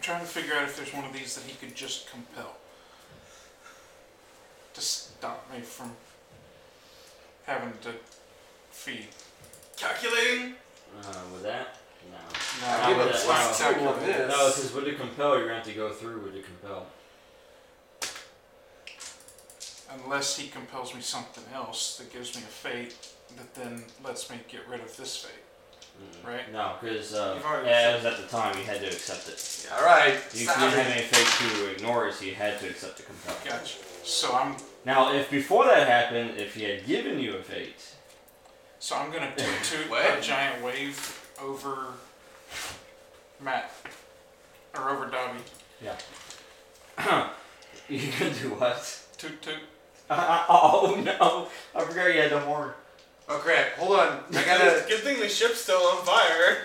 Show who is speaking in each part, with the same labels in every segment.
Speaker 1: trying to figure out if there's one of these that he could just compel to stop me from having to feed. Calculating?
Speaker 2: Uh, with that? No.
Speaker 1: No,
Speaker 2: give it
Speaker 1: it's
Speaker 2: a
Speaker 1: not
Speaker 2: plus two
Speaker 1: calculating.
Speaker 3: Yes.
Speaker 2: No, because would it compel? You're going to have to go through with the compel.
Speaker 1: Unless he compels me something else that gives me a fate that then lets me get rid of this fate.
Speaker 2: Mm.
Speaker 1: Right.
Speaker 2: No, because uh,
Speaker 3: Mm-hmm. You've already
Speaker 2: yeah, it was at the time you had to accept it.
Speaker 3: All right.
Speaker 2: You you didn't have any faith to ignore it, so you had to accept the compel.
Speaker 1: Gotcha. So I'm
Speaker 2: Now, if before that happened, if he had given you a fate,
Speaker 1: so I'm gonna toot toot a
Speaker 3: What?
Speaker 1: giant wave over Matt. Or over Dobby.
Speaker 2: you could do what?
Speaker 1: Toot toot.
Speaker 2: oh no! I forgot you had the horn.
Speaker 3: Oh crap! Hold on. I gotta.
Speaker 4: Good thing the ship's still on fire.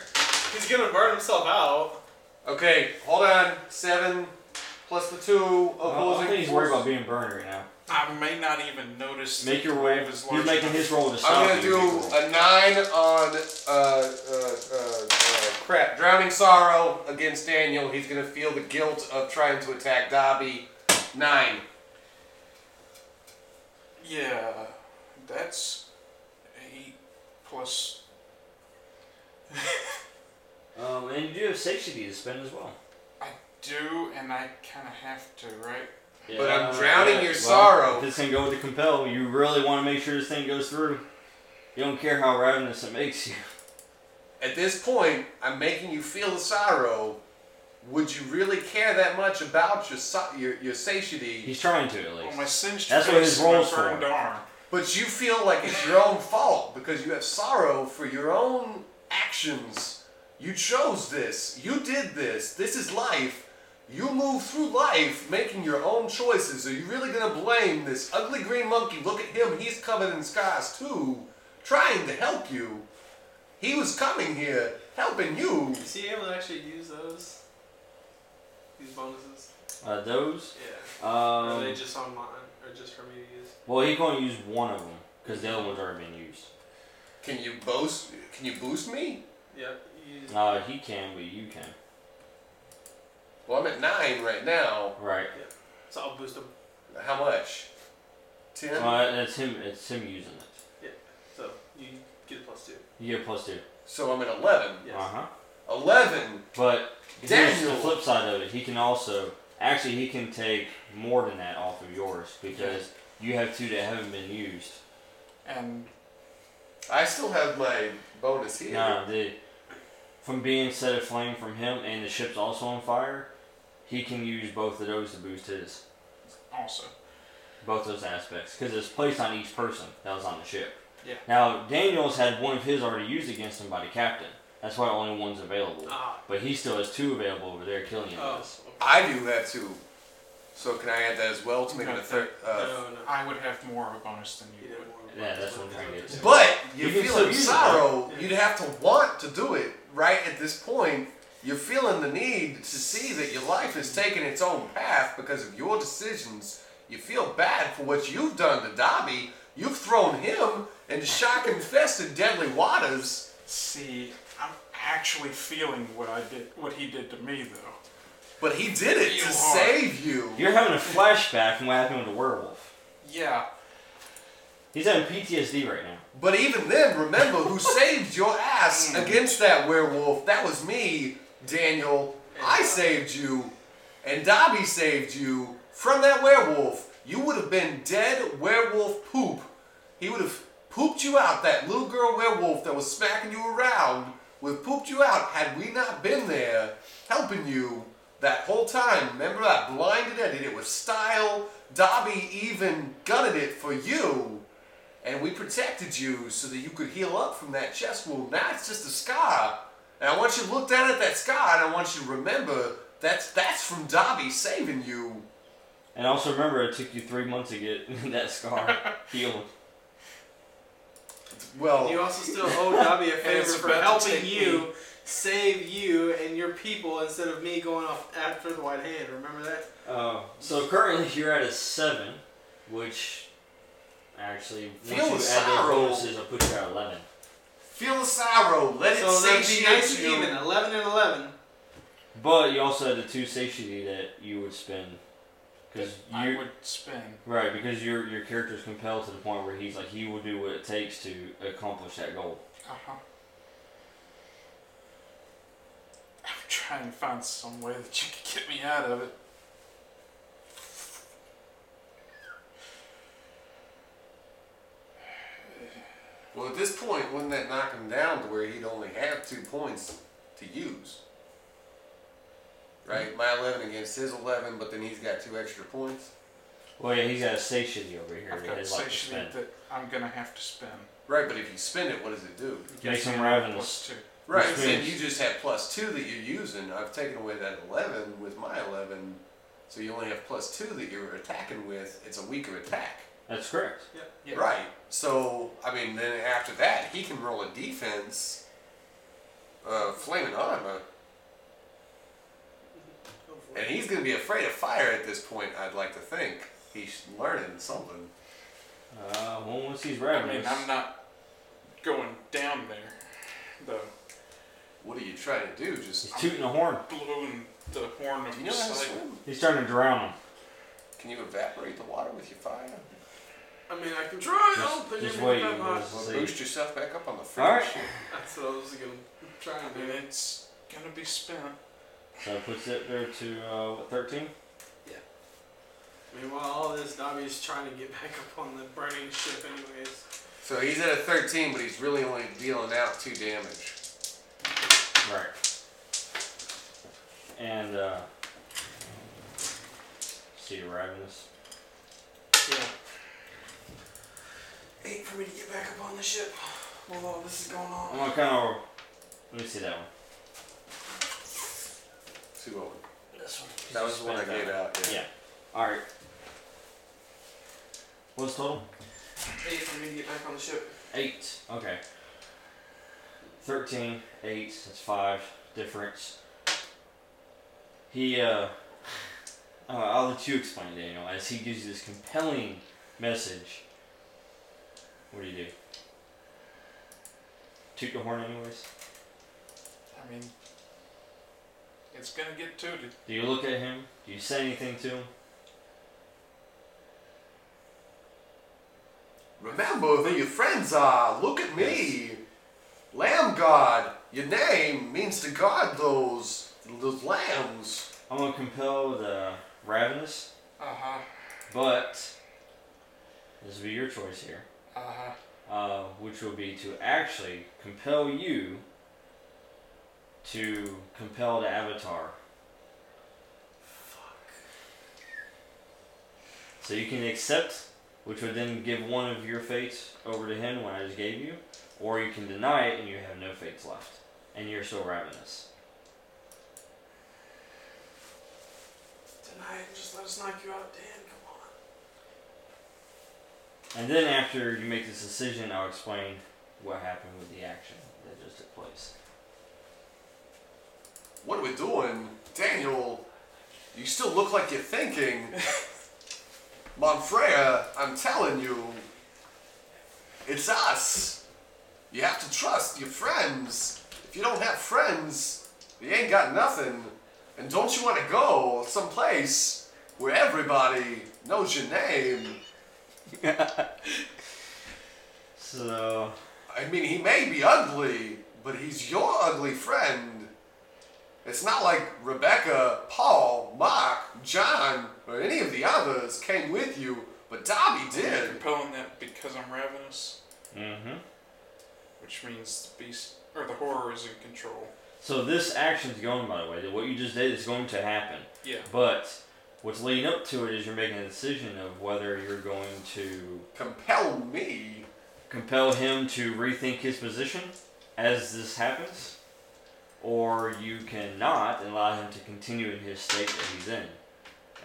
Speaker 4: He's gonna burn himself out.
Speaker 3: Okay, hold on. Seven plus the two
Speaker 2: I
Speaker 3: opposing.
Speaker 2: think he's worried about
Speaker 3: force.
Speaker 2: being burned right now.
Speaker 1: I may not even notice
Speaker 2: Make your way.
Speaker 1: is
Speaker 2: You're
Speaker 1: large
Speaker 2: making
Speaker 1: enough.
Speaker 2: his roll to stop
Speaker 3: I'm gonna
Speaker 2: you.
Speaker 3: do a nine on uh, uh, uh, uh, crap. Drowning sorrow against Daniel. He's gonna feel the guilt of trying to attack Dobby. Nine.
Speaker 1: Yeah. That's eight plus
Speaker 2: Um, and you do have satiety to spend as well.
Speaker 1: do and I kinda have to, right?
Speaker 3: But I'm drowning your sorrow.
Speaker 2: If this thing go with the compel, you really want to make sure this thing goes through. You don't care how ravenous it makes you.
Speaker 3: At this point, I'm making you feel the sorrow. Would you really care that much about your so- your, your satiety?
Speaker 2: He's trying to at
Speaker 1: Well
Speaker 2: least.
Speaker 1: my singed
Speaker 2: That's what
Speaker 1: face
Speaker 2: his
Speaker 1: and my
Speaker 2: roll's for.
Speaker 1: burned arm.
Speaker 3: But you feel like it's your own fault because you have sorrow for your own actions. You chose this. You did this. This is life. You move through life making your own choices. Are you really gonna blame this ugly green monkey? Look at him. He's covered in scars too, trying to help you. He was coming here helping you.
Speaker 4: Is he able to actually use those? These bonuses?
Speaker 2: Uh, those.
Speaker 4: Yeah. Or are
Speaker 2: Um,
Speaker 4: they just on mine? Or just for me to use?
Speaker 2: well, he's going to use one of them because the other one's already been used.
Speaker 3: Can you boast? Can you boost me?
Speaker 4: Yep. Use,
Speaker 2: Uh, he can, but you can.
Speaker 3: Well, I'm at nine right now.
Speaker 2: Right.
Speaker 4: so I'll boost him.
Speaker 3: How much? Ten.
Speaker 2: Uh, it's him. It's him using it.
Speaker 4: So you get a plus two.
Speaker 2: You get plus two.
Speaker 3: So I'm at eleven.
Speaker 4: Yes.
Speaker 2: Uh huh.
Speaker 3: Eleven.
Speaker 2: But here's the
Speaker 3: Daniel.
Speaker 2: flip side of it. He can also actually he can take more than that off of yours because you have two that haven't been used.
Speaker 1: And
Speaker 3: I still have my bonus here.
Speaker 2: Nah, the from being set aflame from him and the ship's also on fire, he can use both of those to boost his
Speaker 1: also
Speaker 2: both those aspects because it's placed on each person that was on the ship.
Speaker 1: Yeah.
Speaker 2: Now Daniel's had one of his already used against him by the captain. That's why only one's available.
Speaker 4: Ah.
Speaker 2: But he still has two available over there killing him.
Speaker 4: Oh.
Speaker 2: with.
Speaker 3: I do have two. So can I add that as well to make it a third? Uh,
Speaker 4: no, no.
Speaker 1: I would have more of a bonus than
Speaker 4: You
Speaker 1: you
Speaker 4: did
Speaker 1: would.
Speaker 4: more.
Speaker 2: Yeah, that's what I'm trying to get to.
Speaker 3: But you're
Speaker 2: You can still
Speaker 3: feeling
Speaker 2: use it,
Speaker 3: sorrow.
Speaker 4: right?
Speaker 3: You'd have to want to do it right at this point. You're feeling the need to see that your life is taking its own path because of your decisions. You feel bad for what you've done to Dobby. You've thrown him into shock infested deadly waters.
Speaker 1: See, I'm actually feeling what I did, what he did to me, though.
Speaker 3: But he did it
Speaker 1: You
Speaker 3: to
Speaker 1: are.
Speaker 3: save you.
Speaker 2: You're having a flashback from what happened with the werewolf.
Speaker 1: Yeah,
Speaker 2: He's having PTSD right now.
Speaker 3: But even then, remember who saved your ass against that werewolf. That was me, Daniel. I saved you, and Dobby saved you from that werewolf. You would have been dead werewolf poop. He would have pooped you out. That little girl werewolf that was smacking you around would have pooped you out had we not been there helping you that whole time. Remember that blinded I did it with style. Dobby even gutted it for you. And we protected you so that you could heal up from that chest wound. Now it's just a scar. And I want you to look down at that scar and I want you to remember that's that's from Dobby saving you.
Speaker 2: And also remember, it took you three months to get that scar healed.
Speaker 4: You
Speaker 3: Well,
Speaker 4: also still owe Dobby a favor
Speaker 1: it's
Speaker 4: for
Speaker 1: about to
Speaker 4: helping
Speaker 1: take
Speaker 4: you
Speaker 1: me.
Speaker 4: save you and your people instead of me going off after the White Hand. Remember that?
Speaker 2: Uh, so currently you're at a seven, which actually
Speaker 3: Feel
Speaker 2: once you add those
Speaker 3: sorrow.
Speaker 2: bonuses, I'll put you at eleven.
Speaker 3: feel the sorrow. Let
Speaker 4: so
Speaker 3: it
Speaker 4: that'd be nice
Speaker 3: satiate
Speaker 4: and
Speaker 3: you.
Speaker 4: even. Eleven and eleven.
Speaker 2: But you also had the two satiety that you would spend, because
Speaker 1: I
Speaker 2: you
Speaker 1: would spend.
Speaker 2: right because your your character is compelled to the point where he's like he will do what it takes to accomplish that goal.
Speaker 1: Uh huh. I'm trying to find some way that you could get me out of it.
Speaker 3: Well, at this point, wouldn't that knock him down to where he'd only have two points to use? Right? My 11 against his 11, but then he's got two extra points.
Speaker 2: Well, yeah, he's got a satiety over here.
Speaker 1: I've
Speaker 2: that
Speaker 1: got
Speaker 2: he'd like to
Speaker 1: satiety
Speaker 2: spend.
Speaker 1: that I'm gonna have to spend.
Speaker 3: Right, but if you spend it, what does it do?
Speaker 1: It
Speaker 2: Makes
Speaker 1: gives me
Speaker 2: him
Speaker 1: a
Speaker 2: ravenous.
Speaker 1: plus two.
Speaker 3: Right,
Speaker 2: Which
Speaker 3: then
Speaker 2: means-
Speaker 3: you just have plus two that you're using. I've taken away that 11 with my 11, so you only have plus two that you're attacking with. It's a weaker attack.
Speaker 2: That's correct.
Speaker 1: Yeah.
Speaker 3: Right. So, I mean, then after that, he can roll a defense, uh, flaming armor.
Speaker 4: Hopefully.
Speaker 3: And he's going to be afraid of fire at this point, I'd like to think. He's learning something.
Speaker 2: Uh, well, once he's
Speaker 1: I mean,
Speaker 2: ravenous,
Speaker 1: I'm not going down there, though.
Speaker 3: What are you trying to do?
Speaker 2: he's
Speaker 3: Just
Speaker 2: tooting a horn.
Speaker 1: Blowing the horn of
Speaker 3: you know how to
Speaker 1: sight.
Speaker 3: swim?
Speaker 2: He's starting to drown him.
Speaker 3: Can you evaporate the water with your fire?
Speaker 4: I mean, I can try. I'll
Speaker 2: Just,
Speaker 4: put
Speaker 2: just
Speaker 4: it
Speaker 2: wait.
Speaker 4: in my
Speaker 2: We'll
Speaker 4: box.
Speaker 3: Or
Speaker 2: see.
Speaker 3: boost yourself back up on the
Speaker 2: All right.
Speaker 3: fish?
Speaker 4: That's what I was gonna try
Speaker 1: I
Speaker 4: and
Speaker 1: mean,
Speaker 4: do.
Speaker 1: it's gonna be spent.
Speaker 2: So it puts it there to uh, what, 13?
Speaker 4: Meanwhile, all this Dobby's trying to get back up on the burning ship, anyways.
Speaker 3: So he's at a 13, but he's really only dealing out two damage.
Speaker 2: Right. And uh, see ravenous.
Speaker 1: Yeah.
Speaker 4: Eight for me to get back up on the ship while all this is going
Speaker 2: I'm
Speaker 4: on.
Speaker 2: gonna kind of let me see that one.
Speaker 3: Two of them.
Speaker 2: This one.
Speaker 3: That was the one I gave out. Yeah.
Speaker 2: Yeah. All right. What's total?
Speaker 4: Eight for me to get back on the ship.
Speaker 2: Eight. Okay. Thirteen. Eight. That's five difference. He. uh... Uh, I'll let you explain, Daniel, as he gives you this compelling message. What do you do? Toot the horn, anyways.
Speaker 1: I mean, it's gonna get tooted.
Speaker 2: Do you look at him? Do you say anything to him?
Speaker 3: Remember who your friends are. Look at me. Lamb God. Your name means to guard those, those lambs.
Speaker 2: I'm gonna compel the ravenous,
Speaker 1: Uh huh.
Speaker 4: Uh-huh.
Speaker 2: but this will be your choice here.
Speaker 1: Uh
Speaker 4: Uh-huh.
Speaker 1: huh.
Speaker 2: uh, which will be to actually compel you to compel the avatar. So you can accept, which would then give one of your fates over to him when I just gave you, or you can deny it and you have no fates left, and you're still ravenous.
Speaker 4: Tonight, just let us knock you out, Dan. Come on.
Speaker 2: And then after you make this decision, I'll explain what happened with the action that just took place.
Speaker 3: What are we doing? Daniel, you still look like you're thinking. Monfreya, I'm telling you, it's us. You have to trust your friends. If you don't have friends, you ain't got nothing. And don't you want to go someplace where everybody knows your name?
Speaker 2: So.
Speaker 3: I mean, he may be ugly, but he's your ugly friend. It's not like Rebecca, Paul, Mark, John, or any of the others came with you, but Dobby
Speaker 1: You're
Speaker 3: did.
Speaker 1: compelling that because I'm ravenous,
Speaker 2: Mm-hmm.
Speaker 1: which means the beast or the horror is in control.
Speaker 2: So this action's going, by the way. What you just did is going to happen.
Speaker 1: Yeah.
Speaker 2: But what's leading up to it is you're making a decision of whether you're going to
Speaker 3: Compel me.
Speaker 2: compel him to rethink his position as this happens, or you cannot and allow him to continue in his state that he's in,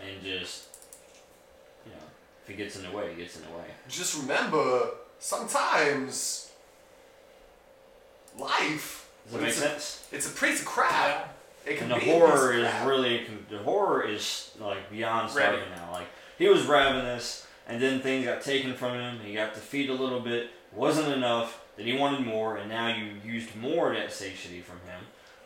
Speaker 2: and just you know, if he gets in the way, he gets in the way.
Speaker 3: Just remember, sometimes life.
Speaker 2: Does that make
Speaker 3: it's, a,
Speaker 2: sense?
Speaker 3: it's a piece of crap. It can
Speaker 2: And the
Speaker 3: be a
Speaker 2: horror
Speaker 3: piece of
Speaker 2: is
Speaker 3: crap.
Speaker 2: really the horror is like beyond
Speaker 1: Ready.
Speaker 2: starting now. Like he was ravenous, and then things got taken from him. He got defeated a little bit, wasn't enough. Then he wanted more, and now you used more of that satiety from him,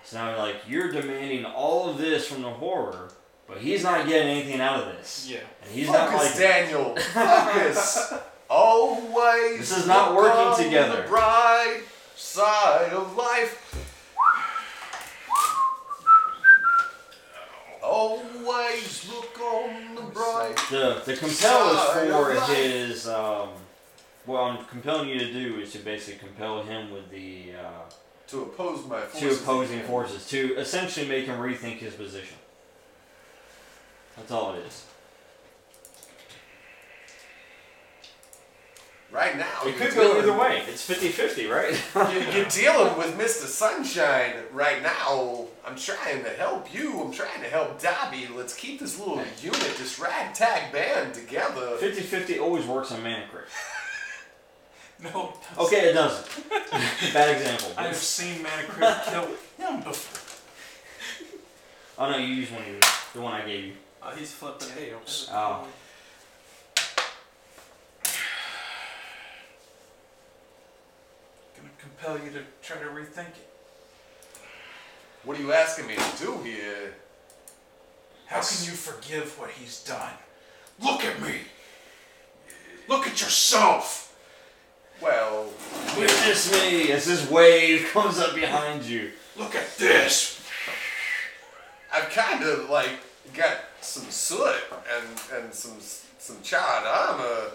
Speaker 2: So now like you're demanding all of this from the horror, but he's not getting anything out of this.
Speaker 1: Yeah.
Speaker 2: And he's not
Speaker 3: Focus,
Speaker 2: like
Speaker 3: Daniel. Focus. Always.
Speaker 2: This is not
Speaker 3: look
Speaker 2: working
Speaker 3: on
Speaker 2: together.
Speaker 3: The bright side of life. Always look on the bright.
Speaker 2: the the compel is
Speaker 3: Sorry,
Speaker 2: for
Speaker 3: I'm
Speaker 2: his um what I'm compelling you to do is to basically compel him with the uh,
Speaker 3: To oppose my
Speaker 2: two
Speaker 3: forces.
Speaker 2: opposing forces to essentially make him rethink his position. That's all it is.
Speaker 3: Right now.
Speaker 2: It
Speaker 3: you're
Speaker 2: could go
Speaker 3: dealing-
Speaker 2: either way. It's 50-50, right?
Speaker 3: You're, you're dealing with Mr. Sunshine right now. I'm trying to help you. I'm trying to help Dobby. Let's keep this little unit, this ragtag band together.
Speaker 2: 50-50 always works on Manicrit.
Speaker 1: No.
Speaker 2: Okay, it doesn't. Bad example.
Speaker 1: I've seen Manicure kill him before.
Speaker 2: Oh no, you used one of these. The one I gave you.
Speaker 4: Oh, he's flipping
Speaker 1: Tails.
Speaker 4: it.
Speaker 2: Oh.
Speaker 1: Gonna compel you to try to rethink it.
Speaker 3: What are you asking me to do here?
Speaker 1: How can you forgive what he's done? Look at me. Look at yourself.
Speaker 3: Well,
Speaker 2: Witness me as this wave comes up behind you.
Speaker 1: Look at this.
Speaker 3: I've kind of like got some soot and and some some charred armor.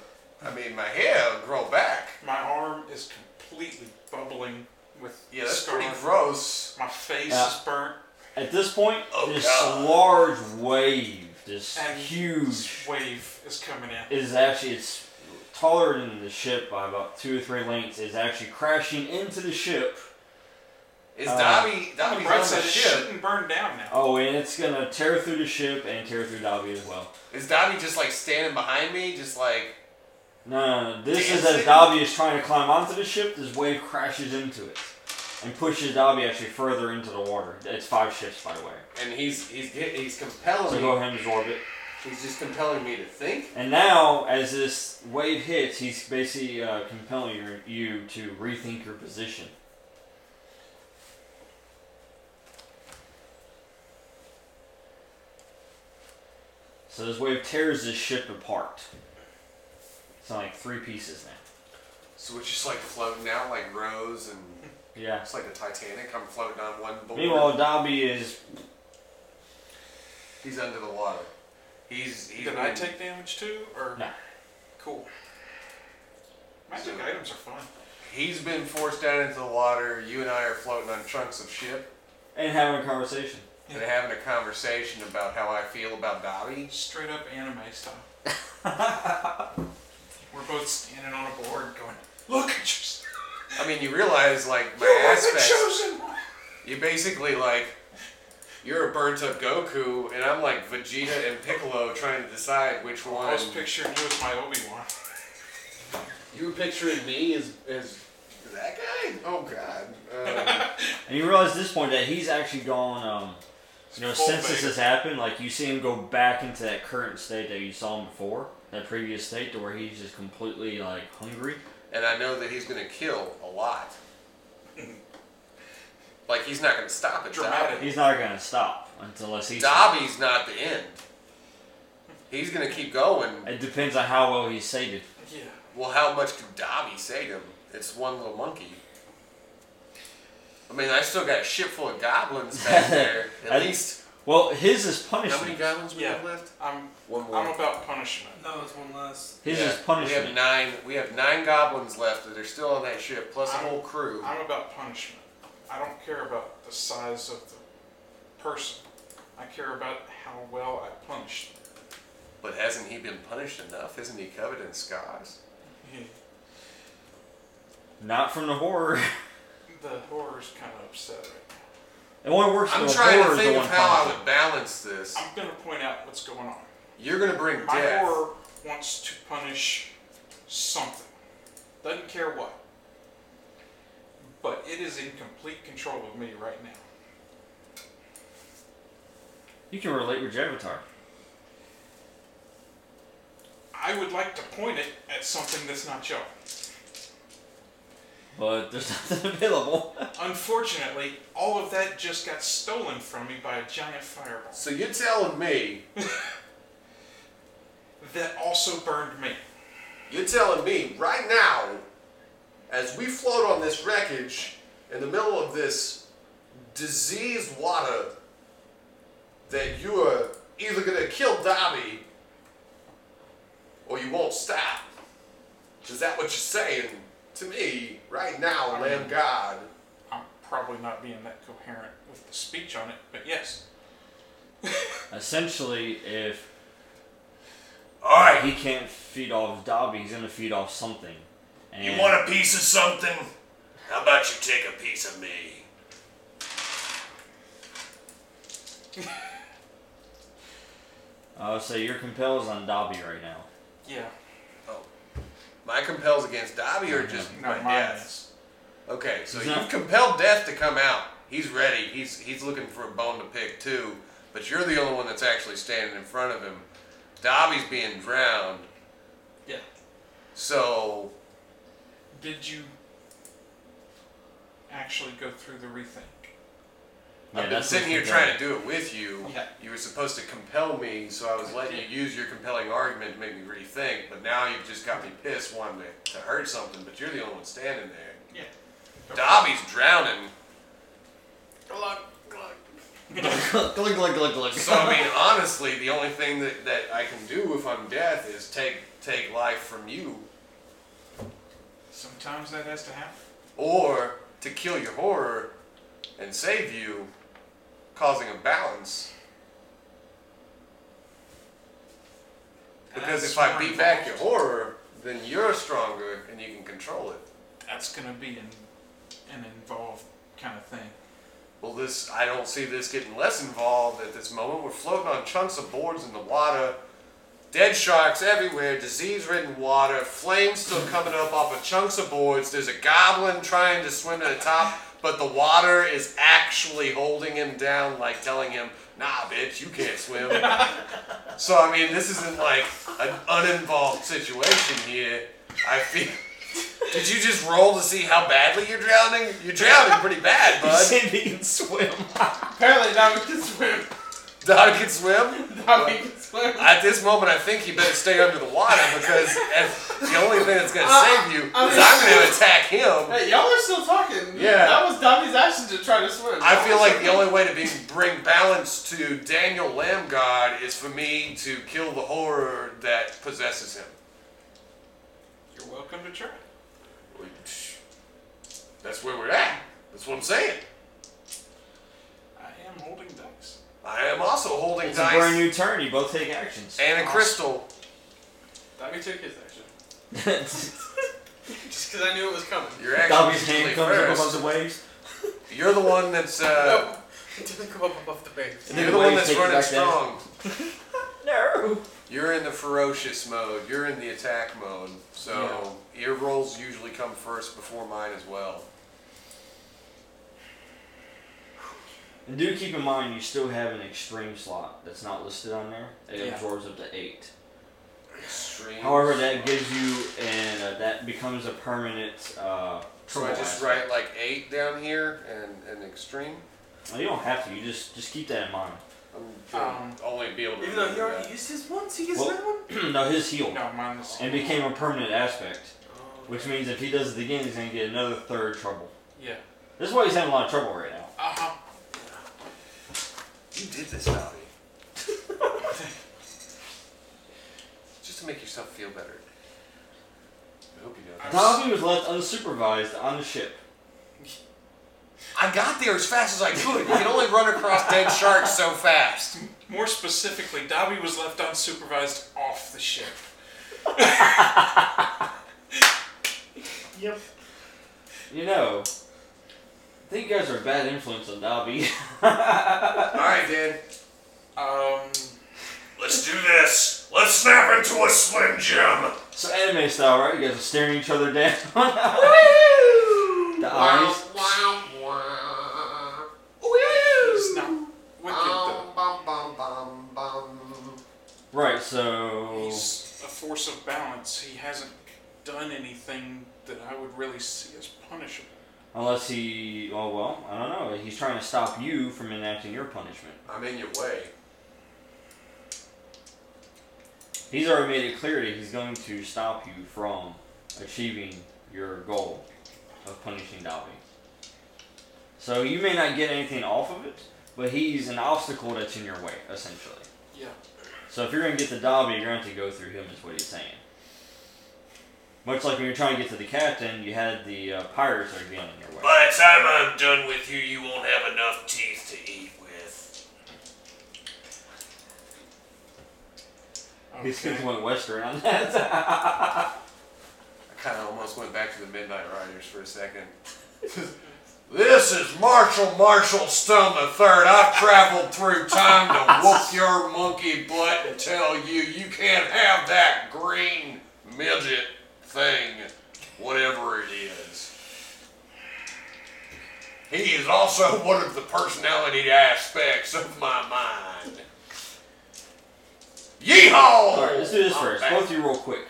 Speaker 3: I mean, my hair grow back.
Speaker 1: My arm is completely bubbling with
Speaker 3: Yeah, that's
Speaker 1: scar.
Speaker 3: pretty gross.
Speaker 1: My face
Speaker 2: Yeah.
Speaker 1: is burnt.
Speaker 2: At this point,
Speaker 3: Oh,
Speaker 2: this
Speaker 3: God.
Speaker 2: large wave, this
Speaker 1: And
Speaker 2: huge,
Speaker 1: This wave is coming in.
Speaker 2: is actually it's taller than the ship by about two or three lengths. Is actually crashing into the ship.
Speaker 3: Is
Speaker 2: Uh,
Speaker 3: Dobby
Speaker 1: On the
Speaker 3: Dobby's on
Speaker 1: bright
Speaker 3: the
Speaker 1: side, it
Speaker 3: ship?
Speaker 1: shouldn't burn down now.
Speaker 2: Oh, and it's gonna tear through the ship and tear through Dobby as well.
Speaker 3: Is Dobby just like standing behind me, just like
Speaker 2: No, no, no. This is as
Speaker 3: Dancing?
Speaker 2: Dobby is trying to climb onto the ship. This wave crashes into it and pushes Dobby actually further into the water. It's five ships, by the way.
Speaker 3: and he's he's get- he's
Speaker 2: So
Speaker 3: compelling
Speaker 2: go
Speaker 3: me.
Speaker 2: ahead and absorb it.
Speaker 3: He's just compelling me to think.
Speaker 2: And now, as this wave hits, he's basically uh, compelling your, you to rethink your position. So this wave tears this ship apart. It's on like three pieces now.
Speaker 3: So it's just like floating out like Rose and
Speaker 2: Yeah.
Speaker 3: it's like the Titanic. I'm floating on one board.
Speaker 2: Meanwhile, Dobby is.
Speaker 3: he's under the water. He's he's.
Speaker 1: Did I
Speaker 3: been-
Speaker 1: take damage too, or?
Speaker 2: No.
Speaker 1: Cool. Magic
Speaker 3: So-
Speaker 1: items are fun.
Speaker 3: He's been forced down into the water. You and I are floating on trunks of ship
Speaker 2: and having a conversation.
Speaker 3: and having a conversation about how I feel about Dobby.
Speaker 1: Straight up anime style. We're both standing on a board going, look at yourself.
Speaker 3: I mean, you realize like my
Speaker 1: You are the
Speaker 3: aspects.
Speaker 1: chosen one.
Speaker 3: You basically like you're a burnt up Goku, and I'm like Vegeta and Piccolo trying to decide which
Speaker 1: I
Speaker 3: one.
Speaker 1: was picturing you as my Obi Wan.
Speaker 3: You were picturing me as as that guy? Oh God. Um,
Speaker 2: And you realize at this point that he's actually gone. Um, you know,
Speaker 1: Full
Speaker 2: since this
Speaker 1: beta.
Speaker 2: has happened, like you see him go back into that current state that you saw him before, that previous state, to where he's just completely like hungry.
Speaker 3: and I know that he's gonna kill a lot. Like he's not gonna stop at
Speaker 1: Dramatic.
Speaker 3: Dobby.
Speaker 2: He's not gonna stop until I see.
Speaker 3: Dobby's not the end. He's gonna keep going.
Speaker 2: It depends on how well he's sated.
Speaker 1: Yeah.
Speaker 3: Well, how much can Dobby say to him? It's one little monkey. I mean, I still got a ship full of goblins back there.
Speaker 2: I-
Speaker 3: At least.
Speaker 2: Well, his is
Speaker 3: How many
Speaker 2: punishment.
Speaker 3: goblins we
Speaker 1: Yeah.
Speaker 3: have left?
Speaker 1: I'm,
Speaker 3: One
Speaker 1: I'm about punishment.
Speaker 4: No, it's one less.
Speaker 2: His
Speaker 3: Yeah,
Speaker 2: is
Speaker 3: We have
Speaker 2: punishment.
Speaker 3: nine. We have nine goblins left that are still on that ship, plus a
Speaker 1: I'm-
Speaker 3: whole crew.
Speaker 1: I'm about punishment. I don't care about the size of the person. I care about how well I punish them.
Speaker 3: But hasn't he been punished enough? Isn't he covered in scars?
Speaker 1: Yeah.
Speaker 2: Not from the horror.
Speaker 1: The horror's kind of upset right now.
Speaker 2: It only works.
Speaker 3: I'm
Speaker 2: when the
Speaker 3: trying
Speaker 2: horror
Speaker 3: to
Speaker 2: is the
Speaker 3: think of
Speaker 2: one
Speaker 3: how I
Speaker 2: punishing.
Speaker 3: would balance this.
Speaker 1: I'm gonna point out what's going on.
Speaker 3: You're gonna bring
Speaker 1: My
Speaker 3: death.
Speaker 1: horror wants to punish something. Doesn't care what. But it is in complete control of me right now.
Speaker 2: You can relate with Javatar.
Speaker 1: I would like to point it at something that's not y'all.
Speaker 2: but there's nothing available.
Speaker 1: Unfortunately, all of that just got stolen from me by a giant fireball
Speaker 3: So you're telling me,
Speaker 1: that also burned me.
Speaker 3: you're telling me right now, as we float on this wreckage in the middle of this diseased water, that you are either gonna kill Dobby or you won't stop. Is that what you're saying to me right now, Lamb God?
Speaker 1: I'm probably not being that coherent with the speech on it, but yes.
Speaker 2: Essentially, if
Speaker 3: All right,
Speaker 2: he can't feed off Dobby, he's gonna feed off something. And
Speaker 3: You want a piece of something? How about you take a piece of me?
Speaker 2: Uh, so your compel is on Dobby right now.
Speaker 1: Yeah.
Speaker 3: Oh. My compels against Dobby or just
Speaker 1: Not
Speaker 3: my
Speaker 1: mine.
Speaker 3: death? Okay, so
Speaker 2: He's
Speaker 3: you've
Speaker 2: not-
Speaker 3: compelled Death to come out. He's ready. He's he's looking for a bone to pick too, but you're the only one that's actually standing in front of him. Dobby's being drowned,
Speaker 1: Yeah.
Speaker 3: so
Speaker 1: Did you actually go through the rethink?
Speaker 3: I've been
Speaker 2: that's
Speaker 3: sitting
Speaker 2: what
Speaker 3: here
Speaker 2: you've
Speaker 3: trying
Speaker 2: done.
Speaker 3: to do it with you.
Speaker 1: Yeah.
Speaker 3: You were supposed to compel me, so I was letting you use your compelling argument to make me rethink, but now you've just got me pissed wanting to, to hurt something, but you're the only one standing there.
Speaker 1: Yeah.
Speaker 3: Dobby's drowning.
Speaker 4: Glug, glug.
Speaker 2: glug glug glug glug.
Speaker 3: So I mean honestly the only thing that, that I can do if I'm death is take take life from you.
Speaker 1: Sometimes that has to happen.
Speaker 3: Or to kill your horror and save you, causing a balance. Because
Speaker 1: That's
Speaker 3: if I
Speaker 1: more
Speaker 3: beat back your
Speaker 1: involved.
Speaker 3: horror, then you're stronger and you can control it.
Speaker 1: That's going to be an, an involved kind of thing.
Speaker 3: Well, this I don't see this getting less involved at this moment. We're floating on chunks of boards in the water, dead sharks everywhere, disease-ridden water, flames still coming up off of chunks of boards. There's a goblin trying to swim to the top, but the water is actually holding him down, like telling him, "Nah, bitch, you can't swim." so I mean, this isn't like an uninvolved situation here. I feel. Did you just roll to see how badly you're drowning? You're drowning pretty bad,
Speaker 2: You
Speaker 3: bud.
Speaker 2: said he can swim.
Speaker 4: Apparently, Dobby can swim.
Speaker 3: Dog can swim.
Speaker 4: Dobby can swim.
Speaker 3: At this moment, I think you better stay under the water because if the only thing that's gonna save you is
Speaker 4: I mean-
Speaker 3: I'm gonna attack him.
Speaker 4: Hey, y'all are still talking.
Speaker 3: Yeah.
Speaker 4: That was Dobby's action to try to swim.
Speaker 3: I feel like the only way to be, bring balance to Daniel Lamb God is for me to kill the horror that possesses him.
Speaker 1: You're welcome to try.
Speaker 3: Which- That's where we're at. That's what I'm saying.
Speaker 1: I am holding dice.
Speaker 3: I am also holding
Speaker 2: It's a brand
Speaker 3: dice
Speaker 2: new turn. You both take actions.
Speaker 3: and a crystal.
Speaker 4: Dobby took his action.
Speaker 2: Dobby's
Speaker 4: Just because I knew it was coming.
Speaker 3: Your action's usually
Speaker 2: hand comes up above
Speaker 3: first.
Speaker 2: the waves.
Speaker 3: You're the one that's uh,
Speaker 4: No, it didn't come up above the waves.
Speaker 2: And then
Speaker 3: you're
Speaker 2: the
Speaker 3: the one
Speaker 2: waves
Speaker 3: that's
Speaker 2: take you
Speaker 3: running
Speaker 2: back down.
Speaker 3: strong.
Speaker 2: No.
Speaker 3: You're in the ferocious mode. You're in the attack mode. So your rolls usually come first before mine as well.
Speaker 2: And do keep in mind you still have an extreme slot that's not listed on there. It
Speaker 1: Yeah.
Speaker 2: absorbs up to eight.
Speaker 3: Extreme.
Speaker 2: However, that gives you and uh, that becomes a permanent. Uh,
Speaker 3: So I
Speaker 2: trouble
Speaker 3: just
Speaker 2: aspect.
Speaker 3: write like eight down here and, and extreme.
Speaker 2: Well, you don't have to. You just just keep that in mind.
Speaker 3: I'm gonna
Speaker 1: Um,
Speaker 3: only be able to.
Speaker 4: Even though he
Speaker 3: remember
Speaker 4: already
Speaker 3: that.
Speaker 4: used his once, he gets
Speaker 2: Well-
Speaker 4: another one?
Speaker 2: no, his heal
Speaker 1: No, mine is.
Speaker 2: and became a permanent aspect,
Speaker 4: Oh.
Speaker 2: which means if he does it again, he's gonna get another third trouble.
Speaker 1: Yeah.
Speaker 2: This is why he's having a lot of trouble right now.
Speaker 1: Uh huh.
Speaker 3: you did this, Bobby. just to make yourself feel better. I hope you know. that.
Speaker 2: Dobby was left unsupervised on the ship.
Speaker 3: I got there as fast as I could. You can only run across dead sharks so fast.
Speaker 1: More specifically, Dobby was left unsupervised off the ship.
Speaker 4: Yep.
Speaker 2: You know, I think you guys are a bad influence on Dobby.
Speaker 3: All right, Dan.
Speaker 1: Um,
Speaker 3: Let's do this. Let's snap into a slim jim.
Speaker 2: so anime style, right? You guys are staring each other down. the eyes.
Speaker 3: Wow, wow,
Speaker 1: he's not wicked though.
Speaker 2: Right. So
Speaker 1: He's a force of balance. He hasn't done anything that I would really see as punishable.
Speaker 2: Unless he, oh well, I don't know. He's trying to stop you from enacting your punishment.
Speaker 3: I'm in your way.
Speaker 2: He's already made it clear that he's going to stop you from achieving your goal of punishing Dobby. So you may not get anything off of it, but he's an obstacle that's in your way, essentially.
Speaker 1: Yeah.
Speaker 2: So if you're going to get to Dobby, you're going to have to go through him, is what he's saying. Much like when you're trying to get to the captain, you had the uh, pirates are getting in your way.
Speaker 5: By the time I'm done with you, you won't have enough teeth to eat with.
Speaker 2: He's going
Speaker 1: Okay.
Speaker 2: to went western on that.
Speaker 3: I kind of almost went back to the Midnight Riders for a second. this is Marshall Marshall Stone III. I've traveled through time to whoop your monkey butt and tell you you can't have that green midget thing, whatever it is. He is also one of the personality aspects of my mind. Yeehaw!
Speaker 2: Alright, let's do this
Speaker 3: I'm
Speaker 2: first.
Speaker 3: back.
Speaker 2: Both of you roll quick.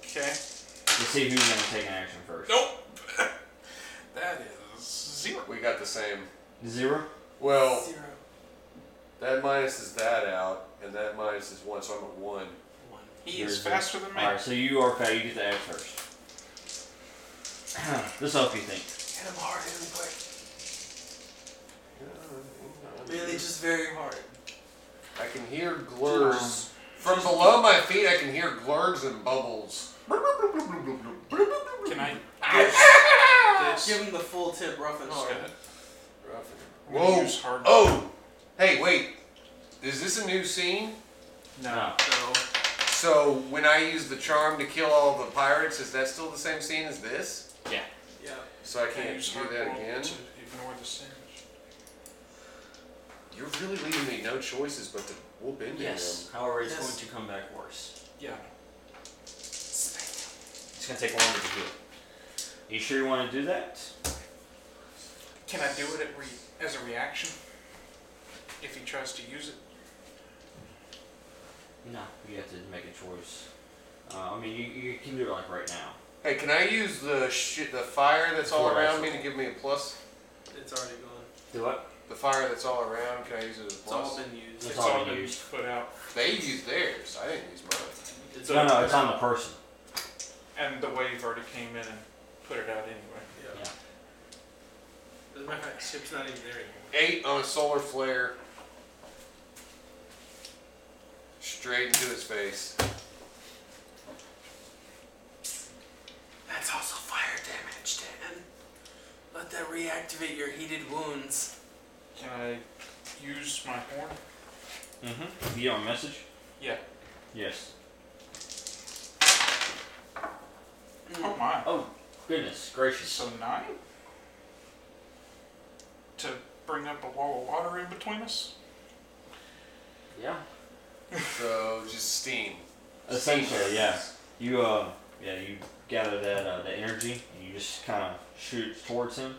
Speaker 1: Okay.
Speaker 2: Let's see who's going to take an action first.
Speaker 1: Nope. that is zero.
Speaker 3: We got the same.
Speaker 2: Zero?
Speaker 3: Well,
Speaker 4: Zero.
Speaker 3: That minuses that out, and that minuses one, so I'm at one.
Speaker 4: One.
Speaker 1: He is
Speaker 2: Zero, zero.
Speaker 1: faster than me.
Speaker 2: Alright, so you are fat. You get the act first. this will help you think.
Speaker 4: Hit him hard, hit him quick. Really, just very hard.
Speaker 3: I can hear glurs. From below my feet, I can hear glurs and bubbles.
Speaker 1: Can I? this?
Speaker 4: Give him the full tip, rough and hard.
Speaker 1: We'll
Speaker 3: Whoa!
Speaker 1: use hard-
Speaker 3: Oh! Hey, wait. Is this a new scene?
Speaker 1: No.
Speaker 4: No.
Speaker 3: So when I use the charm to kill all the pirates, is that still the same scene as this?
Speaker 2: Yeah.
Speaker 4: Yeah.
Speaker 3: So I
Speaker 1: Can I
Speaker 3: can't
Speaker 1: use
Speaker 3: do
Speaker 1: hard
Speaker 3: that
Speaker 1: roll
Speaker 3: again.
Speaker 1: to ignore the sandwich?
Speaker 3: You're really leaving me no choices but to whoop into
Speaker 6: Yes. However, it's
Speaker 4: Yes.
Speaker 6: going to come back worse.
Speaker 1: Yeah.
Speaker 6: It's going to take longer to heal.
Speaker 2: You sure you want to do that?
Speaker 1: Can I do it at re- as a reaction? If he tries to use it,
Speaker 2: No. You have to make a choice. Uh, I mean, you, you can do it like right now.
Speaker 3: Hey, can I use the shit, the fire that's all
Speaker 2: Four
Speaker 3: around me to
Speaker 2: eyes.
Speaker 3: give me a plus?
Speaker 4: It's already gone.
Speaker 2: Do what?
Speaker 3: The fire that's all around, can I use it as a
Speaker 4: It's all
Speaker 3: plus?
Speaker 4: been used.
Speaker 2: It's
Speaker 1: it's
Speaker 2: all
Speaker 1: all
Speaker 2: been
Speaker 1: been
Speaker 2: used.
Speaker 1: put out,
Speaker 3: They used theirs. I didn't use mine.
Speaker 4: It's
Speaker 2: No, no,
Speaker 4: already-
Speaker 2: it's on the person.
Speaker 1: and the wave already came in and put it out anyway.
Speaker 4: Yeah.
Speaker 2: Yeah.
Speaker 4: As a matter of fact, ship's not even there anymore.
Speaker 3: Eight on a solar flare. Straight into his face.
Speaker 4: That's also fire damage, Dan. Let that reactivate your heated wounds.
Speaker 1: Can I use my horn?
Speaker 2: Mm-hmm. You on message?
Speaker 1: Yeah.
Speaker 2: Yes.
Speaker 1: Oh my.
Speaker 2: Oh, goodness gracious.
Speaker 1: So nine? To bring up a wall of water in between us?
Speaker 2: Yeah.
Speaker 3: So just steam.
Speaker 2: Essentially, yeah. You uh, yeah, you gather that uh, the energy, and you just kind of shoot towards him,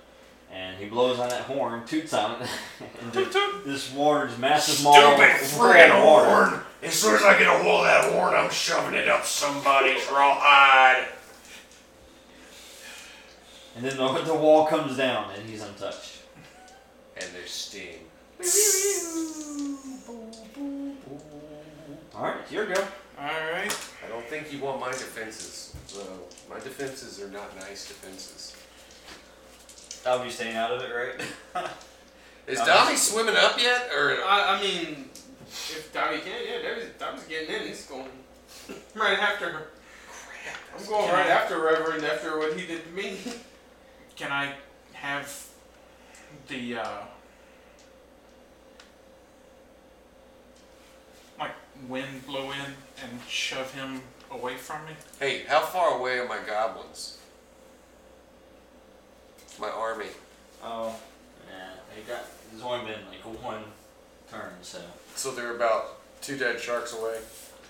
Speaker 2: and he blows on that horn, toots on it, and
Speaker 1: Toot
Speaker 2: just,
Speaker 1: toot.
Speaker 2: this horn's massive maul of-
Speaker 5: Stupid friggin'
Speaker 2: of water.
Speaker 5: horn! As soon as I get a hold of that horn, I'm shoving it up somebody's rawhide.
Speaker 2: And then the, the wall comes down, and he's untouched.
Speaker 3: And there's steam.
Speaker 2: All right, your go.
Speaker 1: Alright.
Speaker 3: I don't think you want my defenses, though. My defenses are not nice defenses.
Speaker 6: That'll be staying out of it, right?
Speaker 3: Is
Speaker 4: Uh,
Speaker 6: Um,
Speaker 3: Dobby swimming up yet? Or
Speaker 4: I, I mean, if Dobby can, yeah, Dobby's, Dobby's getting in. He's going right after her. I'm going right after Reverend after what he did to me.
Speaker 1: Can I have the uh like wind blow in and shove him away from me?
Speaker 3: Hey, how far away are my goblins? My army.
Speaker 6: Oh. Yeah, they got, there's only been like one turn, so.
Speaker 3: So they're about two dead sharks away.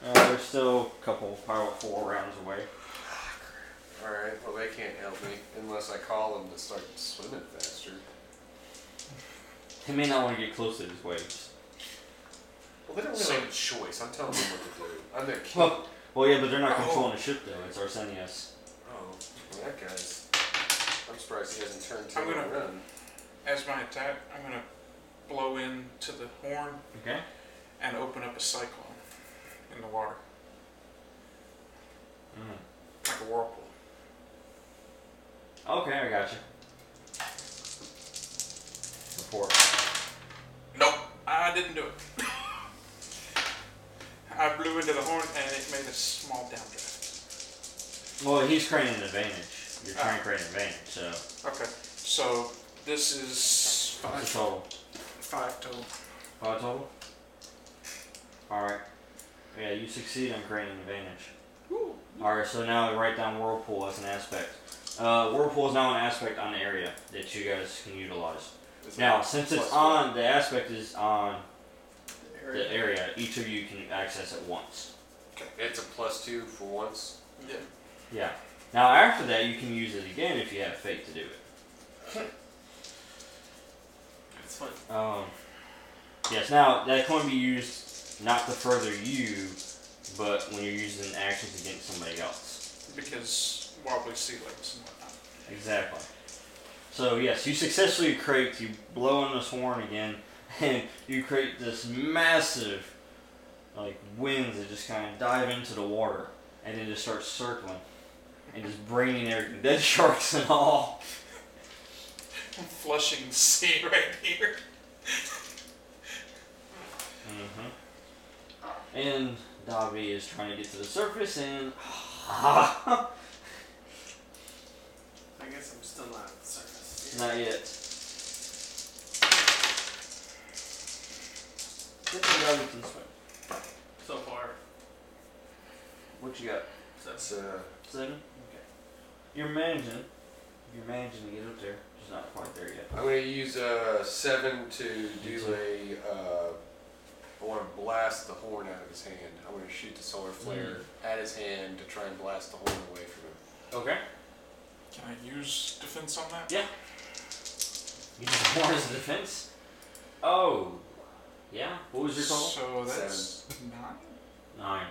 Speaker 2: Uh, we're still a couple, probably four rounds away.
Speaker 3: Alright, well, they can't help me unless I call them to start swimming faster.
Speaker 2: He may not want to get close to these waves.
Speaker 3: Well, they don't really
Speaker 1: So-
Speaker 3: have a choice. I'm telling them what to do. I'm their king.
Speaker 2: Well, well, yeah, but they're not controlling the ship though. It's Arsenius.
Speaker 3: Oh, that guy's. I'm surprised he hasn't turned
Speaker 1: I'm
Speaker 3: tail
Speaker 1: gonna-
Speaker 3: and run.
Speaker 1: As my attack, I'm gonna blow into the horn
Speaker 2: Okay.
Speaker 1: and open up a cyclone in the water,
Speaker 2: Mm.
Speaker 1: like a whirlpool.
Speaker 2: Okay, I got you. Report.
Speaker 1: Nope, I didn't do it. I blew into the horn and it made a small downdraft.
Speaker 2: Well, he's creating an advantage. You're
Speaker 1: Ah.
Speaker 2: trying to create an advantage, so
Speaker 1: Okay, so this is
Speaker 2: it's a
Speaker 1: five,
Speaker 2: total.
Speaker 1: five total.
Speaker 2: Five total. All right. Yeah, you succeed on creating an advantage. All right, so now write down whirlpool as an aspect. Uh, whirlpool is now an aspect on the area that you guys can utilize.
Speaker 3: It's
Speaker 2: Now,
Speaker 3: like
Speaker 2: since it's
Speaker 3: plus
Speaker 2: on, the aspect is on the
Speaker 4: Area.
Speaker 2: area. Each of you can access it once.
Speaker 3: one. It's a plus two for once.
Speaker 4: Yeah.
Speaker 2: Yeah. Now after that, you can use it again if you have fate to do it.
Speaker 4: That's fine.
Speaker 2: Um, yes. Now that can only be used not to further you, but when you're using actions against somebody else.
Speaker 1: Because wobbly sea legs and whatnot.
Speaker 2: Exactly. So yes, you successfully create. You blow on this horn again, and you create this massive, like winds that just kind of dive into the water, and then just start circling, and just bringing everything, dead sharks and all.
Speaker 1: I'm flushing the sea right here.
Speaker 2: Mm-hmm. And Davi is trying to get to the surface, and
Speaker 4: I guess I'm still not at the surface.
Speaker 2: not yet. Davi can swim.
Speaker 4: So far,
Speaker 2: What you got?
Speaker 4: so
Speaker 3: That's uh,
Speaker 2: Seven. Okay. You're managing. You're managing to get up there. Just not quite there yet.
Speaker 3: I'm gonna use uh, seven to do
Speaker 2: too.
Speaker 3: a. Uh, I want to blast the horn out of his hand. I'm gonna shoot the solar flare at his hand to try and blast the horn away from him.
Speaker 2: Okay.
Speaker 1: Can I use defense on that?
Speaker 2: You just more as a defense. Oh. Yeah. What was your total?
Speaker 1: So that's nine?
Speaker 2: Nine.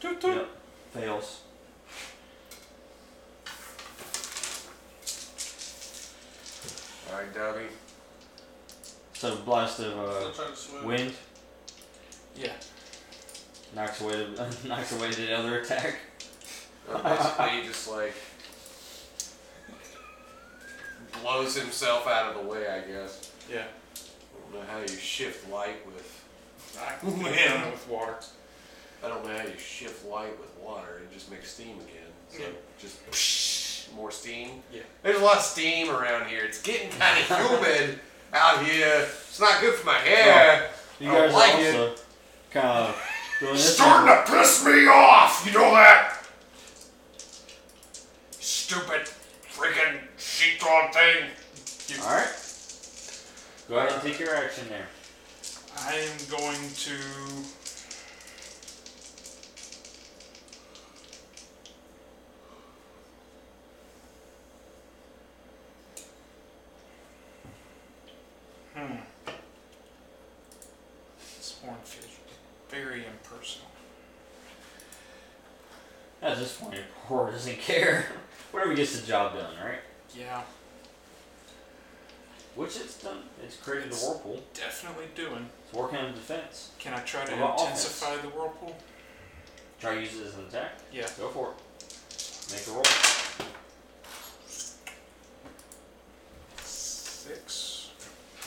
Speaker 1: Toot toot.
Speaker 2: Yep. Fails.
Speaker 3: All right, Dobby.
Speaker 2: So blast of
Speaker 4: still
Speaker 2: uh,
Speaker 4: trying to swim.
Speaker 2: wind
Speaker 1: Yeah.
Speaker 2: knocks away the knocks away the other attack.
Speaker 3: Uh, basically, he just like blows himself out of the way. I guess.
Speaker 1: Yeah.
Speaker 3: I don't know how you shift light with.
Speaker 1: I
Speaker 3: Wind.
Speaker 1: done it with water.
Speaker 3: I don't know how you shift light with water. It just makes steam again. So
Speaker 1: Yeah.
Speaker 3: just psh, more steam.
Speaker 1: Yeah.
Speaker 3: There's a lot of steam around here. It's getting kind of humid out here. It's not good for my hair.
Speaker 2: You
Speaker 3: I don't
Speaker 2: guys
Speaker 3: like
Speaker 2: are also kind of doing this.
Speaker 5: Starting to piss me off, you know that? Stupid freaking sheepdog thing.
Speaker 1: You-
Speaker 2: All right. Go ahead and take your action there.
Speaker 1: I am going to. Hmm. This horn feels very impersonal.
Speaker 2: At this point, horror doesn't care. Whatever gets the job done, right?
Speaker 1: Yeah,
Speaker 2: Which it's done. It's created the whirlpool.
Speaker 1: definitely doing.
Speaker 2: It's working on defense.
Speaker 1: Can I try to
Speaker 2: What about offense?
Speaker 1: intensify the whirlpool?
Speaker 2: Try to use it as an attack.
Speaker 1: Yeah.
Speaker 2: Go for it. Make a roll.
Speaker 1: Six.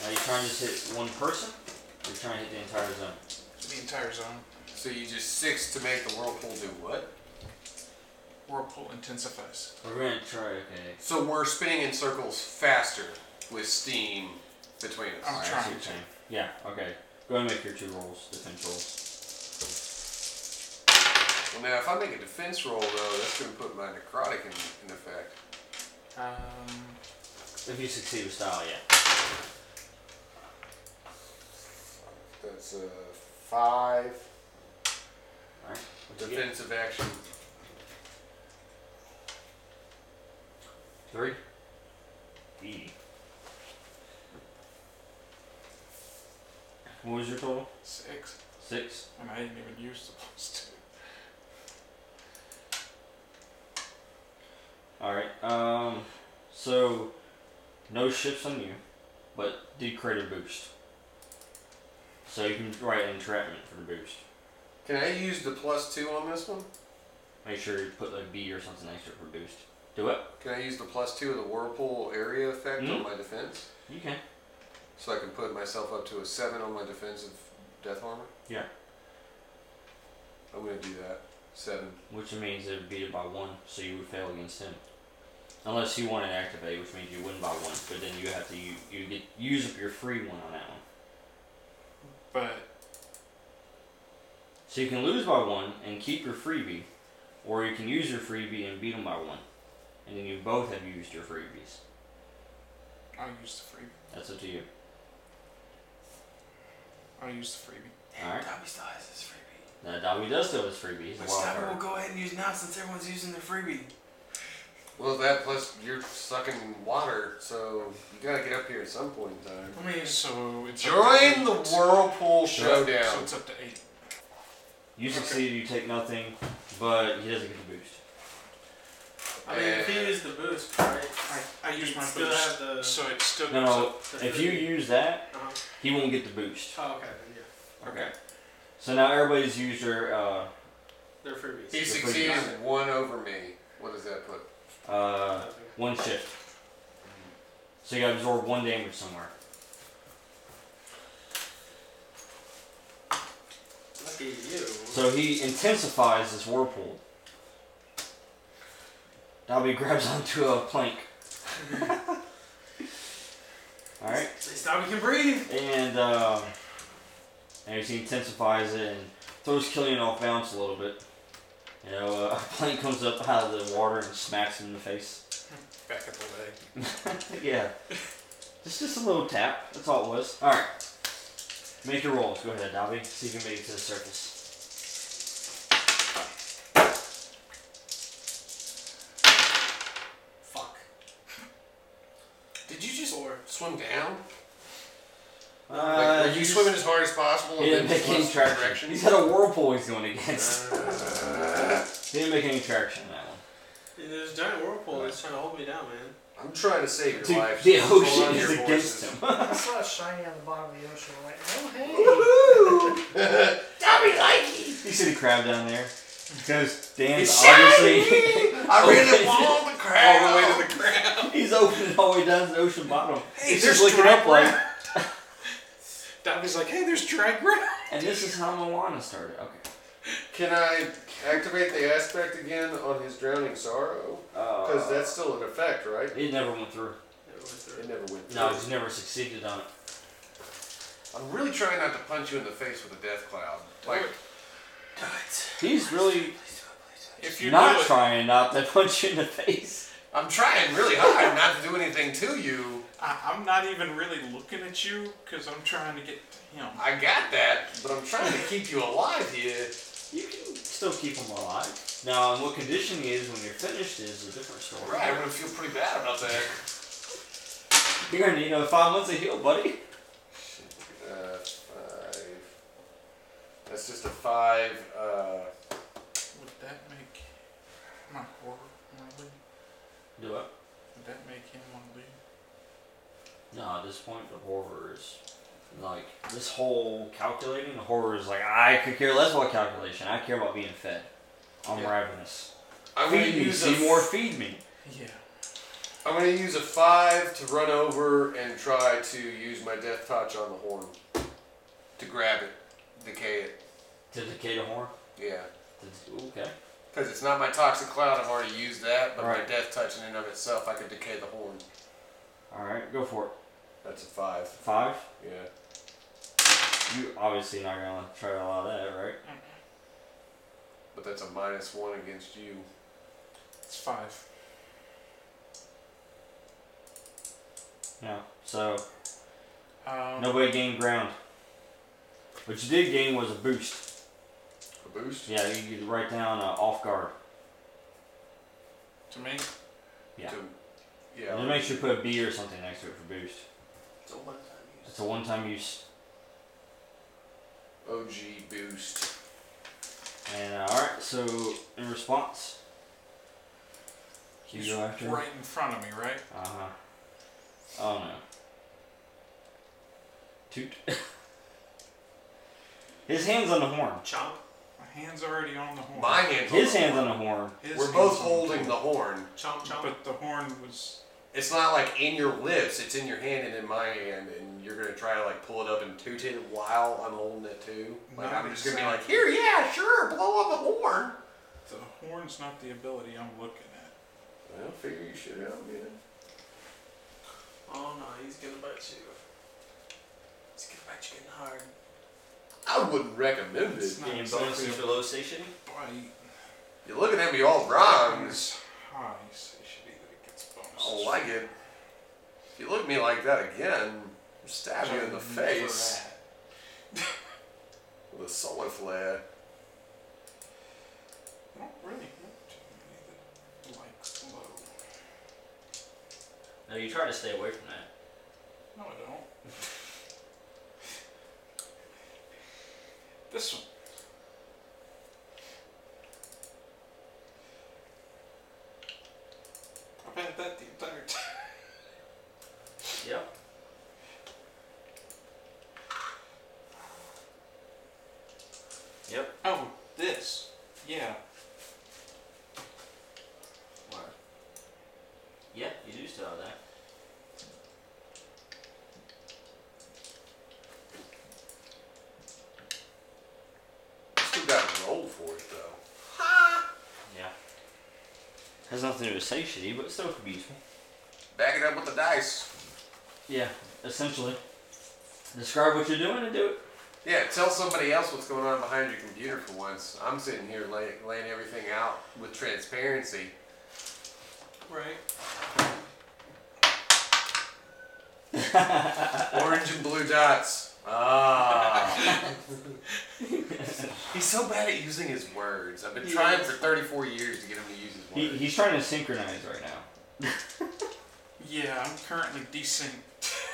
Speaker 2: Now you're trying to just hit one person. You're trying to hit the entire zone.
Speaker 1: The entire zone.
Speaker 3: So you just six to make the whirlpool do what?
Speaker 1: Whirlpool intensifies.
Speaker 2: We're gonna try. Okay.
Speaker 3: So we're spinning in circles faster with steam between us.
Speaker 1: I'm
Speaker 2: Alright, I see
Speaker 1: trying
Speaker 2: what you're
Speaker 1: to.
Speaker 2: saying. Yeah. Okay. Go and make your two rolls. Defense rolls.
Speaker 3: Well, now if I make a defense roll though, that's gonna put my necrotic in, in effect.
Speaker 1: Um,
Speaker 2: If you succeed with style, yeah.
Speaker 3: That's a five
Speaker 2: All right. What'd you get?
Speaker 3: defensive action.
Speaker 2: Three. E. What was your total?
Speaker 1: six.
Speaker 2: Six.
Speaker 1: And I didn't even use the plus two.
Speaker 2: Um, so no ships on you, but do crater boost. So you can write entrapment for the boost.
Speaker 3: Can I use the plus two on this one?
Speaker 2: Make sure you put like B or something next to it for boost. Do it.
Speaker 3: Can I use the plus two of the whirlpool area effect on
Speaker 2: Mhm.
Speaker 3: my defense?
Speaker 2: You can.
Speaker 3: So I can put myself up to a seven on my defensive death armor?
Speaker 2: Yeah.
Speaker 3: I'm gonna do that. Seven.
Speaker 2: Which means it would beat it by one, so you would fail against him. Unless you want to activate, which means you win by one, but then you have to you, you get use up your free one on that one.
Speaker 1: But
Speaker 2: So you can lose by one and keep your freebie, or you can use your freebie and beat them by one, and then you both have used your freebies.
Speaker 1: I'll use the freebie.
Speaker 2: That's up to you.
Speaker 1: I'll use the freebie.
Speaker 2: All right.
Speaker 4: Dobby still has his freebie.
Speaker 2: Now Dobby does still have his freebie. He's a
Speaker 4: Which
Speaker 2: wild
Speaker 4: Dobby
Speaker 2: card.
Speaker 4: will go ahead and use now since everyone's using their freebie.
Speaker 3: Well, that plus you're sucking water, so you gotta get up here at some point in time.
Speaker 4: I mean,
Speaker 1: So it's up to
Speaker 3: Join the
Speaker 1: eight.
Speaker 3: whirlpool
Speaker 1: So
Speaker 3: showdown.
Speaker 1: it's up to eight.
Speaker 2: You
Speaker 1: Okay.
Speaker 2: succeed, you take nothing, but he doesn't get the boost.
Speaker 4: I mean, if he used the boost, right?
Speaker 1: I, I use
Speaker 4: he'd
Speaker 1: my
Speaker 4: still
Speaker 1: boost,
Speaker 4: have the.
Speaker 1: so it still
Speaker 2: No,
Speaker 1: goes
Speaker 2: no.
Speaker 1: up.
Speaker 4: the
Speaker 2: If you use that,
Speaker 4: Uh-huh.
Speaker 2: he won't get the boost.
Speaker 4: Oh, okay, then yeah.
Speaker 1: Okay.
Speaker 2: So now everybody's used their uh,
Speaker 4: They're freebies.
Speaker 3: He succeeded one over me. What does that put?
Speaker 2: uh, one shift. So you gotta absorb one damage somewhere.
Speaker 4: Lucky you.
Speaker 2: So he intensifies this whirlpool. Dobby grabs onto a plank. Alright,
Speaker 4: At least Dobby can breathe.
Speaker 2: and, um, and he intensifies it and throws Killian off balance a little bit. You know, uh, a plank comes up out of the water and smacks him in the face.
Speaker 1: Back at the leg.
Speaker 2: yeah. Just, just a little tap, that's all it was. Alright. Make your rolls. Go ahead, Dobby. See if you can make it to the surface.
Speaker 4: Fuck.
Speaker 3: Did you just
Speaker 4: Four.
Speaker 3: swim down?
Speaker 2: Uh,
Speaker 3: like, were you
Speaker 2: he's-
Speaker 3: swimming as hard as possible
Speaker 2: He didn't
Speaker 3: and then
Speaker 2: make
Speaker 3: just
Speaker 2: any
Speaker 3: lost
Speaker 2: traction. He's
Speaker 3: direction?
Speaker 2: had a whirlpool he's going against. he didn't make any traction on that one.
Speaker 4: Dude, There's a giant whirlpool that's trying to hold me down, man.
Speaker 3: I'm trying to save your
Speaker 2: Dude,
Speaker 3: life.
Speaker 2: the
Speaker 3: Hold on
Speaker 2: ocean
Speaker 3: to
Speaker 2: is
Speaker 3: your
Speaker 2: against
Speaker 3: horses.
Speaker 2: him.
Speaker 7: I saw a shiny on the bottom of the ocean. I'm like, oh hey.
Speaker 2: you see the crab down there? Because Dan's
Speaker 3: It's
Speaker 2: obviously
Speaker 3: I
Speaker 2: Open.
Speaker 3: really want the
Speaker 1: All the
Speaker 3: crowd.
Speaker 1: way to the ground.
Speaker 2: he's opening all the way down to the ocean bottom.
Speaker 3: Hey,
Speaker 2: he's
Speaker 3: there's
Speaker 2: just looking up
Speaker 3: dry
Speaker 2: like,
Speaker 1: Dobby's like, hey, there's dry ground.
Speaker 2: and this is how Moana started. Okay.
Speaker 3: Can I activate the aspect again on his drowning sorrow? Because
Speaker 2: Uh,
Speaker 3: that's still an effect, right?
Speaker 2: it never went through.
Speaker 4: It was through.
Speaker 3: It never went through.
Speaker 2: No, he's never succeeded on it.
Speaker 3: I'm really trying not to punch you in the face with a death cloud. Like,
Speaker 2: He's really
Speaker 1: If you
Speaker 2: not
Speaker 1: do it,
Speaker 2: trying not to punch you in the face.
Speaker 3: I'm trying really hard not to do anything to you.
Speaker 1: I, I'm not even really looking at you because I'm trying to get to him.
Speaker 3: I got that, but I'm trying to keep you alive here.
Speaker 2: You can still keep him alive. Now, in what condition he is when you're finished is a different story.
Speaker 3: Right, I'm gonna feel pretty bad about that.
Speaker 2: You're gonna need another five months of heal, buddy.
Speaker 3: Uh, five. That's just a five. Uh,
Speaker 1: Would that make my horror want to leave?
Speaker 2: Do what?
Speaker 1: Would that make him want to leave?
Speaker 2: No, at this point, the horror is like this whole calculating. The horror is like I could care less about calculation. I care about being fed. I'm
Speaker 3: Yeah.
Speaker 2: ravenous.
Speaker 3: I'm gonna
Speaker 2: Feed me,
Speaker 3: Uh, use a
Speaker 2: Seymour. Feed me.
Speaker 1: Yeah.
Speaker 3: I'm gonna use a five to run over and try to use my death touch on the horn to grab it, decay it.
Speaker 2: To decay the horror.
Speaker 3: Yeah,
Speaker 2: To- Okay.
Speaker 3: because it's not my toxic cloud. I've already used that, but my
Speaker 2: Right.
Speaker 3: death touch in and of itself, I could decay the horn.
Speaker 2: All right, go for it.
Speaker 3: That's a five.
Speaker 2: Five.
Speaker 3: Yeah.
Speaker 2: You obviously not gonna try to allow that, right?
Speaker 1: Mm-hmm.
Speaker 3: But that's a minus one against you.
Speaker 1: It's five.
Speaker 2: No. So
Speaker 3: Oh.
Speaker 1: Um,
Speaker 2: nobody gained ground. What you did gain was a boost.
Speaker 3: A boost?
Speaker 2: Yeah, you could write down uh, off guard.
Speaker 1: To me,
Speaker 2: Yeah.
Speaker 3: To, yeah.
Speaker 2: Just make sure you put a B or something next to it for boost.
Speaker 4: It's a one-time use.
Speaker 2: It's a one-time use.
Speaker 3: OG boost.
Speaker 2: And uh, alright, so in response, you go after?
Speaker 1: right in front of me, right?
Speaker 2: Uh huh. Oh no. Toot. His hand's on the horn.
Speaker 6: Chomp.
Speaker 1: My hand's already on the horn.
Speaker 3: My hands. on
Speaker 2: His
Speaker 3: the
Speaker 2: hand's
Speaker 3: horn.
Speaker 2: on the horn.
Speaker 1: His
Speaker 3: We're
Speaker 1: hand's
Speaker 3: both
Speaker 1: on
Speaker 3: holding the
Speaker 1: horn.
Speaker 3: horn.
Speaker 6: Chomp, chomp.
Speaker 1: But the horn was.
Speaker 3: It's not like in your lips. It's in your hand and in my hand, and you're gonna try to like pull it up and toot it while I'm holding it too. Like
Speaker 1: Not
Speaker 3: I'm just gonna be like,
Speaker 1: exactly.
Speaker 3: here, yeah, sure, blow up a horn.
Speaker 1: The horn's not the ability I'm looking at.
Speaker 3: Well, figure you should out, you know.
Speaker 6: Oh no, he's gonna bite you. He's gonna bite you getting hard.
Speaker 3: I wouldn't recommend
Speaker 1: It's
Speaker 3: it.
Speaker 1: not
Speaker 6: Any
Speaker 1: exactly
Speaker 6: bonuses
Speaker 1: a
Speaker 6: for low stationing?
Speaker 1: bite.
Speaker 3: You're looking at me all wrong.
Speaker 1: It's high, so it should either get bonuses.
Speaker 3: Oh, I don't like it. If you look at me like that again, I'll stab you in the
Speaker 1: Never
Speaker 3: face
Speaker 1: had.
Speaker 3: with a solar flare.
Speaker 1: I don't really have too many that like low.
Speaker 6: No, you try to stay away from that.
Speaker 1: No, I don't. this one. I've had that the entire time.
Speaker 6: Yep. Yep.
Speaker 1: Oh, this. Yeah.
Speaker 6: What? Yeah, you do still have that.
Speaker 3: Still got to roll for it though.
Speaker 6: Yeah.
Speaker 2: Has nothing to do with satiety, but still could be useful.
Speaker 3: Back it up with the dice.
Speaker 2: Yeah, essentially. Describe what you're doing and do it.
Speaker 3: Yeah, tell somebody else what's going on behind your computer for once. I'm sitting here lay, laying everything out with transparency.
Speaker 4: Right.
Speaker 3: Orange and blue dots. Ah. He's so bad at using his words. I've been trying for 34 years to get him to use his
Speaker 2: He,
Speaker 3: words.
Speaker 2: he's trying to synchronize right now.
Speaker 1: Yeah, I'm currently desynced.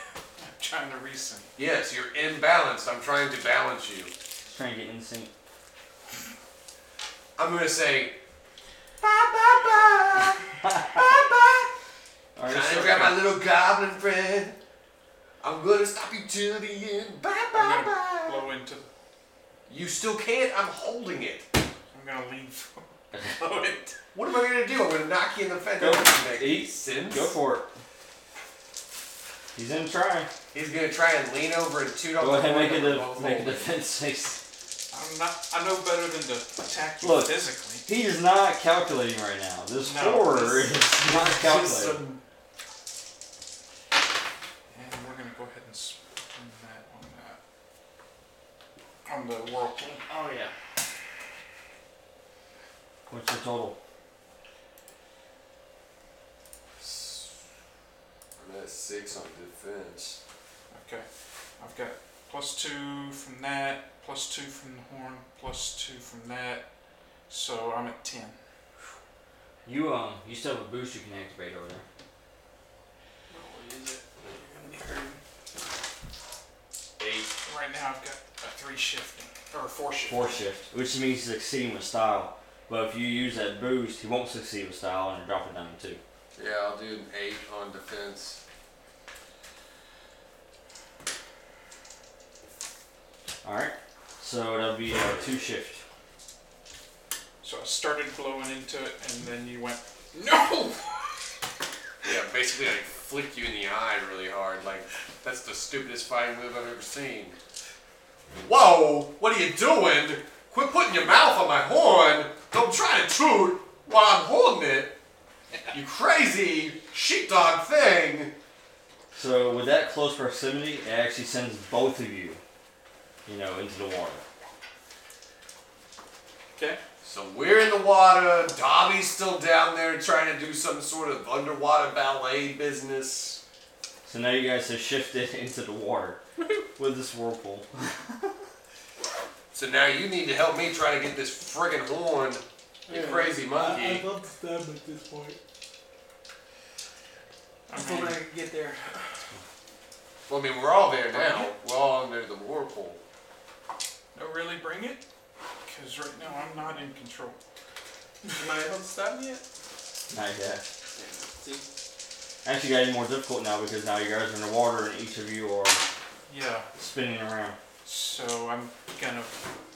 Speaker 1: I'm trying to resync.
Speaker 3: Yes, you're imbalanced. I'm trying to balance you.
Speaker 2: He's trying to get in sync.
Speaker 3: I'm gonna say, ba ba ba, ba ba.
Speaker 2: All right,
Speaker 3: Can I
Speaker 2: so-
Speaker 3: grab my little goblin friend? I'm gonna stop you till the end. Ba ba
Speaker 1: I'm gonna
Speaker 3: ba.
Speaker 1: blow into. The,
Speaker 3: You still can't. I'm holding it.
Speaker 1: I'm gonna lean forward. blow it.
Speaker 3: What am I gonna do? I'm gonna knock you in the face.
Speaker 2: Go.
Speaker 3: That doesn't make
Speaker 2: He-
Speaker 3: sense.
Speaker 2: Go for it. He's in try.
Speaker 3: He's gonna try and lean over and toot on
Speaker 2: Go
Speaker 3: the
Speaker 2: ahead,
Speaker 3: horn
Speaker 2: make it
Speaker 3: that we're
Speaker 2: a
Speaker 3: both
Speaker 2: make a
Speaker 3: holding.
Speaker 2: defense six.
Speaker 1: I'm not. I know better than to attack you
Speaker 2: Look.
Speaker 1: physically.
Speaker 2: He is not calculating right now. This
Speaker 1: No,
Speaker 2: horror is not
Speaker 3: Just
Speaker 2: calculating.
Speaker 3: some-
Speaker 1: And we're gonna go ahead and spin that on that. On the whirlpool.
Speaker 6: Oh yeah.
Speaker 2: What's your total?
Speaker 3: I'm at six on defense.
Speaker 1: Okay. I've got plus two from that, plus two from the horn, plus two from that. So I'm at ten.
Speaker 2: You um, you still have a boost you can activate over there.
Speaker 6: What is it? You're gonna be hurting.
Speaker 1: Right now I've got a three shifting or a four shifting.
Speaker 2: Four shift, which means he's succeeding with style. But if you use that boost, he won't succeed with style and drop it down to two.
Speaker 3: Yeah, I'll do an eight on defense.
Speaker 2: All right. So that'll be a two shift.
Speaker 1: So I started blowing into it, and then you went, no.
Speaker 3: Yeah, basically like flick you in the eye really hard. Like that's the stupidest fighting move I've ever seen. Whoa! What are you doing? Quit putting your mouth on my horn! Don't try to toot while I'm holding it. You crazy sheepdog thing!
Speaker 2: So with that close proximity, it actually sends both of you, you know, into the water.
Speaker 1: Okay.
Speaker 3: So we're in the water. Dobby's still down there trying to do some sort of underwater ballet business.
Speaker 2: So now you guys have shifted into the water with this whirlpool.
Speaker 3: So now you need to help me try to get this friggin' horn. You crazy monkey.
Speaker 4: love stab at this point.
Speaker 1: I
Speaker 4: Until
Speaker 1: mean,
Speaker 4: I can get there.
Speaker 3: Well, I mean, we're all there now. We're all under the whirlpool.
Speaker 1: no, really bring it, because right now I'm not in control.
Speaker 4: Am I able to stab yet?
Speaker 2: Not yet.
Speaker 4: damage. See?
Speaker 2: Actually, got even more difficult now because now you guys are in the water and each of you are
Speaker 1: Yeah.
Speaker 2: spinning around.
Speaker 1: So I'm gonna.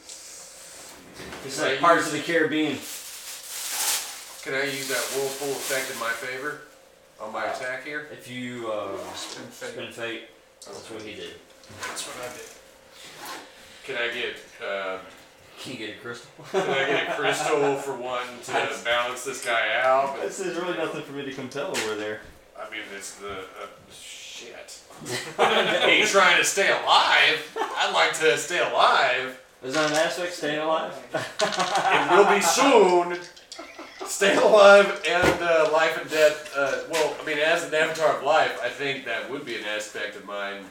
Speaker 2: It's like Pirates of the Caribbean.
Speaker 3: Can I use that whirlpool effect in my favor on my
Speaker 2: Uh,
Speaker 3: attack here?
Speaker 2: If you uh,
Speaker 1: Spin fate.
Speaker 2: spin fate, that's what he did.
Speaker 1: That's what I did.
Speaker 5: Can I get uh,
Speaker 2: Can you get a crystal?
Speaker 5: can I get a crystal for one to balance this guy out? But,
Speaker 2: This is really nothing for me to compel over there.
Speaker 5: I mean, it's the uh, shit.
Speaker 3: Are you trying to stay alive? I'd like to stay alive.
Speaker 2: Is that an aspect staying alive?
Speaker 3: It will be soon. Stay alive and uh, life and death. Uh, well, I mean, as an avatar of life, I think that would be an aspect of mine.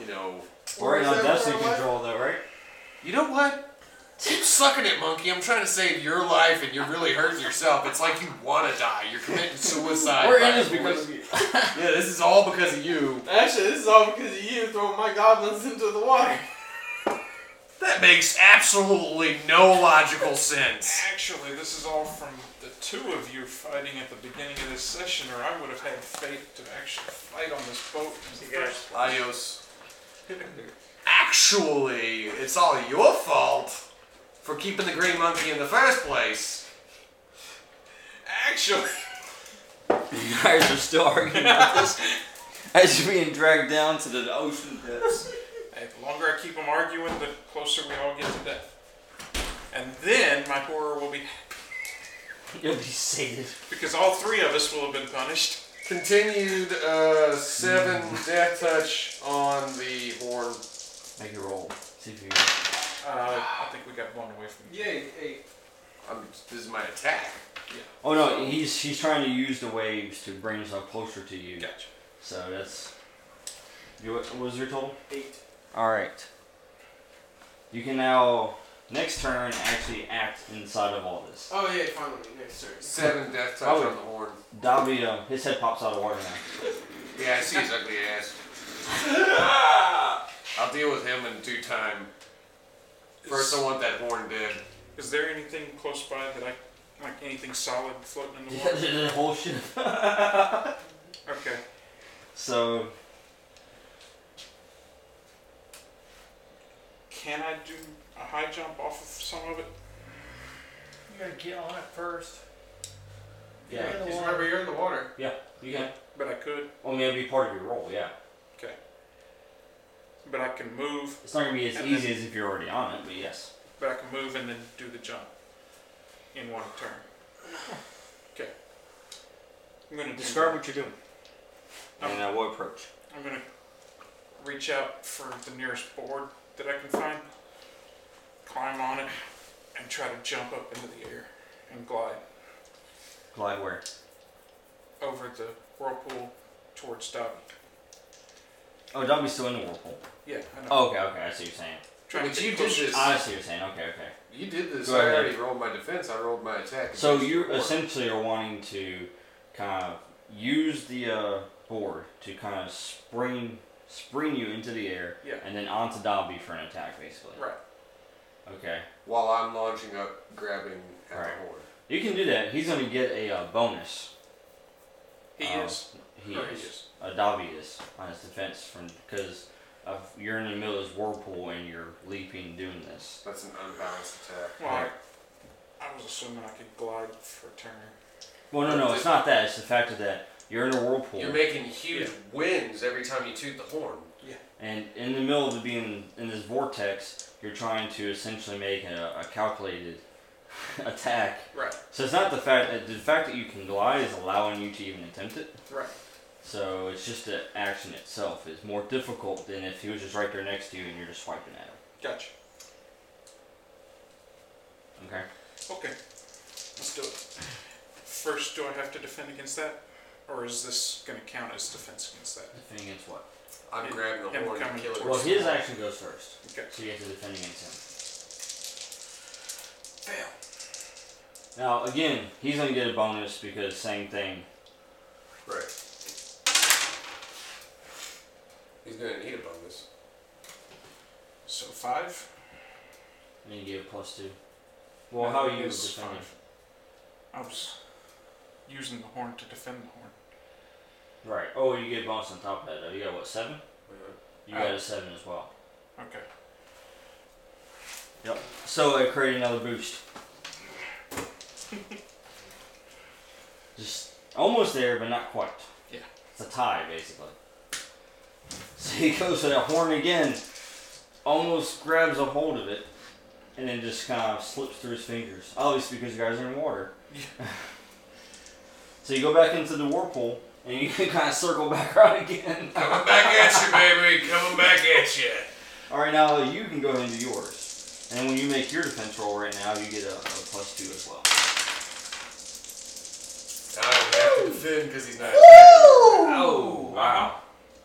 Speaker 3: You know.
Speaker 2: We're
Speaker 4: is
Speaker 2: on
Speaker 4: that
Speaker 2: destiny
Speaker 4: for what?
Speaker 2: control though, right?
Speaker 3: You know what? Keep sucking it, monkey. I'm trying to save your life, and you're really hurting yourself. It's like you want to die. You're committing suicide.
Speaker 2: We're
Speaker 3: by
Speaker 2: in this
Speaker 3: force.
Speaker 2: because of you.
Speaker 3: Yeah, this is all because of you.
Speaker 4: Actually, this is all because of you throwing my goblins into the water.
Speaker 3: That makes absolutely no logical sense.
Speaker 1: Actually, this is all from the two of you fighting at the beginning of this session, or I would have had faith to actually fight on this boat. in the first
Speaker 3: Adios.
Speaker 1: place.
Speaker 3: Actually, it's all your fault for keeping the green monkey in the first place.
Speaker 1: Actually,
Speaker 2: You guys are still arguing about this as you're being dragged down to the ocean depths.
Speaker 1: hey, the longer I keep them arguing, the closer we all get to death. And then my horror will be
Speaker 2: You'll be sated.
Speaker 1: because all three of us will have been punished.
Speaker 3: Continued uh, seven death touch on the horn.
Speaker 2: Make a roll. See if you.
Speaker 1: Uh, I think we got blown away from you.
Speaker 4: Yay, hey.
Speaker 3: I'm, Um, this is my attack.
Speaker 2: Oh no, he's he's trying to use the waves to bring himself closer to you.
Speaker 1: Gotcha.
Speaker 2: So that's. You, what was your total?
Speaker 4: Eight.
Speaker 2: All right. You can now next turn actually act inside of all this.
Speaker 4: Oh, yeah, finally. Next turn.
Speaker 3: Seven death touch
Speaker 2: Oh.
Speaker 3: on the horn.
Speaker 2: Davio, um, his head pops out of water now.
Speaker 3: Yeah, I see his ugly ass. I'll deal with him in due time. First, I want that horn dead.
Speaker 1: Is there anything close by that I like? Anything solid floating in the
Speaker 2: Yeah,
Speaker 1: water?
Speaker 2: the whole ship.
Speaker 1: Okay.
Speaker 2: So
Speaker 1: Can I do a high jump off of some of it?
Speaker 7: You gotta get on it first.
Speaker 2: yeah,
Speaker 7: You're in the
Speaker 4: Just
Speaker 7: water.
Speaker 4: remember, you're in the water.
Speaker 2: yeah, you can.
Speaker 1: But I could.
Speaker 2: Well, I mean, it'll be part of your roll. Yeah,
Speaker 1: But I can move.
Speaker 2: it's not gonna be as
Speaker 1: And then-
Speaker 2: easy as if you're already on it, but yes.
Speaker 1: But I can move and then do the jump in one turn. Okay. I'm gonna do
Speaker 2: what you're doing. And uh, what approach?
Speaker 1: I'm gonna reach out for the nearest board that I can find, climb on it, and try to jump up into the air and glide
Speaker 2: Glide where?
Speaker 1: over the whirlpool towards Dobby.
Speaker 2: Oh, Dobby's still in the whirlpool.
Speaker 1: Yeah, I know.
Speaker 2: Oh, okay, okay, I see what you're saying.
Speaker 1: Trying
Speaker 3: But
Speaker 1: to
Speaker 3: you
Speaker 1: get
Speaker 3: did
Speaker 1: closer.
Speaker 3: this.
Speaker 2: I see what you're saying. Okay, okay.
Speaker 3: You did this.
Speaker 2: Go
Speaker 3: I
Speaker 2: ahead.
Speaker 3: already rolled my defense. I rolled my attack.
Speaker 2: So
Speaker 3: against
Speaker 2: you
Speaker 3: the horn.
Speaker 2: essentially are wanting to kind of use the uh, board to kind of spring spring you into the air
Speaker 1: Yeah.
Speaker 2: and then onto Dobby for an attack, basically.
Speaker 1: Right.
Speaker 2: Okay.
Speaker 3: While I'm launching up, grabbing at
Speaker 2: Right.
Speaker 3: the horn.
Speaker 2: You can do that. He's going to get a uh, bonus.
Speaker 1: He
Speaker 2: Um,
Speaker 1: is.
Speaker 2: He
Speaker 1: Or
Speaker 2: is. Uh, Dobby is on his defense from because of you're in the middle of this whirlpool and you're leaping doing this.
Speaker 3: That's an unbalanced attack.
Speaker 1: Well, I, I was assuming I could glide for a turn.
Speaker 2: Well, no, no, it's not that. It's the fact that you're in a whirlpool.
Speaker 3: You're making huge wins every time you toot the horn.
Speaker 2: And in the middle of being in this vortex, you're trying to essentially make a, a calculated attack.
Speaker 1: Right.
Speaker 2: So it's not the fact that the fact that you can glide is allowing you to even attempt it.
Speaker 1: Right.
Speaker 2: So it's just the action itself is more difficult than if he was just right there next to you and you're just swiping at him.
Speaker 1: Gotcha.
Speaker 2: Okay.
Speaker 1: Okay. Let's do it. First, do I have to defend against that? Or is this going to count as defense against that?
Speaker 2: Defending against what?
Speaker 3: I'm
Speaker 1: Him-
Speaker 3: grabbing the
Speaker 1: him
Speaker 3: horn and
Speaker 1: coming
Speaker 3: killing
Speaker 1: towards
Speaker 2: Well,
Speaker 3: it.
Speaker 2: his action goes first,
Speaker 1: Okay.
Speaker 2: so you have to defend against
Speaker 1: Fail.
Speaker 2: him. Now again, he's gonna get a bonus because same thing.
Speaker 3: Right. He's gonna need a bonus.
Speaker 1: So five.
Speaker 2: And you get a plus two. Well, how are you
Speaker 1: Is
Speaker 2: defending?
Speaker 1: five. I was. using the horn to defend the horn.
Speaker 2: Right. Oh, you get bonus on top of that. Though. You got what seven? You got
Speaker 1: Oh.
Speaker 2: a seven as well.
Speaker 1: Okay.
Speaker 2: Yep. So it created another boost. Just almost there, but not quite.
Speaker 1: Yeah.
Speaker 2: It's a tie, basically. So he goes to that horn again, almost grabs a hold of it, and then just kind of slips through his fingers. Obviously, because you guys are in water. so you go back into the whirlpool, and you can kind of circle back around again.
Speaker 5: Coming back at you, baby. Coming back at you.
Speaker 2: All right, now you can go ahead and do yours. And when you make your defense roll right now, you get a, a plus two as well.
Speaker 3: I have to defend because he's not.
Speaker 2: Oh, wow.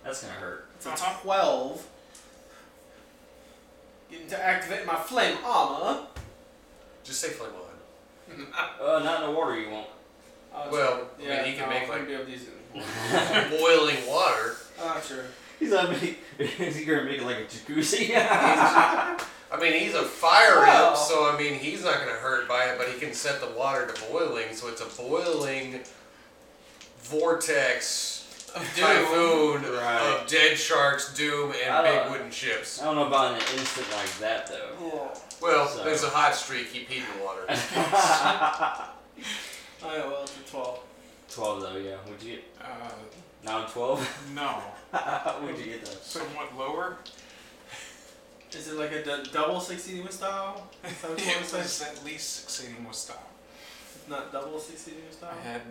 Speaker 2: That's going to hurt.
Speaker 4: It's a 12. Getting to activate my flame armor.
Speaker 3: Just say flame on.
Speaker 2: Uh, not in the water, you won't.
Speaker 4: Oh, it's-
Speaker 3: Well, I mean, he can
Speaker 4: no,
Speaker 3: make,
Speaker 4: I'm
Speaker 3: like-
Speaker 4: gonna be able to use it.
Speaker 3: Boiling water.
Speaker 4: Oh, sure.
Speaker 2: He's gonna make, he's gonna make it like a jacuzzi.
Speaker 3: I mean, he's a fire
Speaker 4: Well-
Speaker 3: imp, so I mean, he's not going to hurt by it, but he can set the water to boiling, so it's a boiling vortex
Speaker 4: Of
Speaker 3: typhoon
Speaker 2: Right.
Speaker 3: of dead sharks, doom,
Speaker 2: I
Speaker 3: and
Speaker 2: don't-
Speaker 3: big wooden ships.
Speaker 2: I don't know about an instant like that though.
Speaker 4: Oh,
Speaker 3: Well,
Speaker 2: So-
Speaker 3: there's a hot streak. He peed in water.
Speaker 4: I know, well, it's a 12.
Speaker 2: Twelve though, yeah. Would you get
Speaker 1: Uh,
Speaker 2: now twelve?
Speaker 1: no.
Speaker 2: Would you get that?
Speaker 1: Somewhat lower.
Speaker 4: Is it like a d- double succeeding with style? Is that what you want to
Speaker 1: It
Speaker 4: say?
Speaker 1: was at least succeeding with style.
Speaker 4: It's Not double succeeding with
Speaker 1: I
Speaker 4: style?
Speaker 1: had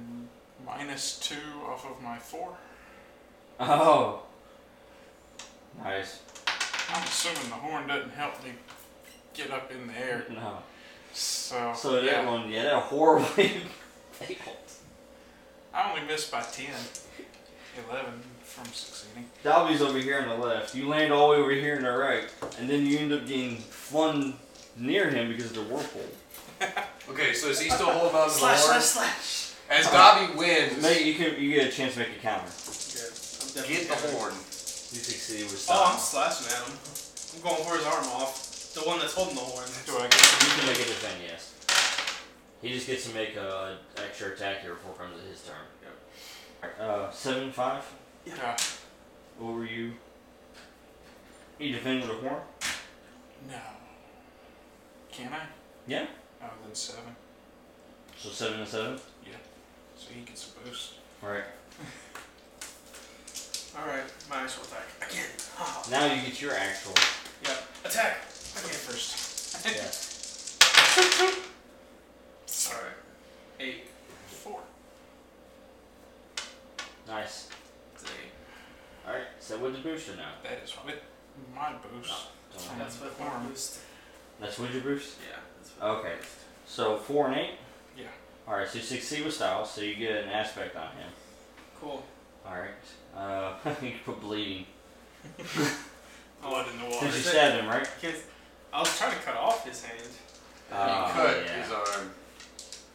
Speaker 1: minus two off of my four.
Speaker 2: Oh, nice.
Speaker 1: I'm assuming the horn doesn't help me get up in the air.
Speaker 2: No.
Speaker 1: So,
Speaker 2: So that
Speaker 1: yeah,
Speaker 2: one, yeah, that horribly failed.
Speaker 1: I only missed by 10, 11 from succeeding.
Speaker 2: Dobby's over here on the left. You land all the way over here on the right, and then you end up getting flung near him because of the whirlpool.
Speaker 3: Okay, so is he still holding on to the water?
Speaker 4: slash.
Speaker 3: As Dobby wins,
Speaker 2: Make, you can you get a chance to make a counter.
Speaker 4: Yeah, I'm
Speaker 3: get the
Speaker 4: definitely-
Speaker 3: horn.
Speaker 2: You succeeded with
Speaker 4: Oh, I'm
Speaker 2: style.
Speaker 4: slashing at him. I'm going for his arm off. The one that's holding the horn.
Speaker 1: Do I get
Speaker 2: you can make a defend, yes. He just gets to make a extra attack here before it comes to his turn. Uh, seven five.
Speaker 1: uh,
Speaker 2: What were you? You defend with a horn.
Speaker 1: No. Can I?
Speaker 2: Yeah.
Speaker 1: Oh, then 7.
Speaker 2: So seven and seven.
Speaker 1: So he gets a boost.
Speaker 2: Right.
Speaker 4: Alright, my actual attack. Again. Ah,
Speaker 2: Now you get your actual.
Speaker 4: yeah. Attack.
Speaker 1: Okay, first.
Speaker 2: Yeah.
Speaker 4: Alright. Eight.
Speaker 1: 4.
Speaker 2: Nice.
Speaker 4: It's an eight.
Speaker 2: All right. So with the booster now.
Speaker 1: That is with my boost.
Speaker 2: Don't
Speaker 1: From
Speaker 2: have-
Speaker 4: That's what my
Speaker 1: Arm.
Speaker 4: boost.
Speaker 2: That's with your boost.
Speaker 4: Yeah. That's what
Speaker 2: Okay. So four and eight.
Speaker 1: Yeah.
Speaker 2: All right. So you succeed with style, so you get an aspect on him.
Speaker 4: Cool.
Speaker 2: All right. Uh, you can put bleeding.
Speaker 1: Blood in the
Speaker 2: Since you
Speaker 4: shit.
Speaker 2: stabbed him, right?
Speaker 4: Because I was trying to cut off his hand.
Speaker 2: Uh,
Speaker 3: he cut
Speaker 2: yeah.
Speaker 3: his arm.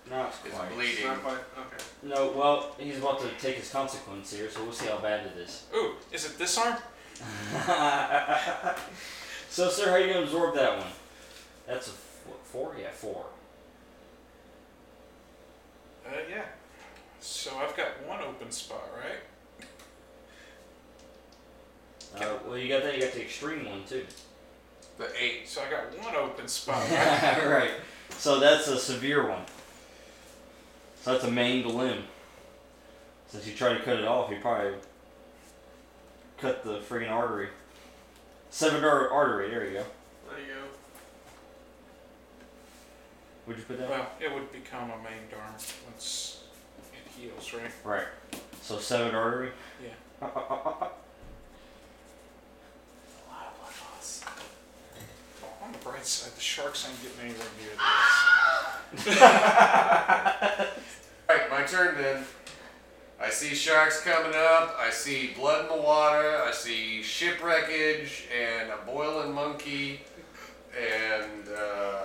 Speaker 2: Not
Speaker 3: It's
Speaker 2: quite.
Speaker 4: It's
Speaker 3: bleeding.
Speaker 4: Not quite. Okay.
Speaker 2: No. Well, he's about to take his consequence here, so we'll see how bad it is.
Speaker 1: Ooh, is it this arm?
Speaker 2: so, sir, how you gonna absorb that one? That's a f- what, four. Yeah, four.
Speaker 1: Uh, yeah. So I've got one open spot, right?
Speaker 2: Uh, well, you got that. You got the extreme one too.
Speaker 3: The eight.
Speaker 1: So I got one open spot, right?
Speaker 2: right. So that's a severe one. So that's a maimed limb. Since you tried to cut it off, you probably cut the friggin' artery. Severed ar- artery, there you go.
Speaker 4: There you go.
Speaker 2: Would you put that?
Speaker 1: well, it would become a maimed arm once it heals, right?
Speaker 2: Right. So severed artery?
Speaker 1: Yeah.
Speaker 4: A lot of blood loss.
Speaker 1: Well, on the bright side, the sharks ain't getting anywhere near this.
Speaker 3: Alright, my turn then. I see sharks coming up. I see blood in the water. I see ship wreckage and a boiling monkey. And uh,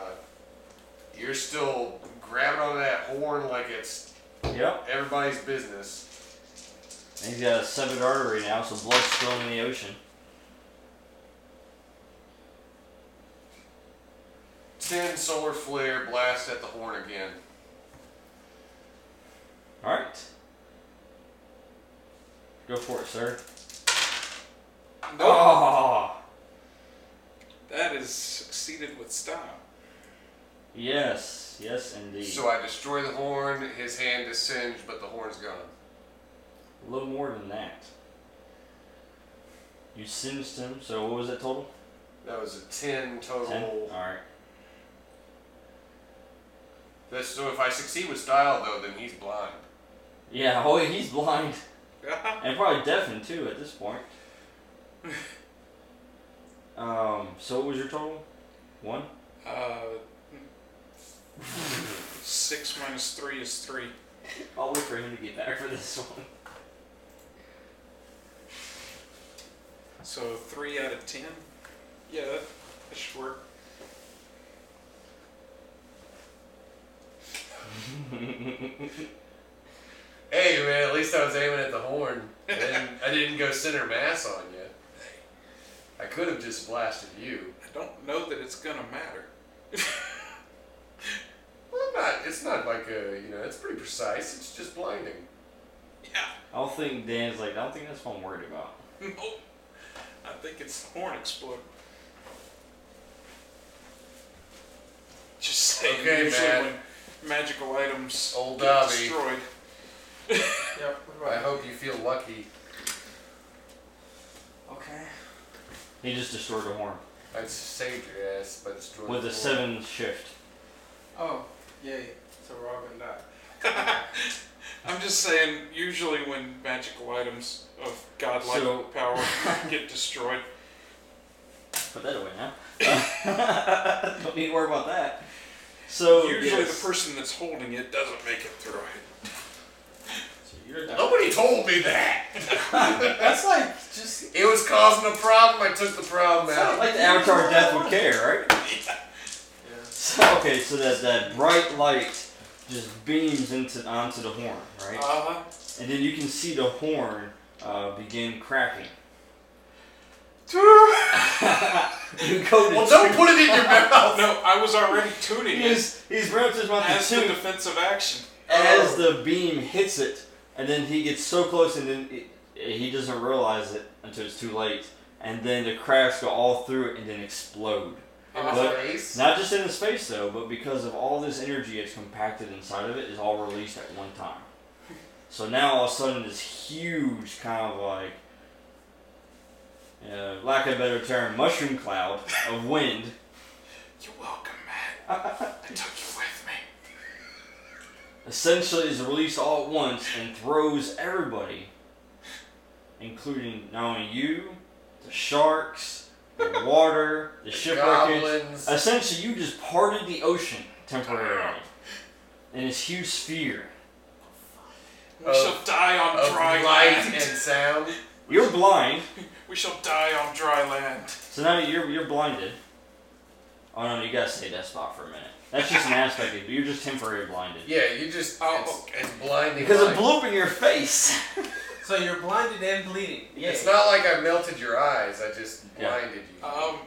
Speaker 3: you're still grabbing on that horn like it's
Speaker 2: Yep.
Speaker 3: everybody's business.
Speaker 2: And he's got a severed artery now, so blood's still in the ocean.
Speaker 3: Ten solar flare blast at the horn again.
Speaker 2: All right. Go for it, sir.
Speaker 1: Oh,
Speaker 2: Oh,
Speaker 1: that is succeeded with style.
Speaker 2: yes, yes, indeed.
Speaker 3: So I destroy the horn. His hand is singed, but the horn's gone.
Speaker 2: a little more than that. You singed him. So what was that total?
Speaker 3: That was a ten total.
Speaker 2: Ten. All right.
Speaker 3: This, so if I succeed with style though, then he's blind.
Speaker 2: Yeah. Oh, he's blind
Speaker 1: Ah,
Speaker 2: and probably deafened too at this point. um. So what was your total? One.
Speaker 1: uh, six minus three is three.
Speaker 2: I'll wait for him to get back for this one.
Speaker 1: So three out of ten. Yeah, that, that should work.
Speaker 3: Hey man, at least I was aiming at the horn. And I didn't go center mass on you. I could have just blasted you.
Speaker 1: I don't know that it's gonna matter.
Speaker 3: Well, I'm not. It's not like a. You know, it's pretty precise. It's just blinding.
Speaker 1: Yeah.
Speaker 2: I don't think Dan's like. I don't think that's what I'm worried about.
Speaker 1: No. I think it's the horn exploding. Just saying.
Speaker 3: Okay,
Speaker 1: usually
Speaker 3: man.
Speaker 1: when magical items
Speaker 3: Old
Speaker 1: get
Speaker 3: Dobby.
Speaker 1: destroyed.
Speaker 6: Yep.
Speaker 3: I hope you feel lucky.
Speaker 6: Okay.
Speaker 2: He just destroyed the horn
Speaker 3: I saved your ass by destroying.
Speaker 2: with
Speaker 3: the
Speaker 2: a
Speaker 3: horn.
Speaker 2: seven shift.
Speaker 4: Oh, yay. So we're all gonna die.
Speaker 1: I'm just saying. Usually when magical items of godlike
Speaker 2: So-
Speaker 1: power get destroyed,
Speaker 2: Put that away now. don't need to worry about that. So
Speaker 1: usually
Speaker 2: yes.
Speaker 1: the person that's holding it doesn't make it through it.
Speaker 6: So you're done.
Speaker 3: Nobody told me that.
Speaker 6: That's like just
Speaker 3: It was causing a problem. I took the problem
Speaker 2: I
Speaker 3: out.
Speaker 2: like the Avatar Death Would Care, right?
Speaker 6: yeah.
Speaker 2: So, okay, so that that bright light just beams into onto the horn, right?
Speaker 1: Uh-huh.
Speaker 2: and then you can see the horn uh, begin cracking.
Speaker 1: Uh-huh.
Speaker 2: you go to
Speaker 3: Well, don't put it in your mouth.
Speaker 1: No, I was already
Speaker 2: tune-
Speaker 1: tuning it
Speaker 2: He's he's wrapped his mouth
Speaker 1: as
Speaker 2: to
Speaker 1: the
Speaker 2: tune
Speaker 1: defensive action.
Speaker 2: as the beam hits it, and then he gets so close, and then it, he doesn't realize it until it's too late, and then the cracks go all through it and then explode.
Speaker 3: In
Speaker 2: Look,
Speaker 3: the face.
Speaker 2: Not just in the space though, but because of all this energy that's compacted inside of it, is all released at one time. So now all of a sudden, this huge kind of like, uh, lack of a better term, mushroom cloud of wind.
Speaker 1: You're welcome, man. I took you with me.
Speaker 2: essentially is released all at once and throws everybody, including not only you, the sharks, the water, the shipwreckage.
Speaker 3: Goblins.
Speaker 2: Essentially, you just parted the ocean temporarily in this huge sphere.
Speaker 1: We
Speaker 3: Of-
Speaker 1: shall die on
Speaker 3: Of
Speaker 1: dry
Speaker 3: light
Speaker 1: land.
Speaker 3: and sound.
Speaker 2: You're blind,
Speaker 1: We shall die on dry land.
Speaker 2: so now you're you're blinded. Oh no, you gotta stay that spot for a minute. That's just an aspect of it. You're just temporarily blinded
Speaker 3: Yeah, you just.
Speaker 1: Oh,
Speaker 3: it's, it's blinding.
Speaker 2: because
Speaker 3: light.
Speaker 2: of bloop in your face.
Speaker 4: So you're blinded and bleeding. Yay.
Speaker 3: It's not like I melted your eyes. I just
Speaker 2: Yeah. Uh,
Speaker 3: blinded you.
Speaker 1: Um,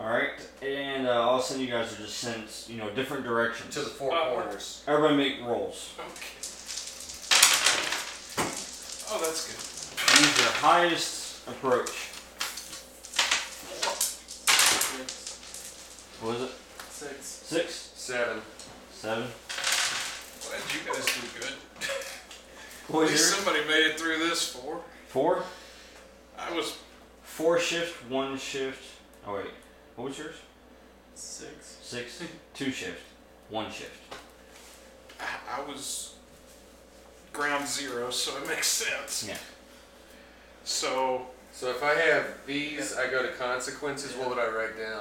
Speaker 2: All right, and uh, all of a sudden you guys are just sent, you know, different directions.
Speaker 3: to the four
Speaker 1: uh,
Speaker 3: corners.
Speaker 2: Everybody make rolls.
Speaker 1: okay. Oh, that's good.
Speaker 2: Use your highest approach.
Speaker 6: Six.
Speaker 2: What was it?
Speaker 6: Six.
Speaker 2: Six?
Speaker 3: Seven.
Speaker 2: Seven?
Speaker 1: Glad you guys do good.
Speaker 2: What
Speaker 1: At
Speaker 2: was
Speaker 1: least
Speaker 2: yours?
Speaker 1: somebody made it through this four.
Speaker 2: Four?
Speaker 1: I was.
Speaker 2: Four shift, one shift. Oh, wait. What was yours?
Speaker 6: Six.
Speaker 2: Six? Two shift, one shift.
Speaker 1: I, I was. Ground zero, so it makes sense.
Speaker 2: Yeah.
Speaker 1: So
Speaker 3: So if I have these, I go to consequences. What would I write down?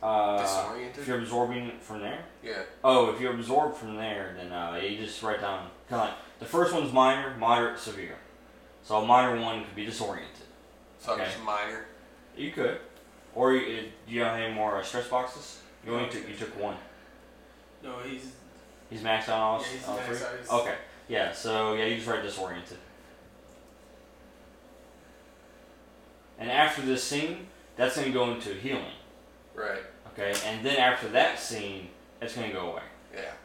Speaker 2: Uh,
Speaker 3: Disoriented?
Speaker 2: if you're absorbing it from there?
Speaker 3: Yeah.
Speaker 2: Oh, if you absorb from there, then uh, you just write down kind of like the first one's minor, moderate, severe. So a minor one could be disoriented.
Speaker 3: So I'm
Speaker 2: Okay.
Speaker 3: just minor.
Speaker 2: You could. Or you, you don't have any more uh, stress boxes? You only took, you took one.
Speaker 6: No, he's
Speaker 2: He's maxed out all,
Speaker 6: Yeah, he's
Speaker 2: all
Speaker 6: maxed
Speaker 2: three?
Speaker 6: out. He's-
Speaker 2: Okay. Yeah, so yeah, you just write disoriented. And after this scene, that's gonna go into healing.
Speaker 3: Right.
Speaker 2: Okay? And then after that scene, it's gonna go away.
Speaker 3: Yeah.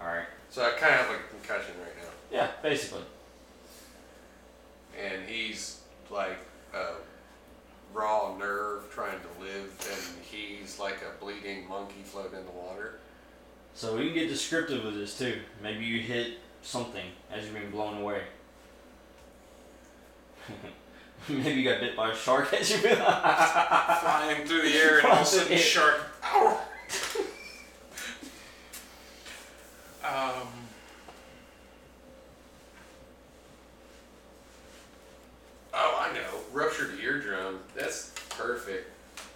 Speaker 2: Alright.
Speaker 3: So I kind of have like a concussion right now,
Speaker 2: Yeah, basically.
Speaker 3: and he's like a raw nerve trying to live, and he's like a bleeding monkey floating in the water.
Speaker 2: So we can get descriptive with this too. Maybe you hit something as you're being blown away. Maybe you got bit by a shark as you're being.
Speaker 1: Flying through the air and all of a sudden shark. Ow! um.
Speaker 3: Oh, I know, ruptured eardrum. That's perfect.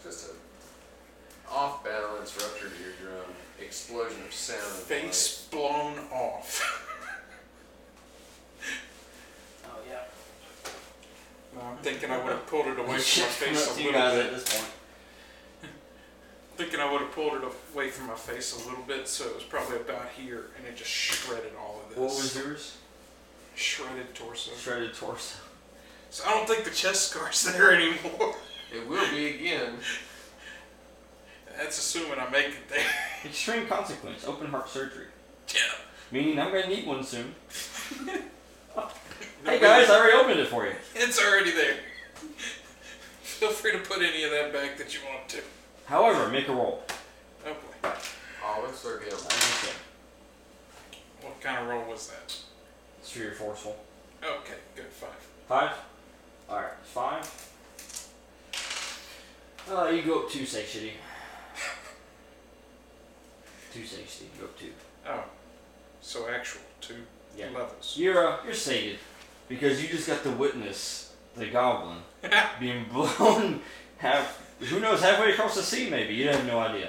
Speaker 3: Just a off balance ruptured eardrum, explosion of sound. and
Speaker 1: Face blown off.
Speaker 6: Oh yeah.
Speaker 1: No, I'm thinking I would have pulled it away from my face a
Speaker 2: Up to you
Speaker 1: little
Speaker 2: guys at
Speaker 1: bit.
Speaker 2: this point.
Speaker 1: Thinking I would have pulled it away from my face a little bit, so it was probably about here, and it just shredded all of this.
Speaker 2: What was yours?
Speaker 1: Shredded torso.
Speaker 2: Shredded torso.
Speaker 1: So I don't think the chest scar's there anymore.
Speaker 3: light. It will be again.
Speaker 1: That's assuming I make it there.
Speaker 2: Extreme consequence. Open heart surgery.
Speaker 1: Yeah.
Speaker 2: Meaning I'm gonna need one soon. Hey guys, I already opened it for you.
Speaker 1: It's already there. Feel free to put any of that back that you want to.
Speaker 2: However, make a roll.
Speaker 1: Okay.
Speaker 3: Olives are him.
Speaker 2: I just said.
Speaker 1: What kind of roll was that?
Speaker 2: It's for your forceful.
Speaker 1: Okay, good five.
Speaker 2: Five? Alright, five. Uh, you go up two sixty. two sixty, you go up two.
Speaker 1: Oh, so actual two
Speaker 2: Yeah.
Speaker 1: levels.
Speaker 2: You're uh, you're sated. Because you just got to witness the goblin being blown half who knows, halfway across the sea maybe. You have no idea.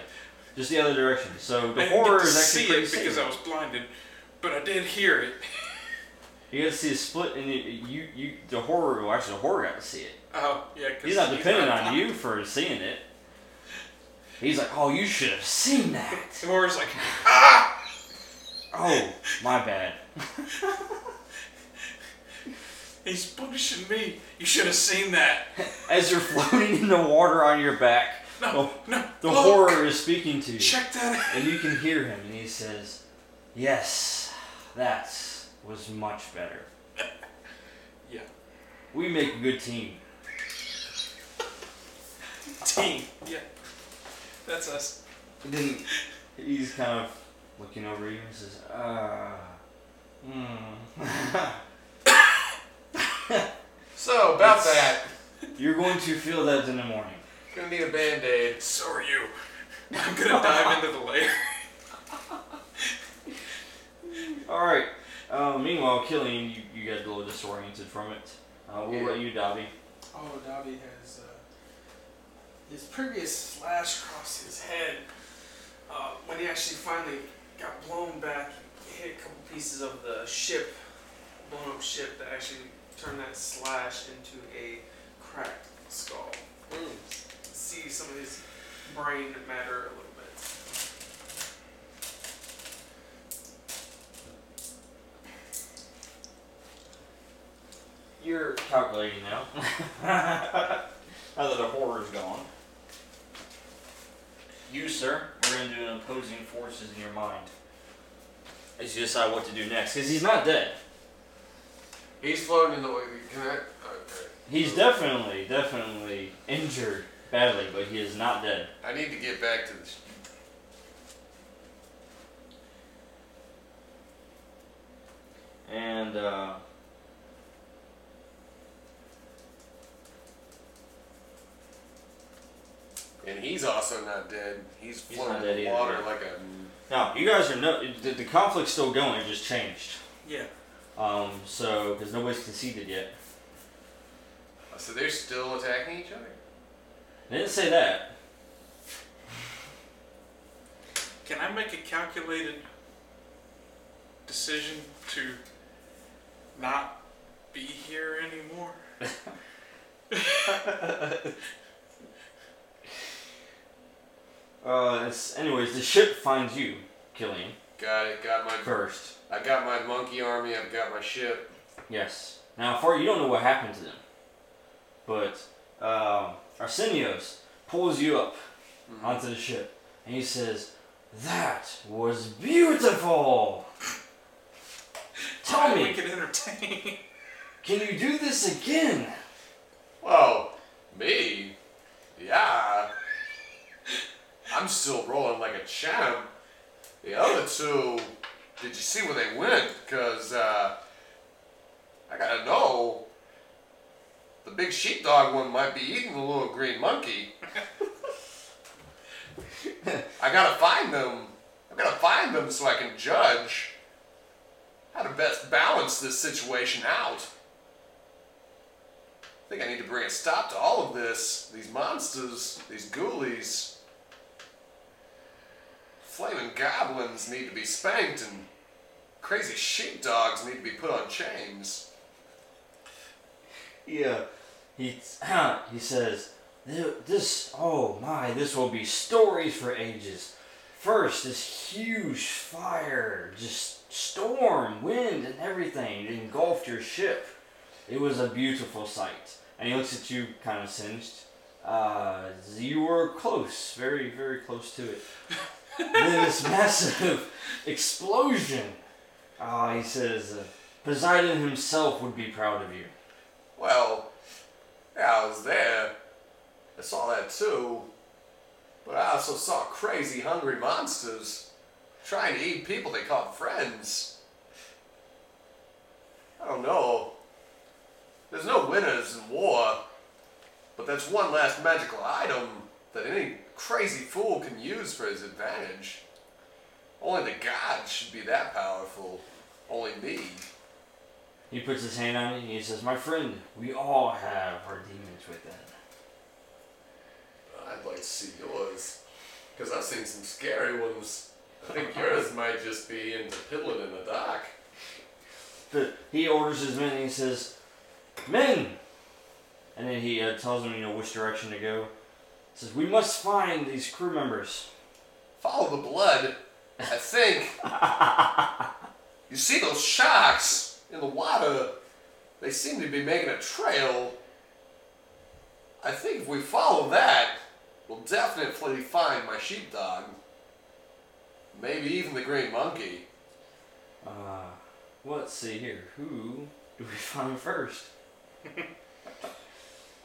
Speaker 2: Just the other direction. So the
Speaker 1: I didn't
Speaker 2: horror
Speaker 1: get to
Speaker 2: is
Speaker 1: see
Speaker 2: actually pretty
Speaker 1: it because
Speaker 2: sated.
Speaker 1: I was blinded, but I did hear it.
Speaker 2: You got to see a split, and you, you, you the horror. Well, actually, the horror got to see it.
Speaker 1: Oh, yeah, because
Speaker 2: He's not dependent on you for seeing it. He's like, oh, you should have seen that.
Speaker 1: The horror's like,
Speaker 2: Oh, my bad.
Speaker 1: he's punishing me. You should have seen that.
Speaker 2: As you're floating in the water on your back,
Speaker 1: No, no.
Speaker 2: Oh, the, the
Speaker 1: look,
Speaker 2: horror is speaking to you,
Speaker 1: Check that out.
Speaker 2: and you can hear him, and he says, "Yes, that was much better.
Speaker 1: Yeah.
Speaker 2: We make a good team."
Speaker 1: Team. Yeah. That's us.
Speaker 2: And then he's kind of looking over you and says, uh, hmm.
Speaker 3: So about that,
Speaker 2: You're going to feel that in the morning.
Speaker 3: gonna need a band aid.
Speaker 1: So are you. I'm gonna dive into the lair.
Speaker 2: Alright. Uh, meanwhile, Killian, you, you got a little disoriented from it. Uh, we'll let you, Dobby.
Speaker 6: Oh, Dobby has uh, his previous slash across his head. Uh, when he actually finally got blown back, it hit a couple pieces of the ship, blown up ship that actually turned that slash into a cracked skull. See some of his brain matter a little bit.
Speaker 2: You're calculating now. now that the horror's gone. You, sir, we're going to do an opposing forces in your mind. As you decide what to do next. Because he's not dead.
Speaker 3: He's floating in the way. Can I? Okay.
Speaker 2: He's definitely, definitely injured badly, but he is not dead.
Speaker 3: I need to get back to this.
Speaker 2: And uh,
Speaker 3: And he's also not dead. He's
Speaker 2: He's
Speaker 3: floating
Speaker 2: not
Speaker 3: in
Speaker 2: dead
Speaker 3: the
Speaker 2: either,
Speaker 3: water
Speaker 2: yeah.
Speaker 3: like a.
Speaker 2: now you guys are no, the, the conflict's still going. It just changed.
Speaker 1: Yeah.
Speaker 2: Um, so because nobody's conceded yet.
Speaker 3: So they're still attacking each other.
Speaker 2: They didn't say that.
Speaker 1: Can I make a calculated decision to not be here anymore?
Speaker 2: Uh, it's, anyways, the ship finds you, Killian,
Speaker 3: Got it. Got my.
Speaker 2: first.
Speaker 3: I got my monkey army. I've got my ship.
Speaker 2: Yes. Now, for you don't know what happened to them, but um, Arsenios pulls you up Mm-hmm. onto the ship, and he says, "That was beautiful." Tell
Speaker 1: We
Speaker 2: me,
Speaker 1: can entertain.
Speaker 2: can you do this again?
Speaker 3: Well, me? Yeah. I'm still rolling like a champ. The other two, did you see where they went? Because uh, I gotta know. The big sheepdog one might be eating the little green monkey. I gotta find them. I gotta find them so I can judge how to best balance this situation out. I think I need to bring a stop to all of this. These monsters, these ghoulies, flaming goblins need to be spanked, and crazy sheepdogs need to be put on chains.
Speaker 2: Yeah. He he says, "Th- "This oh my, this will be stories for ages." First, this huge fire, just storm, wind, and everything it engulfed your ship. It was a beautiful sight. And he looks at you, kind of singed. Uh, you were close, very, very close to it. then this massive explosion. Ah, he says, uh, Poseidon himself would be proud of you.
Speaker 3: Well, yeah, I was there. I saw that too. But I also saw crazy, hungry monsters trying to eat people they called friends. I don't know. There's no winners in war, but that's one last magical item that any crazy fool can use for his advantage. Only the gods should be that powerful. Only me.
Speaker 2: He puts his hand on it and he says, My friend, we all have our demons within.
Speaker 3: I'd like to see yours. Because I've seen some scary ones. I think yours might just be into piddling in the dock.
Speaker 2: But he orders his men and he says, Men! And then he uh, tells them, you know, which direction to go. He says, We must find these crew members.
Speaker 3: Follow the blood, I think. you see those sharks in the water? They seem to be making a trail. I think if we follow that, we'll definitely find my sheepdog. Maybe even the green monkey.
Speaker 2: Uh, well, let's see here. Who do we find first?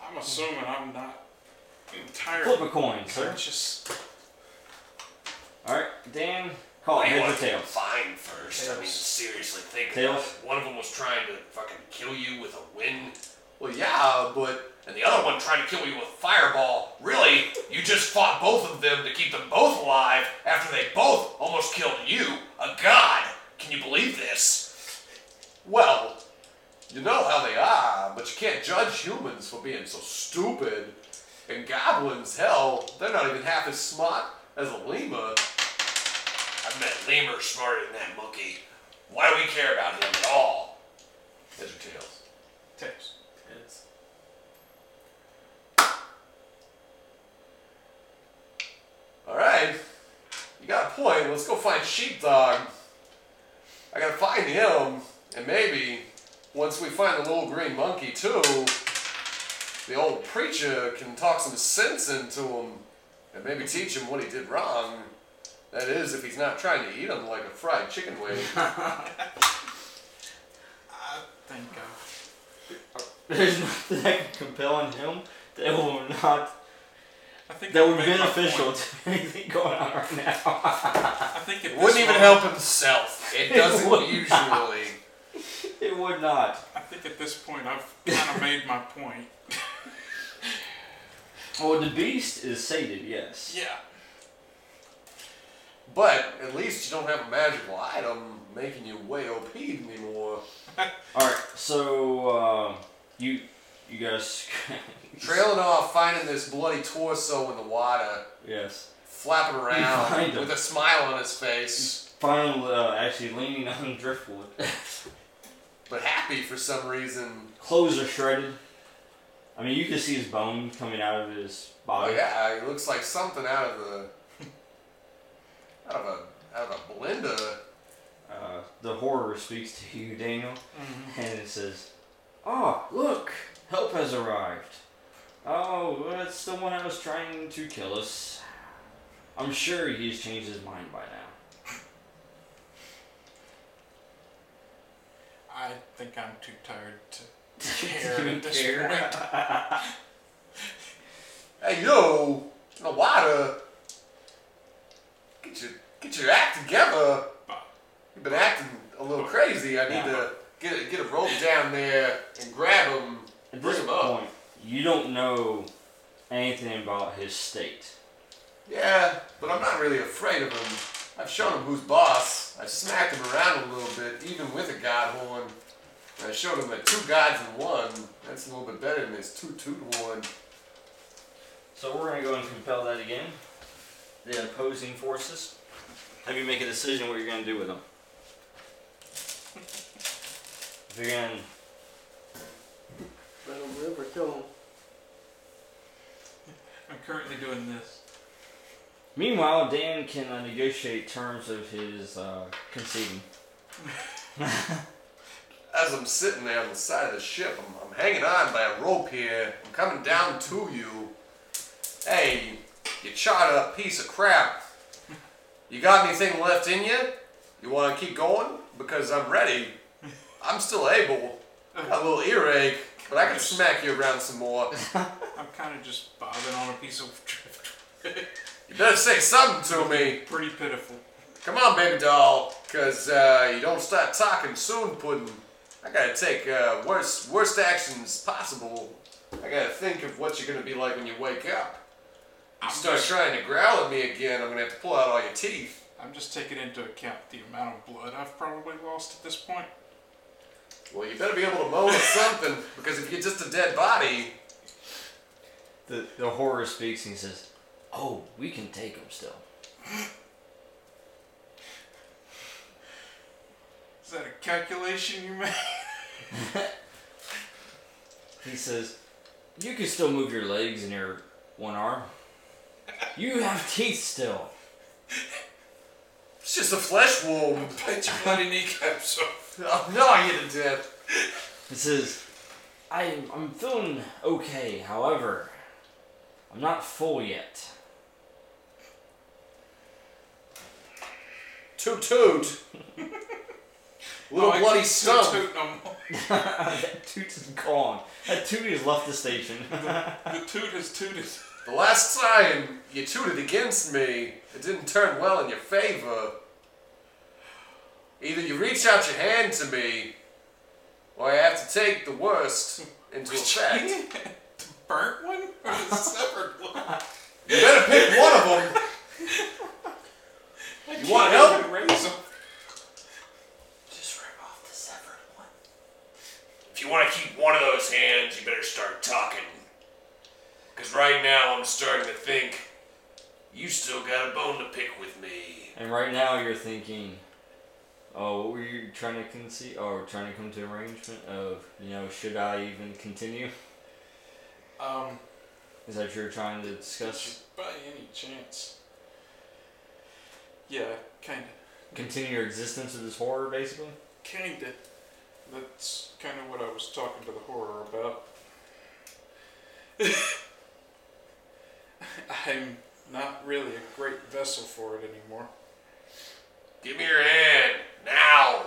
Speaker 1: I'm assuming I'm not
Speaker 2: Flip
Speaker 1: entirely
Speaker 2: a coin, sir.
Speaker 1: conscious.
Speaker 2: Alright, Dan,
Speaker 3: Oh,
Speaker 2: call it heads or tails.
Speaker 5: Fine first. I mean, seriously, think about
Speaker 2: Tails.
Speaker 5: it. One of them was trying to fucking kill you with a wind,
Speaker 3: Well, yeah, but
Speaker 5: and the other one tried to kill you with a fireball. Really, you just fought both of them to keep them both alive after they both almost killed you. A god! Can you believe this?
Speaker 3: Well, you know how they are, but you can't judge humans for being so stupid. And goblins, hell, they're not even half as smart as a lemur.
Speaker 5: I met lemurs smarter than that monkey. Why do we care about him at all?
Speaker 3: Heads or tails?
Speaker 1: Tails.
Speaker 6: It's
Speaker 3: All right, you got a point. Let's go find sheepdog. I gotta find him, and maybe once we find the little green monkey too, the old preacher can talk some sense into him, and maybe teach him what he did wrong. That is, if he's not trying to eat him like a fried chicken wing.
Speaker 1: Thank God.
Speaker 2: There's nothing that can compel on him that will not
Speaker 1: I think
Speaker 2: that
Speaker 1: I've
Speaker 2: would be
Speaker 1: made my
Speaker 2: beneficial
Speaker 1: point.
Speaker 2: to anything going on right now.
Speaker 1: I think it
Speaker 3: Wouldn't even help himself. It doesn't
Speaker 2: would
Speaker 3: usually.
Speaker 2: It would not.
Speaker 1: I think at this point I've kind of made my point.
Speaker 2: Well, the beast is sated, yes.
Speaker 1: Yeah.
Speaker 3: But at least you don't have a magical item making you way OP anymore.
Speaker 2: All right, so um, you you guys.
Speaker 3: Trailing off, finding this bloody torso in the water.
Speaker 2: Yes.
Speaker 3: flapping
Speaker 2: Behind
Speaker 3: around
Speaker 2: him.
Speaker 3: with a smile on his face,
Speaker 2: Finally, uh, actually leaning on driftwood.
Speaker 3: but happy for some reason.
Speaker 2: Clothes are shredded. I mean, you can see his bone coming out of his
Speaker 3: Oh
Speaker 2: body.
Speaker 3: yeah, he looks like something out of the out of a out of a blender.
Speaker 2: Uh, the horror speaks to you, Daniel,
Speaker 3: Mm-hmm.
Speaker 2: and it says, "Ah, look, help has arrived. Oh, that's the one that was trying to kill us. I'm sure he's changed his mind by now."
Speaker 1: I think I'm too tired to care at this point.
Speaker 3: Hey, yo, no water. Get your get your act together. You've been acting a little crazy. I need to get a, get a rope down there and grab him.
Speaker 2: At
Speaker 3: Bring
Speaker 2: this
Speaker 3: him up.
Speaker 2: point, you don't know anything about his state.
Speaker 3: Yeah, but I'm not really afraid of him. I've shown him who's boss. I smacked him around a little bit, even with a god horn. And I showed him that two gods in one. That's a little bit better than his two two to one.
Speaker 2: So we're going to go and compel that again. The opposing forces. Have you make a decision what you're going to do with them? If you're going to
Speaker 6: Let him live or kill him.
Speaker 1: I'm currently doing this.
Speaker 2: Meanwhile, Dan can uh, negotiate terms of his uh, conceding.
Speaker 3: As I'm sitting there on the side of the ship, I'm, I'm hanging on by a rope here. I'm coming down to you. Hey, you charred up piece of crap. You got anything left in you? You want to keep going? Because I'm ready. I'm still able. I got a little earache, but I can smack you around some more.
Speaker 1: I'm kind of just bobbing on a piece of driftwood.
Speaker 3: You better say something to me.
Speaker 1: Pretty pitiful.
Speaker 3: Come on, baby doll, because uh, you don't start talking soon, Puddin'. I gotta take uh, worst, worst actions possible. I gotta think of what you're gonna be like when you wake up. You start trying to growl at me again, I'm gonna have to pull out all your teeth.
Speaker 1: I'm just taking into account the amount of blood I've probably lost at this point.
Speaker 3: Well, you better be able to moan or something, because if you're just a dead body,
Speaker 2: The, the horror speaks and he says, Oh, we can take him still.
Speaker 1: Is that a calculation you made?
Speaker 2: He says, You can still move your legs and your one arm. You have teeth still.
Speaker 3: it's just a flesh wound. Oh,
Speaker 1: Bite your bloody kneecaps off.
Speaker 3: I'll gnaw you to death.
Speaker 2: He says, I, I'm feeling okay, however, I'm not full yet.
Speaker 3: Toot toot. Little
Speaker 1: I
Speaker 3: bloody
Speaker 1: can't
Speaker 3: stump.
Speaker 1: toot no more.
Speaker 2: that toot is gone. That toot has left the station.
Speaker 1: The toot has tooted.
Speaker 3: The last time you tooted against me, it didn't turn well in your favor. Either you reach out your hand to me, or I have to take the worst into effect.
Speaker 1: the burnt one or the severed one?
Speaker 3: You better pick one of them. You want help?
Speaker 1: Raise 'em.
Speaker 6: Just rip off the severed one.
Speaker 5: If you want to keep one of those hands, you better start talking. Because right now I'm starting to think you still got a bone to pick with me.
Speaker 2: and right now you're thinking, oh, what were you trying to conceive? Or trying to come to an arrangement of, you know, should I even continue?
Speaker 1: Um,
Speaker 2: Is that what you're trying to
Speaker 1: did you
Speaker 2: discuss?
Speaker 1: by any chance? Yeah, kinda.
Speaker 2: Continue your existence of this horror, basically?
Speaker 1: Kinda. That's kinda what I was talking to the horror about. I'm not really a great vessel for it anymore.
Speaker 5: Give me your hand now.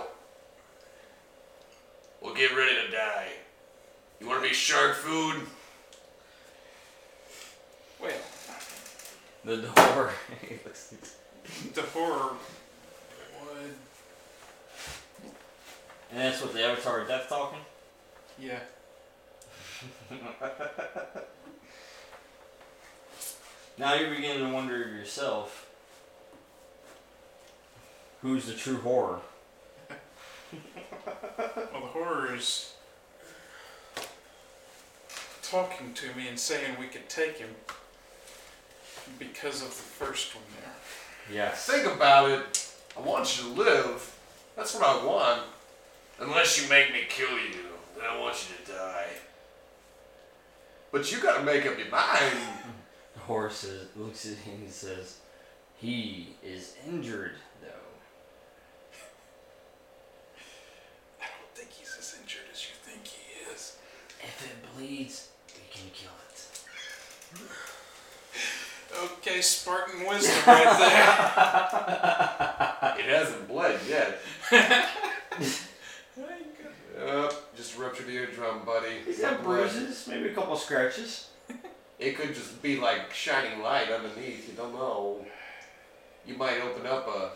Speaker 5: We'll get ready to die. You want to be shark food?
Speaker 1: Well,
Speaker 2: The, the horror. he looks-
Speaker 1: the horror would.
Speaker 2: and that's what the Avatar of Death talking?
Speaker 1: Yeah.
Speaker 2: Now you're beginning to wonder yourself who's the true horror?
Speaker 1: Well, the horror is talking to me and saying we could take him because of the first one there.
Speaker 2: Yes.
Speaker 3: Think about it. I want you to live. That's what I want.
Speaker 5: Unless you make me kill you, then I want you to die.
Speaker 3: But you gotta make up your mind.
Speaker 2: The horror says, looks at him and says, He is injured, though.
Speaker 1: I don't think he's as injured as you think he is.
Speaker 2: If it bleeds, we can kill it.
Speaker 1: Okay, Spartan wisdom right there.
Speaker 3: It hasn't bled yet. ruptured eardrum, buddy.
Speaker 2: He's got bruises, maybe a couple scratches.
Speaker 3: It could just be like shining light underneath. You don't know. You might open up a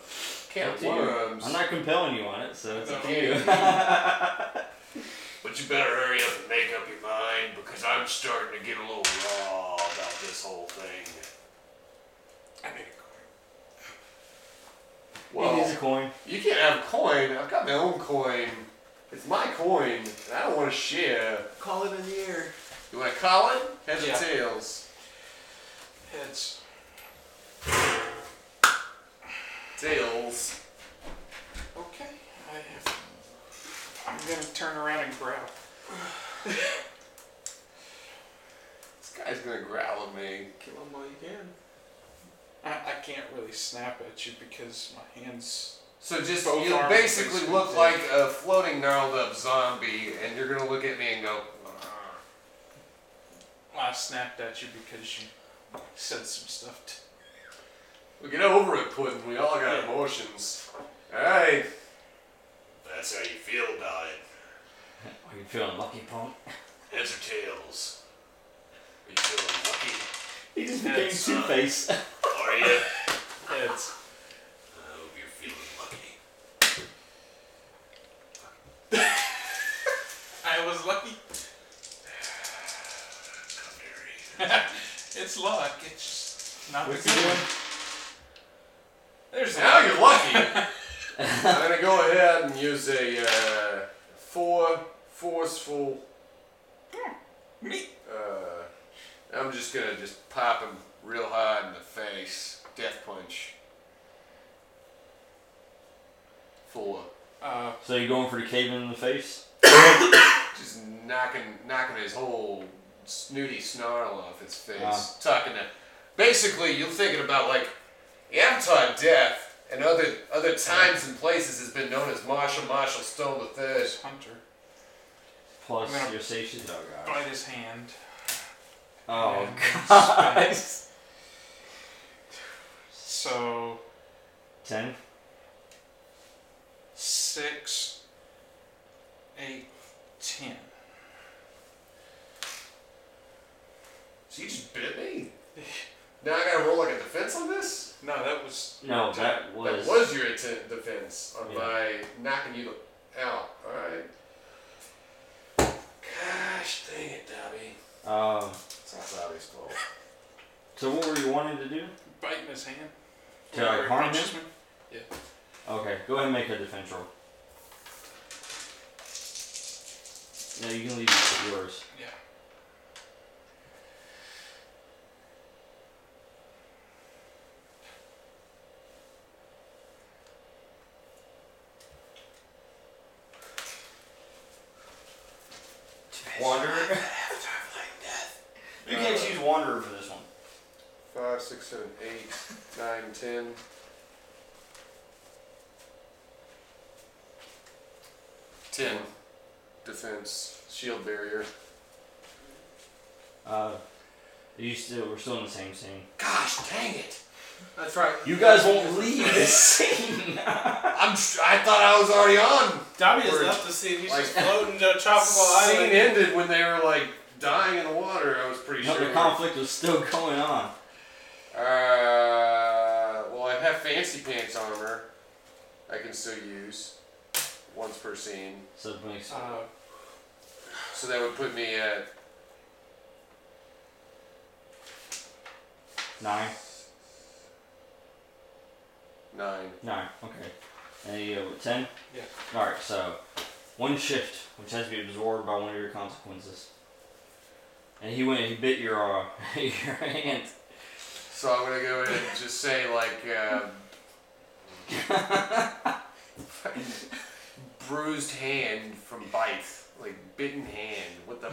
Speaker 3: can
Speaker 2: Up
Speaker 3: of
Speaker 2: to you.
Speaker 3: worms.
Speaker 2: I'm not compelling you on it, so it's up to
Speaker 3: Okay.
Speaker 2: you.
Speaker 5: But you better hurry up and make up your mind because I'm starting to get a little raw about this whole thing.
Speaker 1: I need a coin.
Speaker 2: He needs
Speaker 3: well,
Speaker 2: a coin.
Speaker 3: you can't have coin. I've got my own coin. It's my coin, and I don't want to share.
Speaker 6: Call it in the air.
Speaker 3: You want to call it? Heads
Speaker 1: Yeah.
Speaker 3: or tails?
Speaker 1: Heads.
Speaker 3: Tails.
Speaker 1: Okay. I have. I'm gonna turn around and growl.
Speaker 3: This guy's gonna growl at me.
Speaker 4: Kill him while you can.
Speaker 1: I, I can't really snap at you because my hands.
Speaker 3: So just
Speaker 1: Both
Speaker 3: you
Speaker 1: arms
Speaker 3: basically
Speaker 1: basically
Speaker 3: look
Speaker 1: did.
Speaker 3: like a floating gnarled up zombie, and you're gonna look at me and go. "Uh, "Argh."
Speaker 1: I snapped at you because you said some stuff. T-
Speaker 3: We get over it, Puddin. We all got emotions. All right.
Speaker 5: That's how you feel about it.
Speaker 2: Are you Oh, feeling lucky, punk?
Speaker 5: Heads or tails? Are you feeling lucky?
Speaker 2: He just became Two Face.
Speaker 5: Are you?
Speaker 1: Heads.
Speaker 5: I hope you're feeling lucky.
Speaker 1: I was lucky.
Speaker 5: Come here.
Speaker 1: It's luck. It's just not
Speaker 2: What's
Speaker 1: the
Speaker 2: he
Speaker 1: good
Speaker 2: doing?
Speaker 1: one. There's
Speaker 3: Now
Speaker 1: that.
Speaker 3: you're lucky. I'm gonna go ahead and use a uh, four forceful.
Speaker 1: Me.
Speaker 3: Uh, I'm just gonna just pop him real hard in the face. Death punch. Four.
Speaker 1: Uh,
Speaker 2: So you're going for the cave in the face?
Speaker 3: Just knocking, knocking his whole snooty snarl off his face.
Speaker 2: Ah.
Speaker 3: Talking to, basically, you're thinking about like Avatar Death and other other times and places has been known as Marshall Marshall Stone the Third.
Speaker 1: Hunter.
Speaker 2: Plus
Speaker 1: I'm gonna
Speaker 2: your station. Oh, God.
Speaker 1: Bite his hand.
Speaker 2: Oh,
Speaker 1: and
Speaker 2: God.
Speaker 1: spank. So
Speaker 2: Ten?
Speaker 1: six, eight, ten.
Speaker 3: So you just bit me. Now I gotta roll like a defense on this.
Speaker 1: No, that was
Speaker 2: No, that was.
Speaker 3: That was your intent defense on
Speaker 2: Yeah.
Speaker 3: my knocking you the- out. All right. Gosh dang it, Dobby.
Speaker 2: Um,
Speaker 3: It's not Dobby's fault.
Speaker 2: so what were you wanting to do?
Speaker 1: biting his hand.
Speaker 2: To like,
Speaker 1: Where he
Speaker 2: harm him?
Speaker 1: punches me.
Speaker 2: Okay, go ahead and make a defense roll. No, you can leave yours.
Speaker 1: Yeah.
Speaker 2: Wanderer? You can actually use Wanderer for this one.
Speaker 3: Five, six, seven, eight, nine, ten. Ten. Defense. Shield barrier.
Speaker 2: Uh, you still, we're still in the same scene.
Speaker 3: Gosh dang it!
Speaker 4: That's right.
Speaker 2: You guys won't leave this scene!
Speaker 3: I'm. s- I thought I was already on.
Speaker 4: Dobby has
Speaker 3: Word.
Speaker 4: left the scene. He's
Speaker 3: Like-
Speaker 4: just floating to a tropical
Speaker 3: scene
Speaker 4: island.
Speaker 3: ended when they were like dying in the water. I was pretty
Speaker 2: no,
Speaker 3: sure.
Speaker 2: the conflict was still going on.
Speaker 3: Uh, well, I have fancy pants armor. I can still use once per scene,
Speaker 2: So it makes
Speaker 1: Uh,
Speaker 3: so that would put me at
Speaker 2: nine.
Speaker 3: nine.
Speaker 2: Nine, okay. And you go with ten?
Speaker 1: Yeah.
Speaker 2: Alright, so one shift, which has to be absorbed by one of your consequences. And he went and he bit your uh, your hand.
Speaker 3: So I'm gonna go ahead and just say like um, fucking um, bruised hand from bite, like bitten hand. What the?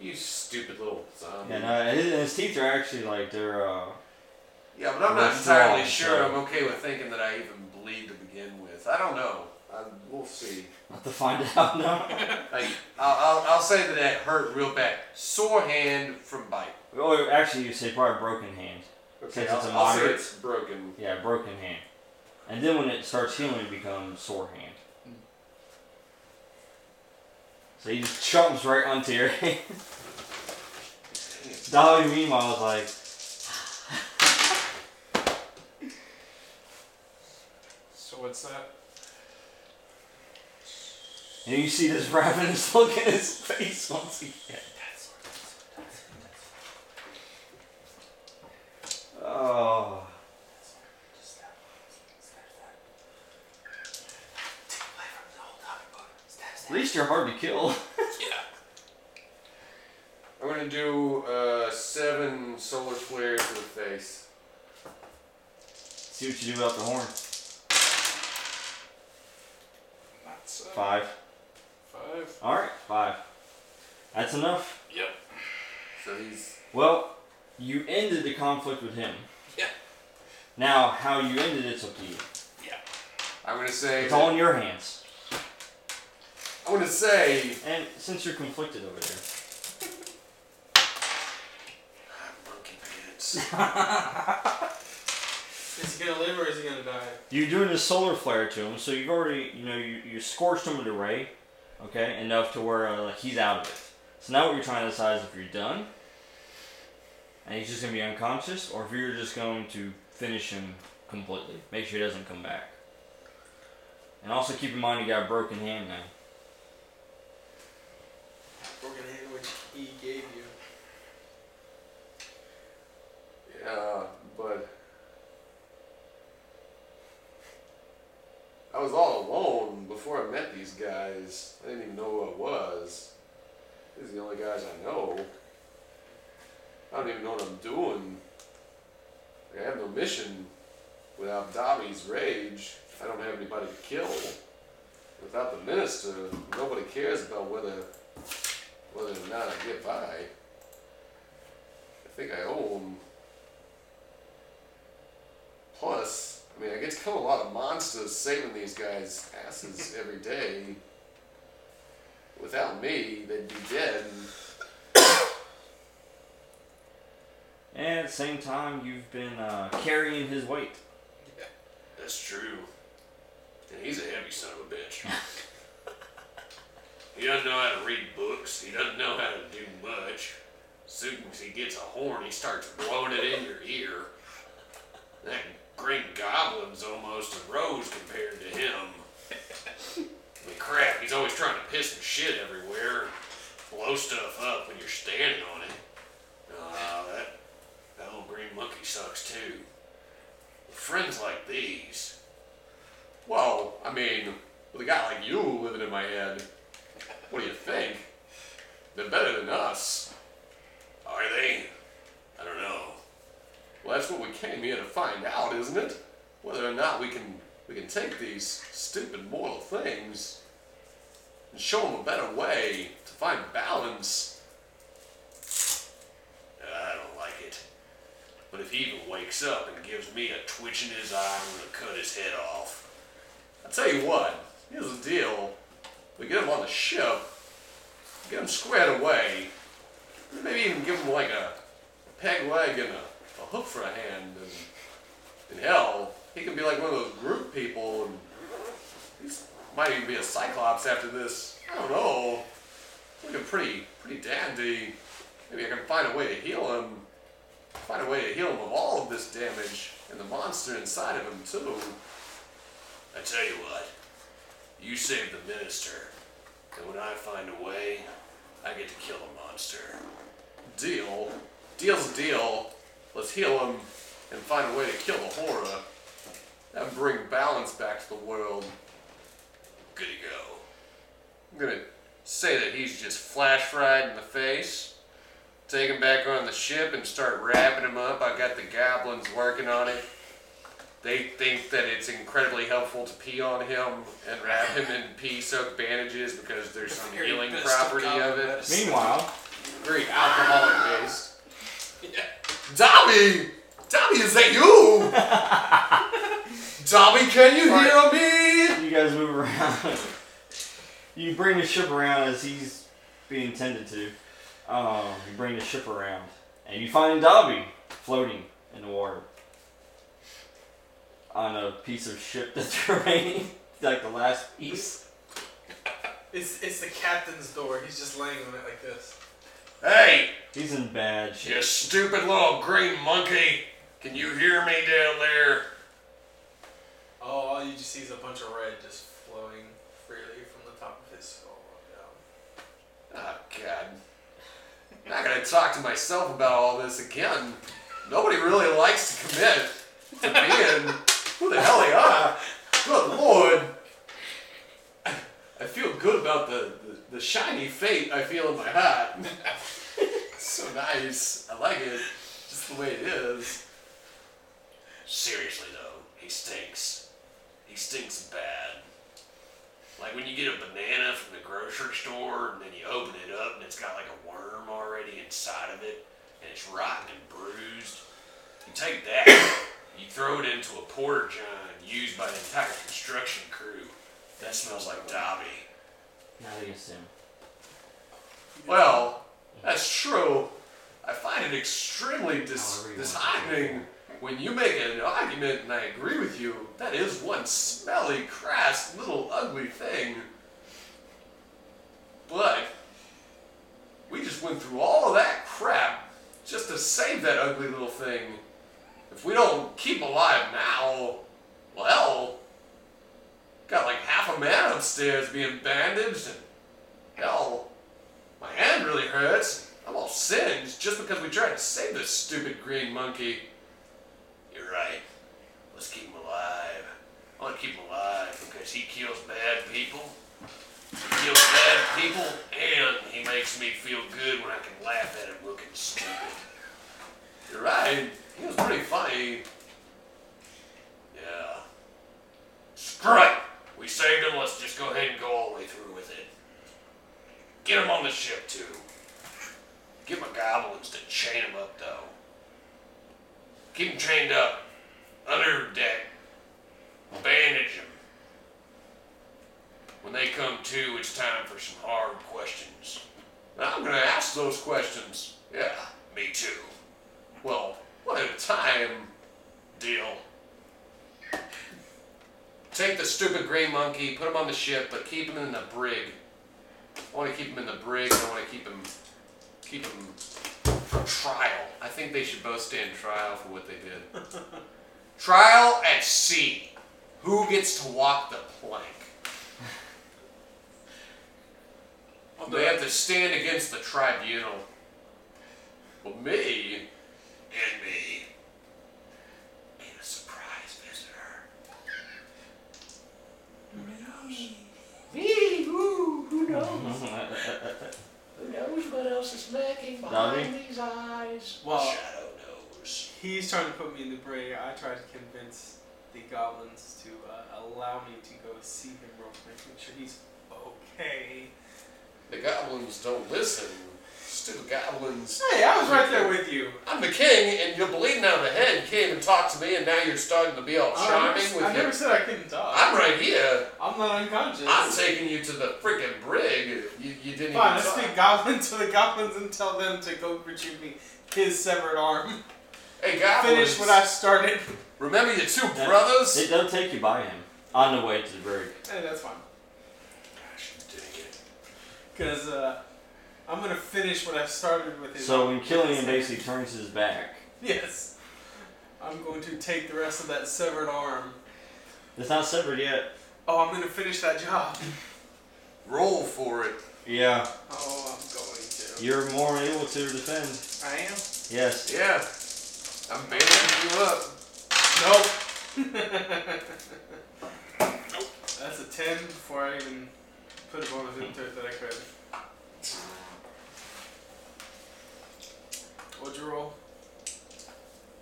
Speaker 3: You stupid little zombie.
Speaker 2: And uh, his, his teeth are actually like they're uh,
Speaker 3: Yeah, but I'm not
Speaker 2: That's
Speaker 3: entirely
Speaker 2: wrong,
Speaker 3: sure
Speaker 2: so-
Speaker 3: I'm okay with thinking that I even bleed to begin with. I don't know. I, we'll see.
Speaker 2: not to find out now.
Speaker 3: Like, I'll, I'll, I'll say that that hurt real bad. Sore hand from bite.
Speaker 2: oh, actually, you say probably broken hand.
Speaker 3: Okay,
Speaker 2: Since
Speaker 3: I'll,
Speaker 2: it's a
Speaker 3: I'll say
Speaker 2: moderate-
Speaker 3: it's broken.
Speaker 2: Yeah, broken hand. And then when it starts healing, it becomes sore hand. So he just chomps right onto your hand. Dolly, meanwhile, is like,
Speaker 1: So what's that?
Speaker 2: and you see this ravenous look in his face once again. Oh. At least you're hard to kill.
Speaker 3: I'm gonna do uh, seven solar flares to the face.
Speaker 2: See what you do without the horn.
Speaker 1: That's uh,
Speaker 2: Five.
Speaker 1: Five.
Speaker 2: Alright, five. That's enough.
Speaker 1: Yep.
Speaker 3: So he's
Speaker 2: Well, you ended the conflict with him.
Speaker 1: Yeah.
Speaker 2: Now, how you ended it's up to you.
Speaker 3: I'm gonna say
Speaker 2: It's all in your hands.
Speaker 3: I'm gonna say
Speaker 2: And since you're conflicted over there,
Speaker 4: Is he gonna live or is he gonna die?
Speaker 2: you're doing a solar flare to him, so you've already, you know, you, you scorched him with a ray, okay, enough to where uh, like he's out of it. So now what you're trying to decide is if you're done, and he's just gonna be unconscious, or if you're just going to finish him completely, make sure he doesn't come back. And also keep in mind you got a broken hand now.
Speaker 4: We're gonna hand which he gave you.
Speaker 3: Yeah, but I was all alone before I met these guys. I didn't even know who I was. These are the only guys I know. I don't even know what I'm doing. Like, I have no mission without Dobby's rage. I don't have anybody to kill. Without the minister, nobody cares about whether whether or not I get by. I think I owe him Plus, I mean, I get to kill a lot of monsters saving these guys' asses every day. Without me, they'd be dead.
Speaker 2: And at the same time, you've been uh, carrying his weight.
Speaker 5: That's true. And he's a heavy son of a bitch. he doesn't know how to read books. He doesn't know how to do much. Soon as he gets a horn, he starts blowing it in your ear. That green goblin's almost a rose compared to him. I mean, crap, he's always trying to piss and shit everywhere. Blow stuff up when you're standing on it. Ah, that, that old green monkey sucks too. Friends like these,
Speaker 3: Well, I mean, with a guy like you living in my head, what do you think? They're better than us.
Speaker 5: Are they? I don't know.
Speaker 3: Well, that's what we came here to find out, isn't it? Whether or not we can we can take these stupid mortal things and show them a better way to find balance.
Speaker 5: I don't like it. But if he even wakes up and gives me a twitch in his eye, I'm gonna cut his head off.
Speaker 3: I tell you what, here's the deal. We get him on the ship, get him squared away, and maybe even give him like a peg leg and a, a hook for a hand, and, and hell, he can be like one of those group people, and he's might even be a cyclops after this. I don't know. Looking pretty, pretty dandy. Maybe I can find a way to heal him. Find a way to heal him of all of this damage and the monster inside of him too.
Speaker 5: I tell you what, you save the minister, and when I find a way, I get to kill the monster.
Speaker 3: deal. Deal's a deal. Let's heal him and find a way to kill the horror. And bring balance back to the world.
Speaker 5: Good to go.
Speaker 3: I'm gonna say that he's just flash fried in the face. Take him back on the ship and start wrapping him up. I got the goblins working on it. They think that it's incredibly helpful to pee on him and wrap him in pee soaked bandages because there's some
Speaker 4: Very
Speaker 3: healing
Speaker 4: best
Speaker 3: property of
Speaker 4: goblin
Speaker 3: it.
Speaker 4: medicine.
Speaker 2: Meanwhile,
Speaker 3: Very alcoholic based.
Speaker 4: Yeah.
Speaker 3: Dobby! Dobby, is that you? Dobby, can you hear me?
Speaker 2: you guys move around. you bring the ship around as he's being tended to. Um, you bring the ship around, and you find Dobby floating in the water on a piece of ship that's remaining, like the last piece.
Speaker 4: It's it's the captain's door. He's just laying on it like this.
Speaker 3: Hey,
Speaker 2: He's in bad shape.
Speaker 3: you stupid little green monkey! Can you hear me down there?
Speaker 4: Oh, all you just see is a bunch of red just flowing freely from the top of his skull on down.
Speaker 3: Oh God! I'm not gonna talk to myself about all this again. Nobody really likes to commit to being who the hell they are. Good Lord! I feel good about the, the, the shiny fate I feel in my heart. so nice. I like it. Just the way it is. Seriously though, he stinks. He stinks bad. Like when you get a banana from the grocery store and then you open it up and it's got like a worm already inside of it and it's rotten and bruised. You take that, you throw it into a porta john used by the entire construction crew. That smells like Dobby.
Speaker 2: Not against him.
Speaker 3: Well, that's true. I find it extremely
Speaker 2: However you
Speaker 3: dis-
Speaker 2: want to
Speaker 3: disheartening when you make an argument and I agree with you. That is one smelly, crass, little ugly thing. But we just went through all of that crap just to save that ugly little thing. If we don't keep alive now, well, got like half a man upstairs being bandaged and hell. My hand really hurts. I'm all singed just because we tried to save this stupid green monkey. You're right. Let's keep him alive. I want to keep him alive because he kills bad people. He kills bad people, and he makes me feel good when I can laugh at him looking stupid. You're right. He was pretty funny. Yeah. Screw it. We saved him. Let's just go ahead and go all the way through with it. Get him on the ship too. Get my goblins to chain him up though. Keep him chained up. Under deck. Bandage him. When they come to, it's time for some hard questions. And I'm gonna ask those questions. Yeah, me too. Well, one at a time. Deal. Take the stupid gray monkey, put him on the ship, but keep him in the brig. I want to keep him in the brig. and I want to keep him, keep him for trial. I think they should both stand trial for what they did. trial at sea. Who gets to walk the plank? They have to stand against the tribunal. Well, me and me and a surprise visitor. Me, who, who knows? Who knows what else is lurking behind these eyes?
Speaker 4: Well-
Speaker 3: Shadow knows.
Speaker 4: He's trying to put me in the brig. I tried to convince the goblins to uh, allow me to go see him real quick, make sure he's okay.
Speaker 3: The goblins don't listen. Stupid goblins.
Speaker 4: Hey, I was right there with you.
Speaker 3: I'm the king, and you're bleeding out of the head. You can't even talk to me, and now you're starting to be all
Speaker 4: I
Speaker 3: charming
Speaker 4: never, Uh, I
Speaker 3: with
Speaker 4: never
Speaker 3: your.
Speaker 4: said I couldn't talk.
Speaker 3: I'm right here.
Speaker 4: I'm not unconscious.
Speaker 3: I'm taking you to the freaking brig. You, you didn't
Speaker 4: Fine,
Speaker 3: even
Speaker 4: let's
Speaker 3: talk.
Speaker 4: take goblins to the goblins and tell them to go retrieve me his severed arm.
Speaker 3: Hey, goblins.
Speaker 4: Finish what I started.
Speaker 3: Remember your two
Speaker 2: Yeah.
Speaker 3: brothers?
Speaker 2: It does take you by him on the way to the brig.
Speaker 4: Hey, that's fine.
Speaker 3: Gosh, dang it.
Speaker 4: Because uh, I'm going to finish what I started with his
Speaker 2: So when Killian basically turns his back,
Speaker 4: Yes. I'm going to take the rest of that severed arm.
Speaker 2: it's not severed yet.
Speaker 4: Oh, I'm going to finish that job.
Speaker 3: Roll for it.
Speaker 2: Yeah,
Speaker 4: Oh, I'm going to.
Speaker 2: you're more able to defend.
Speaker 4: I am?
Speaker 2: Yes.
Speaker 3: Yeah. I'm bailing you up.
Speaker 4: Nope. That's a 10 before I even put a bonus into it that I could. What'd you roll?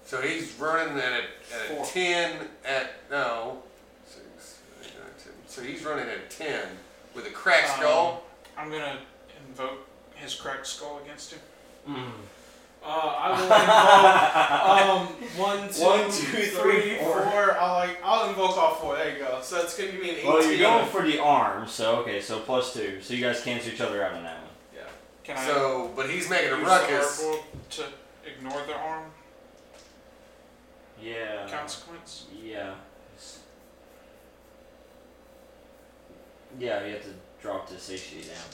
Speaker 3: So he's running at a, at
Speaker 4: Four.
Speaker 3: a 10 at, no, six, eight, nine, 10. So he's running at a 10 with a cracked
Speaker 1: Um,
Speaker 3: skull.
Speaker 1: I'm gonna invoke his cracked skull against him.
Speaker 2: Mm.
Speaker 4: Uh, I will invoke um, one, two,
Speaker 2: One, two, three,
Speaker 4: three,
Speaker 2: four.
Speaker 4: four. I'll, like, I'll invoke all four. There you go. So that's going to give me an 18.
Speaker 2: Well, you're going for the arm, so okay, so plus two. So you guys cancel each other out on that one.
Speaker 1: Can I
Speaker 3: So, but he's making a
Speaker 1: use
Speaker 3: ruckus.
Speaker 5: Oh
Speaker 1: the hardball to ignore the arm
Speaker 2: Yeah.
Speaker 1: consequence?
Speaker 2: Yeah. It's- Yeah, you have to dropped his satiety down.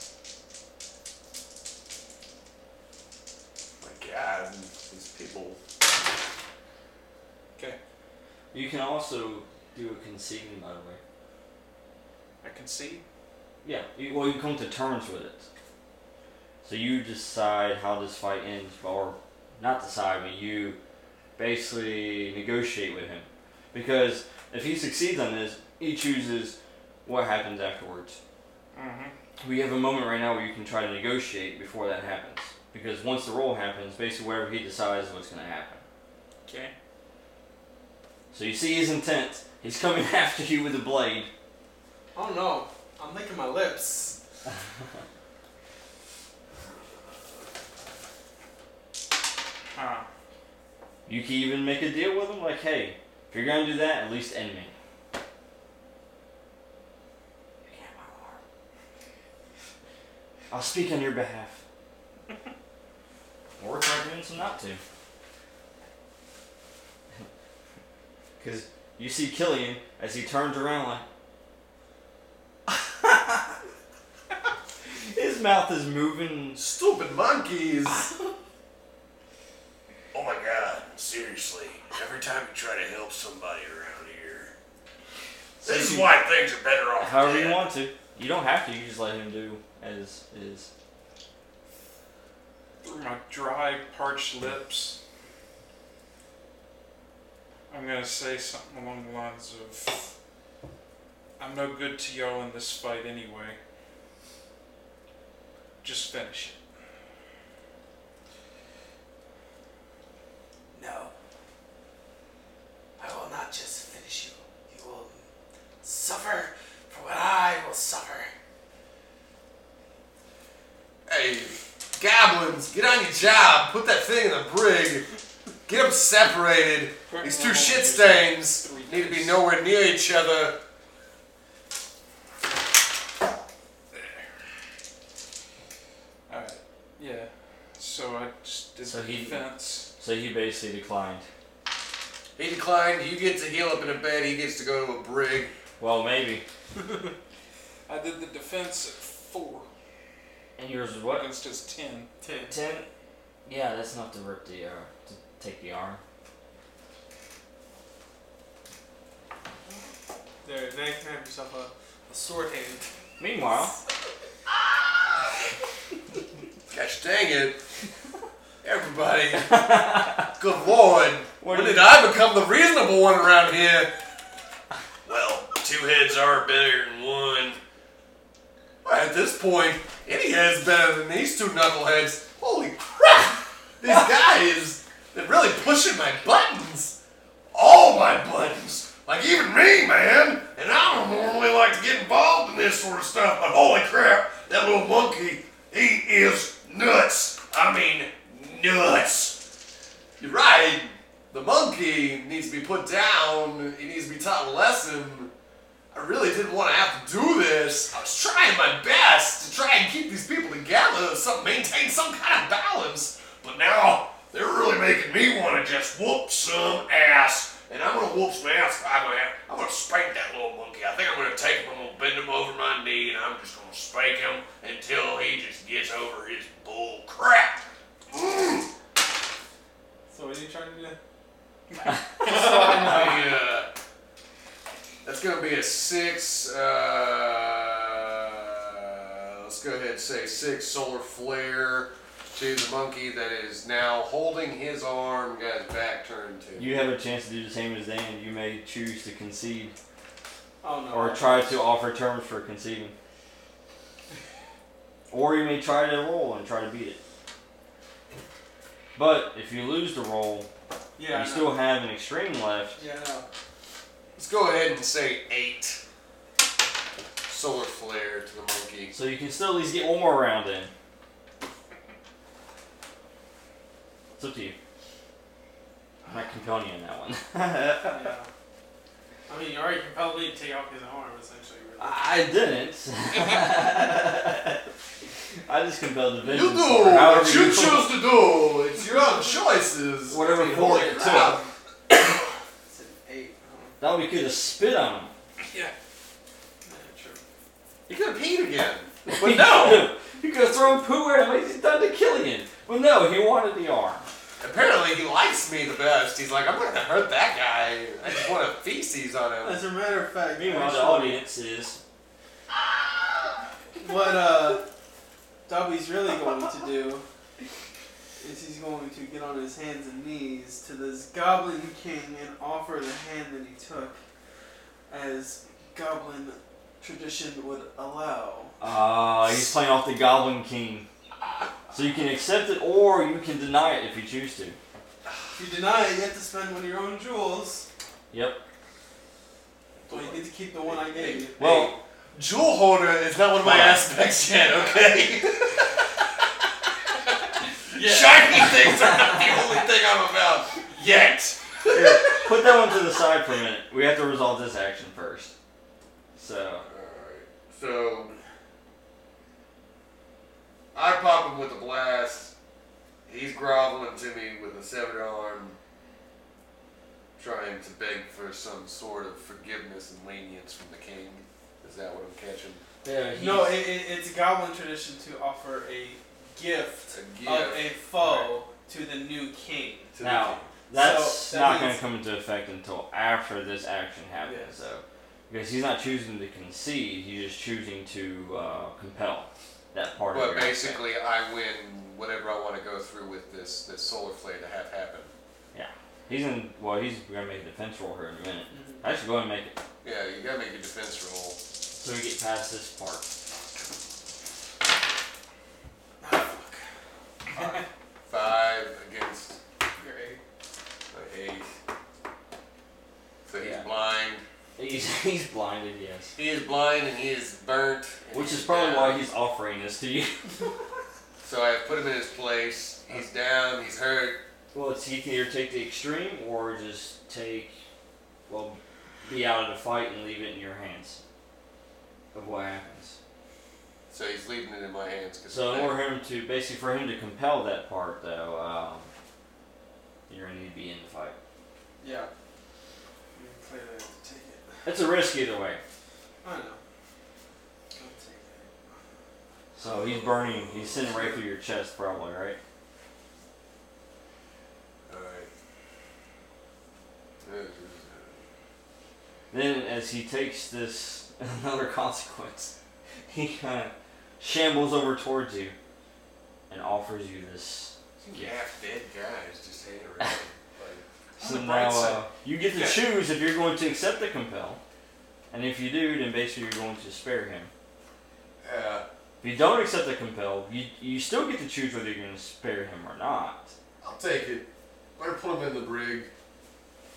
Speaker 3: My God, these people.
Speaker 2: You can also do a conceiving, by the way.
Speaker 1: I can see.
Speaker 2: Yeah. You, well, you come to terms with it. So you decide how this fight ends, or not decide, but you basically negotiate with him. Because if he succeeds on this, he chooses what happens afterwards.
Speaker 1: Mm-hmm.
Speaker 2: We have a moment right now where you can try to negotiate before that happens. Because once the roll happens, basically whatever he decides is what's going to happen.
Speaker 1: Okay.
Speaker 2: So you see his intent. He's coming after you with a blade.
Speaker 4: Oh no, I'm licking my lips.
Speaker 1: Huh.
Speaker 2: You can even make a deal with him, like, hey, if you're gonna do that, at least end me. You can't have my arm. I'll speak on your behalf. or if I convince him not to. Because you see Killian as he turns around like. His mouth is moving.
Speaker 3: Stupid monkeys.
Speaker 5: Oh my god, seriously. Every time you try to help somebody around here. This is why things are better off.
Speaker 2: However you
Speaker 5: dead.
Speaker 2: want to. You don't have to. You just let him do as is.
Speaker 1: Through my dry, parched lips, I'm gonna say something along the lines of, "I'm no good to y'all in this fight anyway. Just finish it."
Speaker 6: No. I will not just finish you. You will suffer for what I will suffer.
Speaker 3: Hey, goblins, get on your job. Put that thing in the brig. Get them separated. These two shit stains need to be nowhere near each other.
Speaker 1: All right. Yeah. So I just did
Speaker 2: So
Speaker 1: the
Speaker 2: he-
Speaker 1: defense.
Speaker 2: So he basically declined.
Speaker 3: He declined. You get to heal up in a bed. He gets to go to a brig.
Speaker 2: Well, maybe.
Speaker 1: I did the defense at four
Speaker 2: And yours is what?
Speaker 1: against his ten.
Speaker 4: Ten.
Speaker 2: Ten. Yeah, that's enough to rip the arm. To take the arm.
Speaker 4: There, now you can have yourself a, a sword hand.
Speaker 2: Meanwhile,
Speaker 3: Gosh dang it. Everybody. Good lord.
Speaker 2: What
Speaker 3: when
Speaker 2: do
Speaker 3: did I become the reasonable one around here?
Speaker 5: Well, two heads are better than one.
Speaker 3: At this point, any head's better than these two knuckleheads. Holy crap! These guys, they're really pushing my buttons. All my buttons.
Speaker 5: Like even me, man. And I don't normally like to get involved in this sort of stuff, but holy crap, that little monkey, he is nuts. I mean, nuts.
Speaker 3: You're right. The monkey needs to be put down. He needs to be taught a lesson. I really didn't want to have to do this. I was trying my best to try and keep these people together, some, maintain some kind of balance.
Speaker 5: But now they're really making me want to just whoop some ass. And I'm gonna whoop some ass. I'm gonna, have- I'm gonna spank that little monkey. I think I'm gonna take him. I'm gonna bend him over my knee, and I'm just gonna spank him until he just gets over his bull crap. Mm.
Speaker 4: So what are you trying to do?
Speaker 5: I, uh,
Speaker 3: That's gonna be a six. Uh, let's go ahead and say six solar flare to the monkey that is now holding his arm, got his back turned to.
Speaker 2: you have a chance to do the same as Dan. You may choose to concede
Speaker 4: Oh no.
Speaker 2: or try to offer terms for conceding. Or you may try to roll and try to beat it. But if you lose the roll,
Speaker 4: Yeah. I
Speaker 2: you
Speaker 4: know.
Speaker 2: still have an extreme left.
Speaker 4: Yeah. I know.
Speaker 3: Let's go ahead and say eight solar flare to the monkey.
Speaker 2: So you can still at least get one more round in. It's up to you. I'm not compelling you on that one.
Speaker 4: Yeah. I mean, you already compelled me to take off his arm, essentially. Really.
Speaker 6: Uh,
Speaker 2: I didn't. I just compelled the
Speaker 3: You
Speaker 2: vision.
Speaker 3: do
Speaker 2: for however
Speaker 3: what you
Speaker 2: you-
Speaker 3: choose to do. It's your own choices.
Speaker 2: Whatever
Speaker 3: I mean,
Speaker 2: form
Speaker 3: holy
Speaker 2: it
Speaker 3: crap.
Speaker 4: It's an eight.
Speaker 2: That we could have spit on him.
Speaker 4: Yeah, true.
Speaker 2: You
Speaker 3: He could have peed again.
Speaker 2: But no! he could have thrown poo at him. He's done to Killian. But no, he wanted the arm.
Speaker 3: Apparently, he likes me the best. He's like, I'm going to hurt that guy. I just want a feces on him.
Speaker 6: As a matter of fact,
Speaker 2: Meanwhile, the
Speaker 6: actually,
Speaker 2: audience is.
Speaker 6: what uh, Dobby's really going to do is he's going to get on his hands and knees to this Goblin King and offer the hand that he took, as Goblin tradition would allow.
Speaker 2: Uh, he's playing off the Goblin King. So you can accept it or you can deny it if you choose to.
Speaker 6: If you deny it, you have to spend one of your own jewels.
Speaker 2: Yep.
Speaker 6: But you get to keep the one I gave you.
Speaker 2: Well,
Speaker 8: Jewel holder is not one of my aspects yet, okay?
Speaker 3: Shiny things are not the only thing I'm about yet.
Speaker 2: here, put that one to the side for a minute. We have to resolve this action first. So,
Speaker 3: So I pop him with a blast. He's groveling to me with a severed arm, trying to beg for some sort of forgiveness and lenience from the king. Is that what I'm catching?
Speaker 2: yeah, he-
Speaker 6: No, it, it, it's a Goblin tradition to offer a gift
Speaker 3: A
Speaker 6: of a
Speaker 3: gift
Speaker 6: foe to the new king.
Speaker 3: to the
Speaker 2: Now,
Speaker 3: king.
Speaker 2: that's
Speaker 6: So, that
Speaker 2: not going to
Speaker 6: means-
Speaker 2: come into effect until after this action happens,
Speaker 6: Yes.
Speaker 2: though. Because he's not choosing to concede, he's just choosing to uh, compel that part of
Speaker 3: But
Speaker 2: your action.
Speaker 3: basically, I win whatever I want to go through with this this solar flare to have happen.
Speaker 2: He's in, well, he's going to make a defense roll here in a minute.
Speaker 4: Mm-hmm.
Speaker 2: I should go ahead and make it.
Speaker 3: Yeah, you gotta make your defense roll.
Speaker 2: So we get past this part.
Speaker 3: Five against
Speaker 6: Great.
Speaker 3: a eight. So he's
Speaker 2: Yeah.
Speaker 3: blind.
Speaker 2: He's, he's blinded, yes.
Speaker 3: He is blind and he is burnt. and
Speaker 2: Which
Speaker 3: he's
Speaker 2: is probably
Speaker 3: down.
Speaker 2: why he's offering this to you.
Speaker 3: So I put him in his place. He's down. He's hurt.
Speaker 2: Well, it's he can either take the extreme or just take, well, be out of the fight and leave it in your hands of what happens.
Speaker 3: So he's leaving it in my hands. 'cause
Speaker 2: So in
Speaker 3: I'm
Speaker 2: order for him to basically for him to compel that part though, um, you're gonna need to be in the fight.
Speaker 6: Yeah. You can play that to take it.
Speaker 2: It's a risk either way.
Speaker 6: I know. I'll take
Speaker 2: So he's burning. He's sitting right through your chest probably, right?
Speaker 3: Alright.
Speaker 2: Then as he takes this another consequence, he kind of shambles over towards you and offers you this.
Speaker 3: Half dead guys just hanging around. Like,
Speaker 2: So
Speaker 3: the
Speaker 2: now
Speaker 3: bright side.
Speaker 2: uh, you get to
Speaker 3: Yeah.
Speaker 2: choose if you're going to accept the compel, and if you do, then basically you're going to spare him.
Speaker 3: yeah.
Speaker 2: If you don't accept the compel, you you still get to choose whether you're going to spare him or not.
Speaker 3: I'll take it. Better put him in the brig.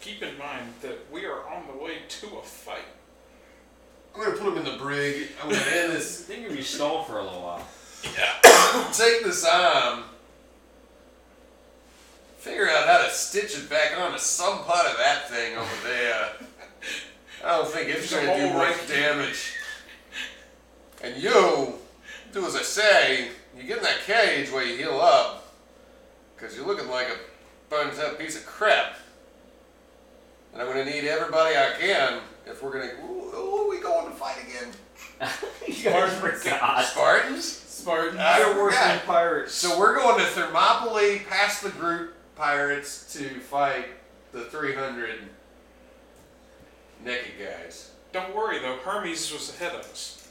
Speaker 1: Keep in mind that we are on the way to a fight.
Speaker 3: I'm gonna put him in the brig. I'm gonna end this.
Speaker 2: I think you're gonna be stalled for a little while.
Speaker 3: Take this arm. Figure out how to stitch it back onto some part of that thing over there. I don't think it's
Speaker 1: There's a
Speaker 3: gonna do
Speaker 1: hole
Speaker 3: much
Speaker 1: right there.
Speaker 3: damage. And you, do as I say. You get in that cage where you heal up, cause you're looking like a burnt up piece of crap. And I'm gonna need everybody I can if we're gonna. Ooh, ooh, we going to fight again?
Speaker 2: you guys forgot.
Speaker 3: Spartans?
Speaker 6: Spartan.
Speaker 3: I
Speaker 2: You're worse
Speaker 3: forgot.
Speaker 2: than pirates.
Speaker 3: So we're going to Thermopylae, past the group pirates, to fight the 300 naked guys.
Speaker 1: Don't worry though, Hermes was ahead of us.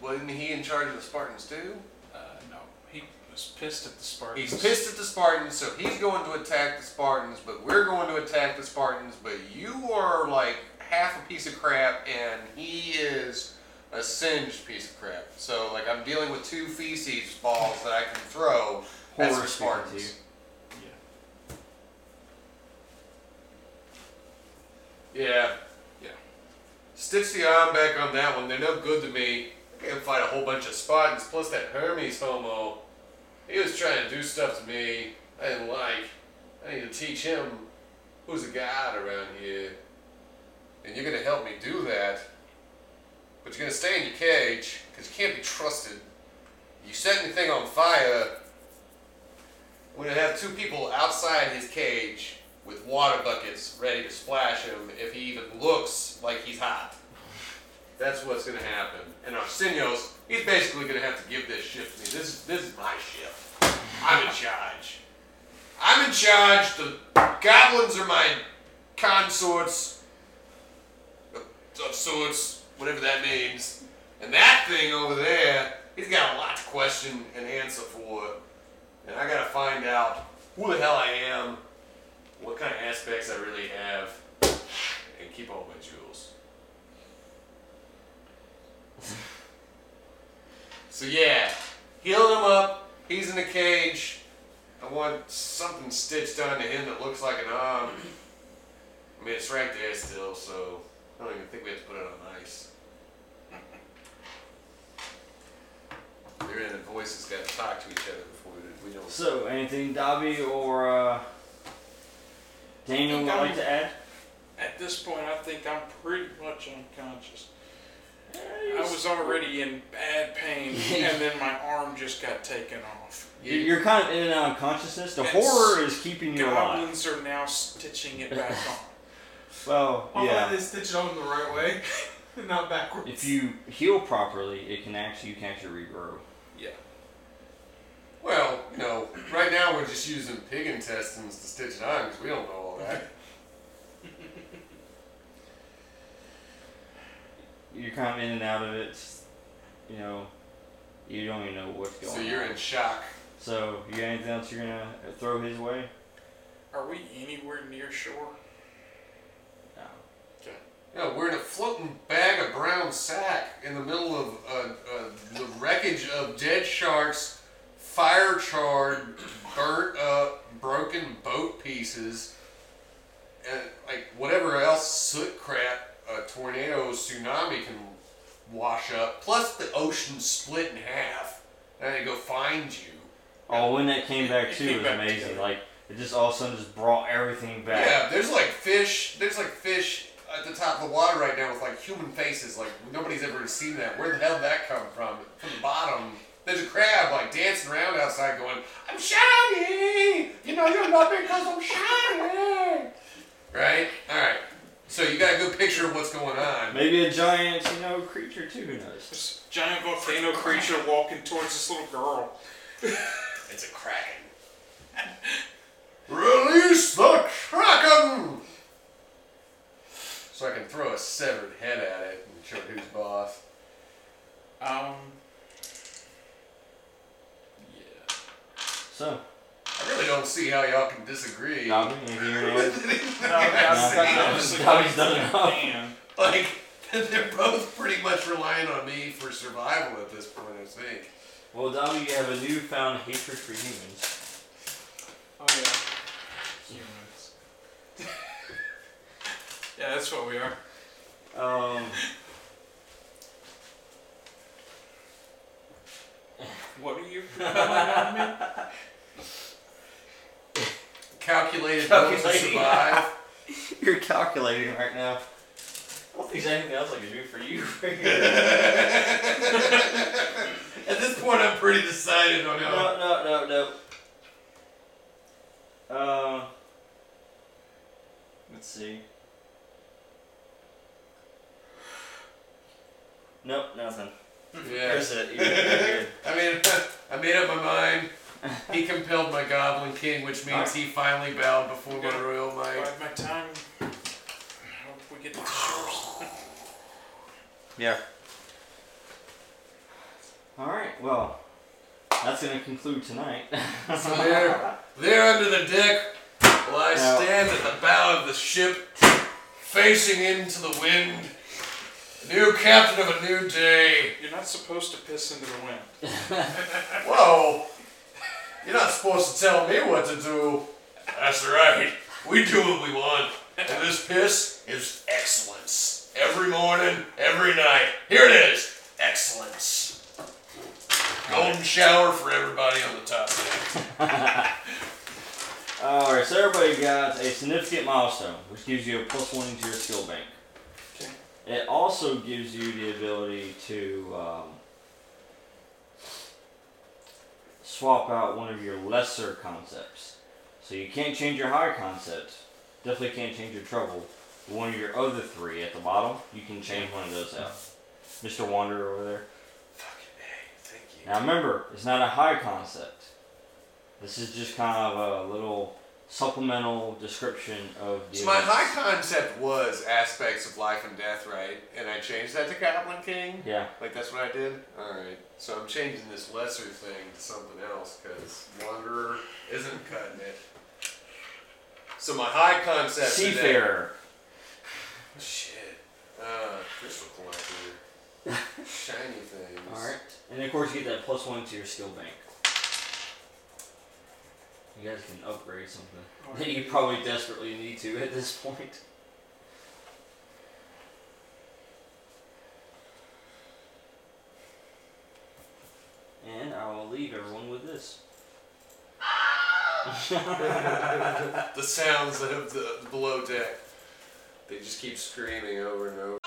Speaker 3: Wasn't he in charge of the Spartans too?
Speaker 1: Uh, no, he was pissed at the Spartans.
Speaker 3: He's pissed at the Spartans, so he's going to attack the Spartans, but we're going to attack the Spartans, but you are like half a piece of crap, and he is a singed piece of crap. So, like, I'm dealing with two feces balls that I can throw at the
Speaker 2: Horror
Speaker 3: Spartans.
Speaker 2: speaking
Speaker 3: Yeah.
Speaker 1: Yeah.
Speaker 3: Stitch the arm back on that one. They're no good to me. I can't fight a whole bunch of Spartans. Plus that Hermes homo. He was trying to do stuff to me I didn't like. I need to teach him who's a god around here. And you're going to help me do that. But you're going to stay in your cage because you can't be trusted. You set anything on fire, I'm going to have two people outside his cage with water buckets ready to splash him if he even looks like he's hot. That's what's gonna happen. And Arsenio's, he's basically gonna have to give this ship to me. This is this is my ship. I'm in charge. I'm in charge. The goblins are my consorts of sorts, whatever that means. And that thing over there, he's got a lot to question and answer for. And I gotta find out who the hell I am, what kind of aspects I really have, and keep all my jewels. So yeah, healing him up. He's in a cage. I want something stitched onto him that looks like an arm. I mean, it's right there still, so I don't even think we have to put it on ice. They're in the voices got to talk to each other before we, we don't.
Speaker 2: So, anything Dobby or uh, Daniel would like to add?
Speaker 1: At this point, I think I'm pretty much unconscious. I
Speaker 2: I
Speaker 1: was already in bad pain, and then my arm just got taken off.
Speaker 2: You're kind of in and out of consciousness. The
Speaker 1: It's-
Speaker 2: horror is keeping you alive.
Speaker 1: Goblins are now stitching it back on.
Speaker 2: Well,
Speaker 4: Hopefully
Speaker 2: yeah.
Speaker 4: they stitch it on the right way, and not backwards.
Speaker 2: If you heal properly, it can actually you can actually regrow.
Speaker 3: Well, you know, right now we're just using pig intestines to stitch it on because we don't know all that.
Speaker 2: You're kind of in and out of it. You know, you don't even know what's going on.
Speaker 3: so you're in shock.
Speaker 2: So, you got anything else you're gonna throw his way?
Speaker 1: Are we anywhere near shore?
Speaker 2: No.
Speaker 3: Yeah, we're in a floating bag of brown sack in the middle of uh, uh, the wreckage of dead sharks, fire charred, burnt up, broken boat pieces, and like whatever else soot crap a tornado, tsunami can wash up. Plus the ocean split in half, and they go find you.
Speaker 2: Oh, when that came back
Speaker 1: It
Speaker 2: too
Speaker 1: came
Speaker 2: was
Speaker 1: back
Speaker 2: amazing.
Speaker 1: together.
Speaker 2: Like it just all of a sudden just brought everything back.
Speaker 3: Yeah, there's like fish. There's like fish at the top of the water right now with like human faces. Like nobody's ever seen that. Where the hell did that come from? From the bottom. There's a crab like dancing around outside, going, "I'm shiny." You know, you're not because I'm shiny. Right. All right. So you got a good picture of what's going on.
Speaker 2: Maybe a giant, you know, creature too. Who knows?
Speaker 1: This giant volcano creature walking towards this little girl.
Speaker 3: It's a kraken. Release the kraken. So I can throw a severed head at it and show who's boss.
Speaker 1: Um,
Speaker 2: So,
Speaker 3: I really don't see how y'all can disagree.
Speaker 2: Dobby, anything you're gonna add?
Speaker 4: No, that's-
Speaker 2: No.
Speaker 1: honestly,
Speaker 2: Dobby's done
Speaker 1: I
Speaker 2: enough.
Speaker 1: can.
Speaker 3: Like, they're both pretty much relying on me for survival at this point, I think.
Speaker 2: Well, Dobby, you have a newfound hatred for humans.
Speaker 4: Oh yeah.
Speaker 1: Humans. yeah, that's what we are.
Speaker 2: Um,
Speaker 1: What are you? I mean,
Speaker 3: Calculated goals to
Speaker 2: Calculating.
Speaker 3: survive.
Speaker 2: you're calculating right now. I don't think there's anything else I can do for you.
Speaker 3: At this point, I'm pretty decided on how.
Speaker 2: no, no, no, no. Uh, let's see. Nope, nothing.
Speaker 3: Yeah.
Speaker 2: That's it. You're- you're good.
Speaker 3: I mean, I made up my mind. He compelled my Goblin King, which means he finally bowed before my royal
Speaker 1: I
Speaker 3: might.
Speaker 1: have my time. I hope we get to shore.
Speaker 2: Yeah. All right. Well, that's gonna conclude tonight.
Speaker 3: So there, there under the deck, while I
Speaker 2: Now-
Speaker 3: stand at the bow of the ship, facing into the wind, new captain of a new day.
Speaker 1: You're not supposed to piss into the wind.
Speaker 3: Whoa! You're not supposed to tell me what to do. That's right. We do what we want. And this piss is excellence. Every morning, every night. Here it is. Excellence. Golden shower for everybody on the top deck.
Speaker 2: All right. So everybody got a significant milestone, which gives you a plus one to your skill bank.
Speaker 1: Okay.
Speaker 2: It also gives you the ability to um, swap out one of your lesser concepts. So you can't change your high concept. Definitely can't change your trouble. One of your other three at the bottom, you can change one of those out. Mr. Wanderer over there.
Speaker 5: Fucking A, thank you.
Speaker 2: Now remember, it's not a high concept. This is just kind of a little supplemental description of the.
Speaker 3: So my
Speaker 2: events.
Speaker 3: high concept was aspects of life and death, right? And I changed that to Goblin King.
Speaker 2: Yeah.
Speaker 3: Like that's what I did. All right. So I'm changing this lesser thing to something else because Wanderer isn't cutting it. So my high concept. today-
Speaker 2: Seafarer.
Speaker 3: Shit. Uh, crystal collector. Shiny things.
Speaker 2: Alright. And of course, you get that plus one to your skill bank. You guys can upgrade something that you probably desperately need to at this point. And I will leave everyone with this.
Speaker 3: The sounds of the the below deck. They just keep screaming over and over.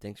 Speaker 9: Thanks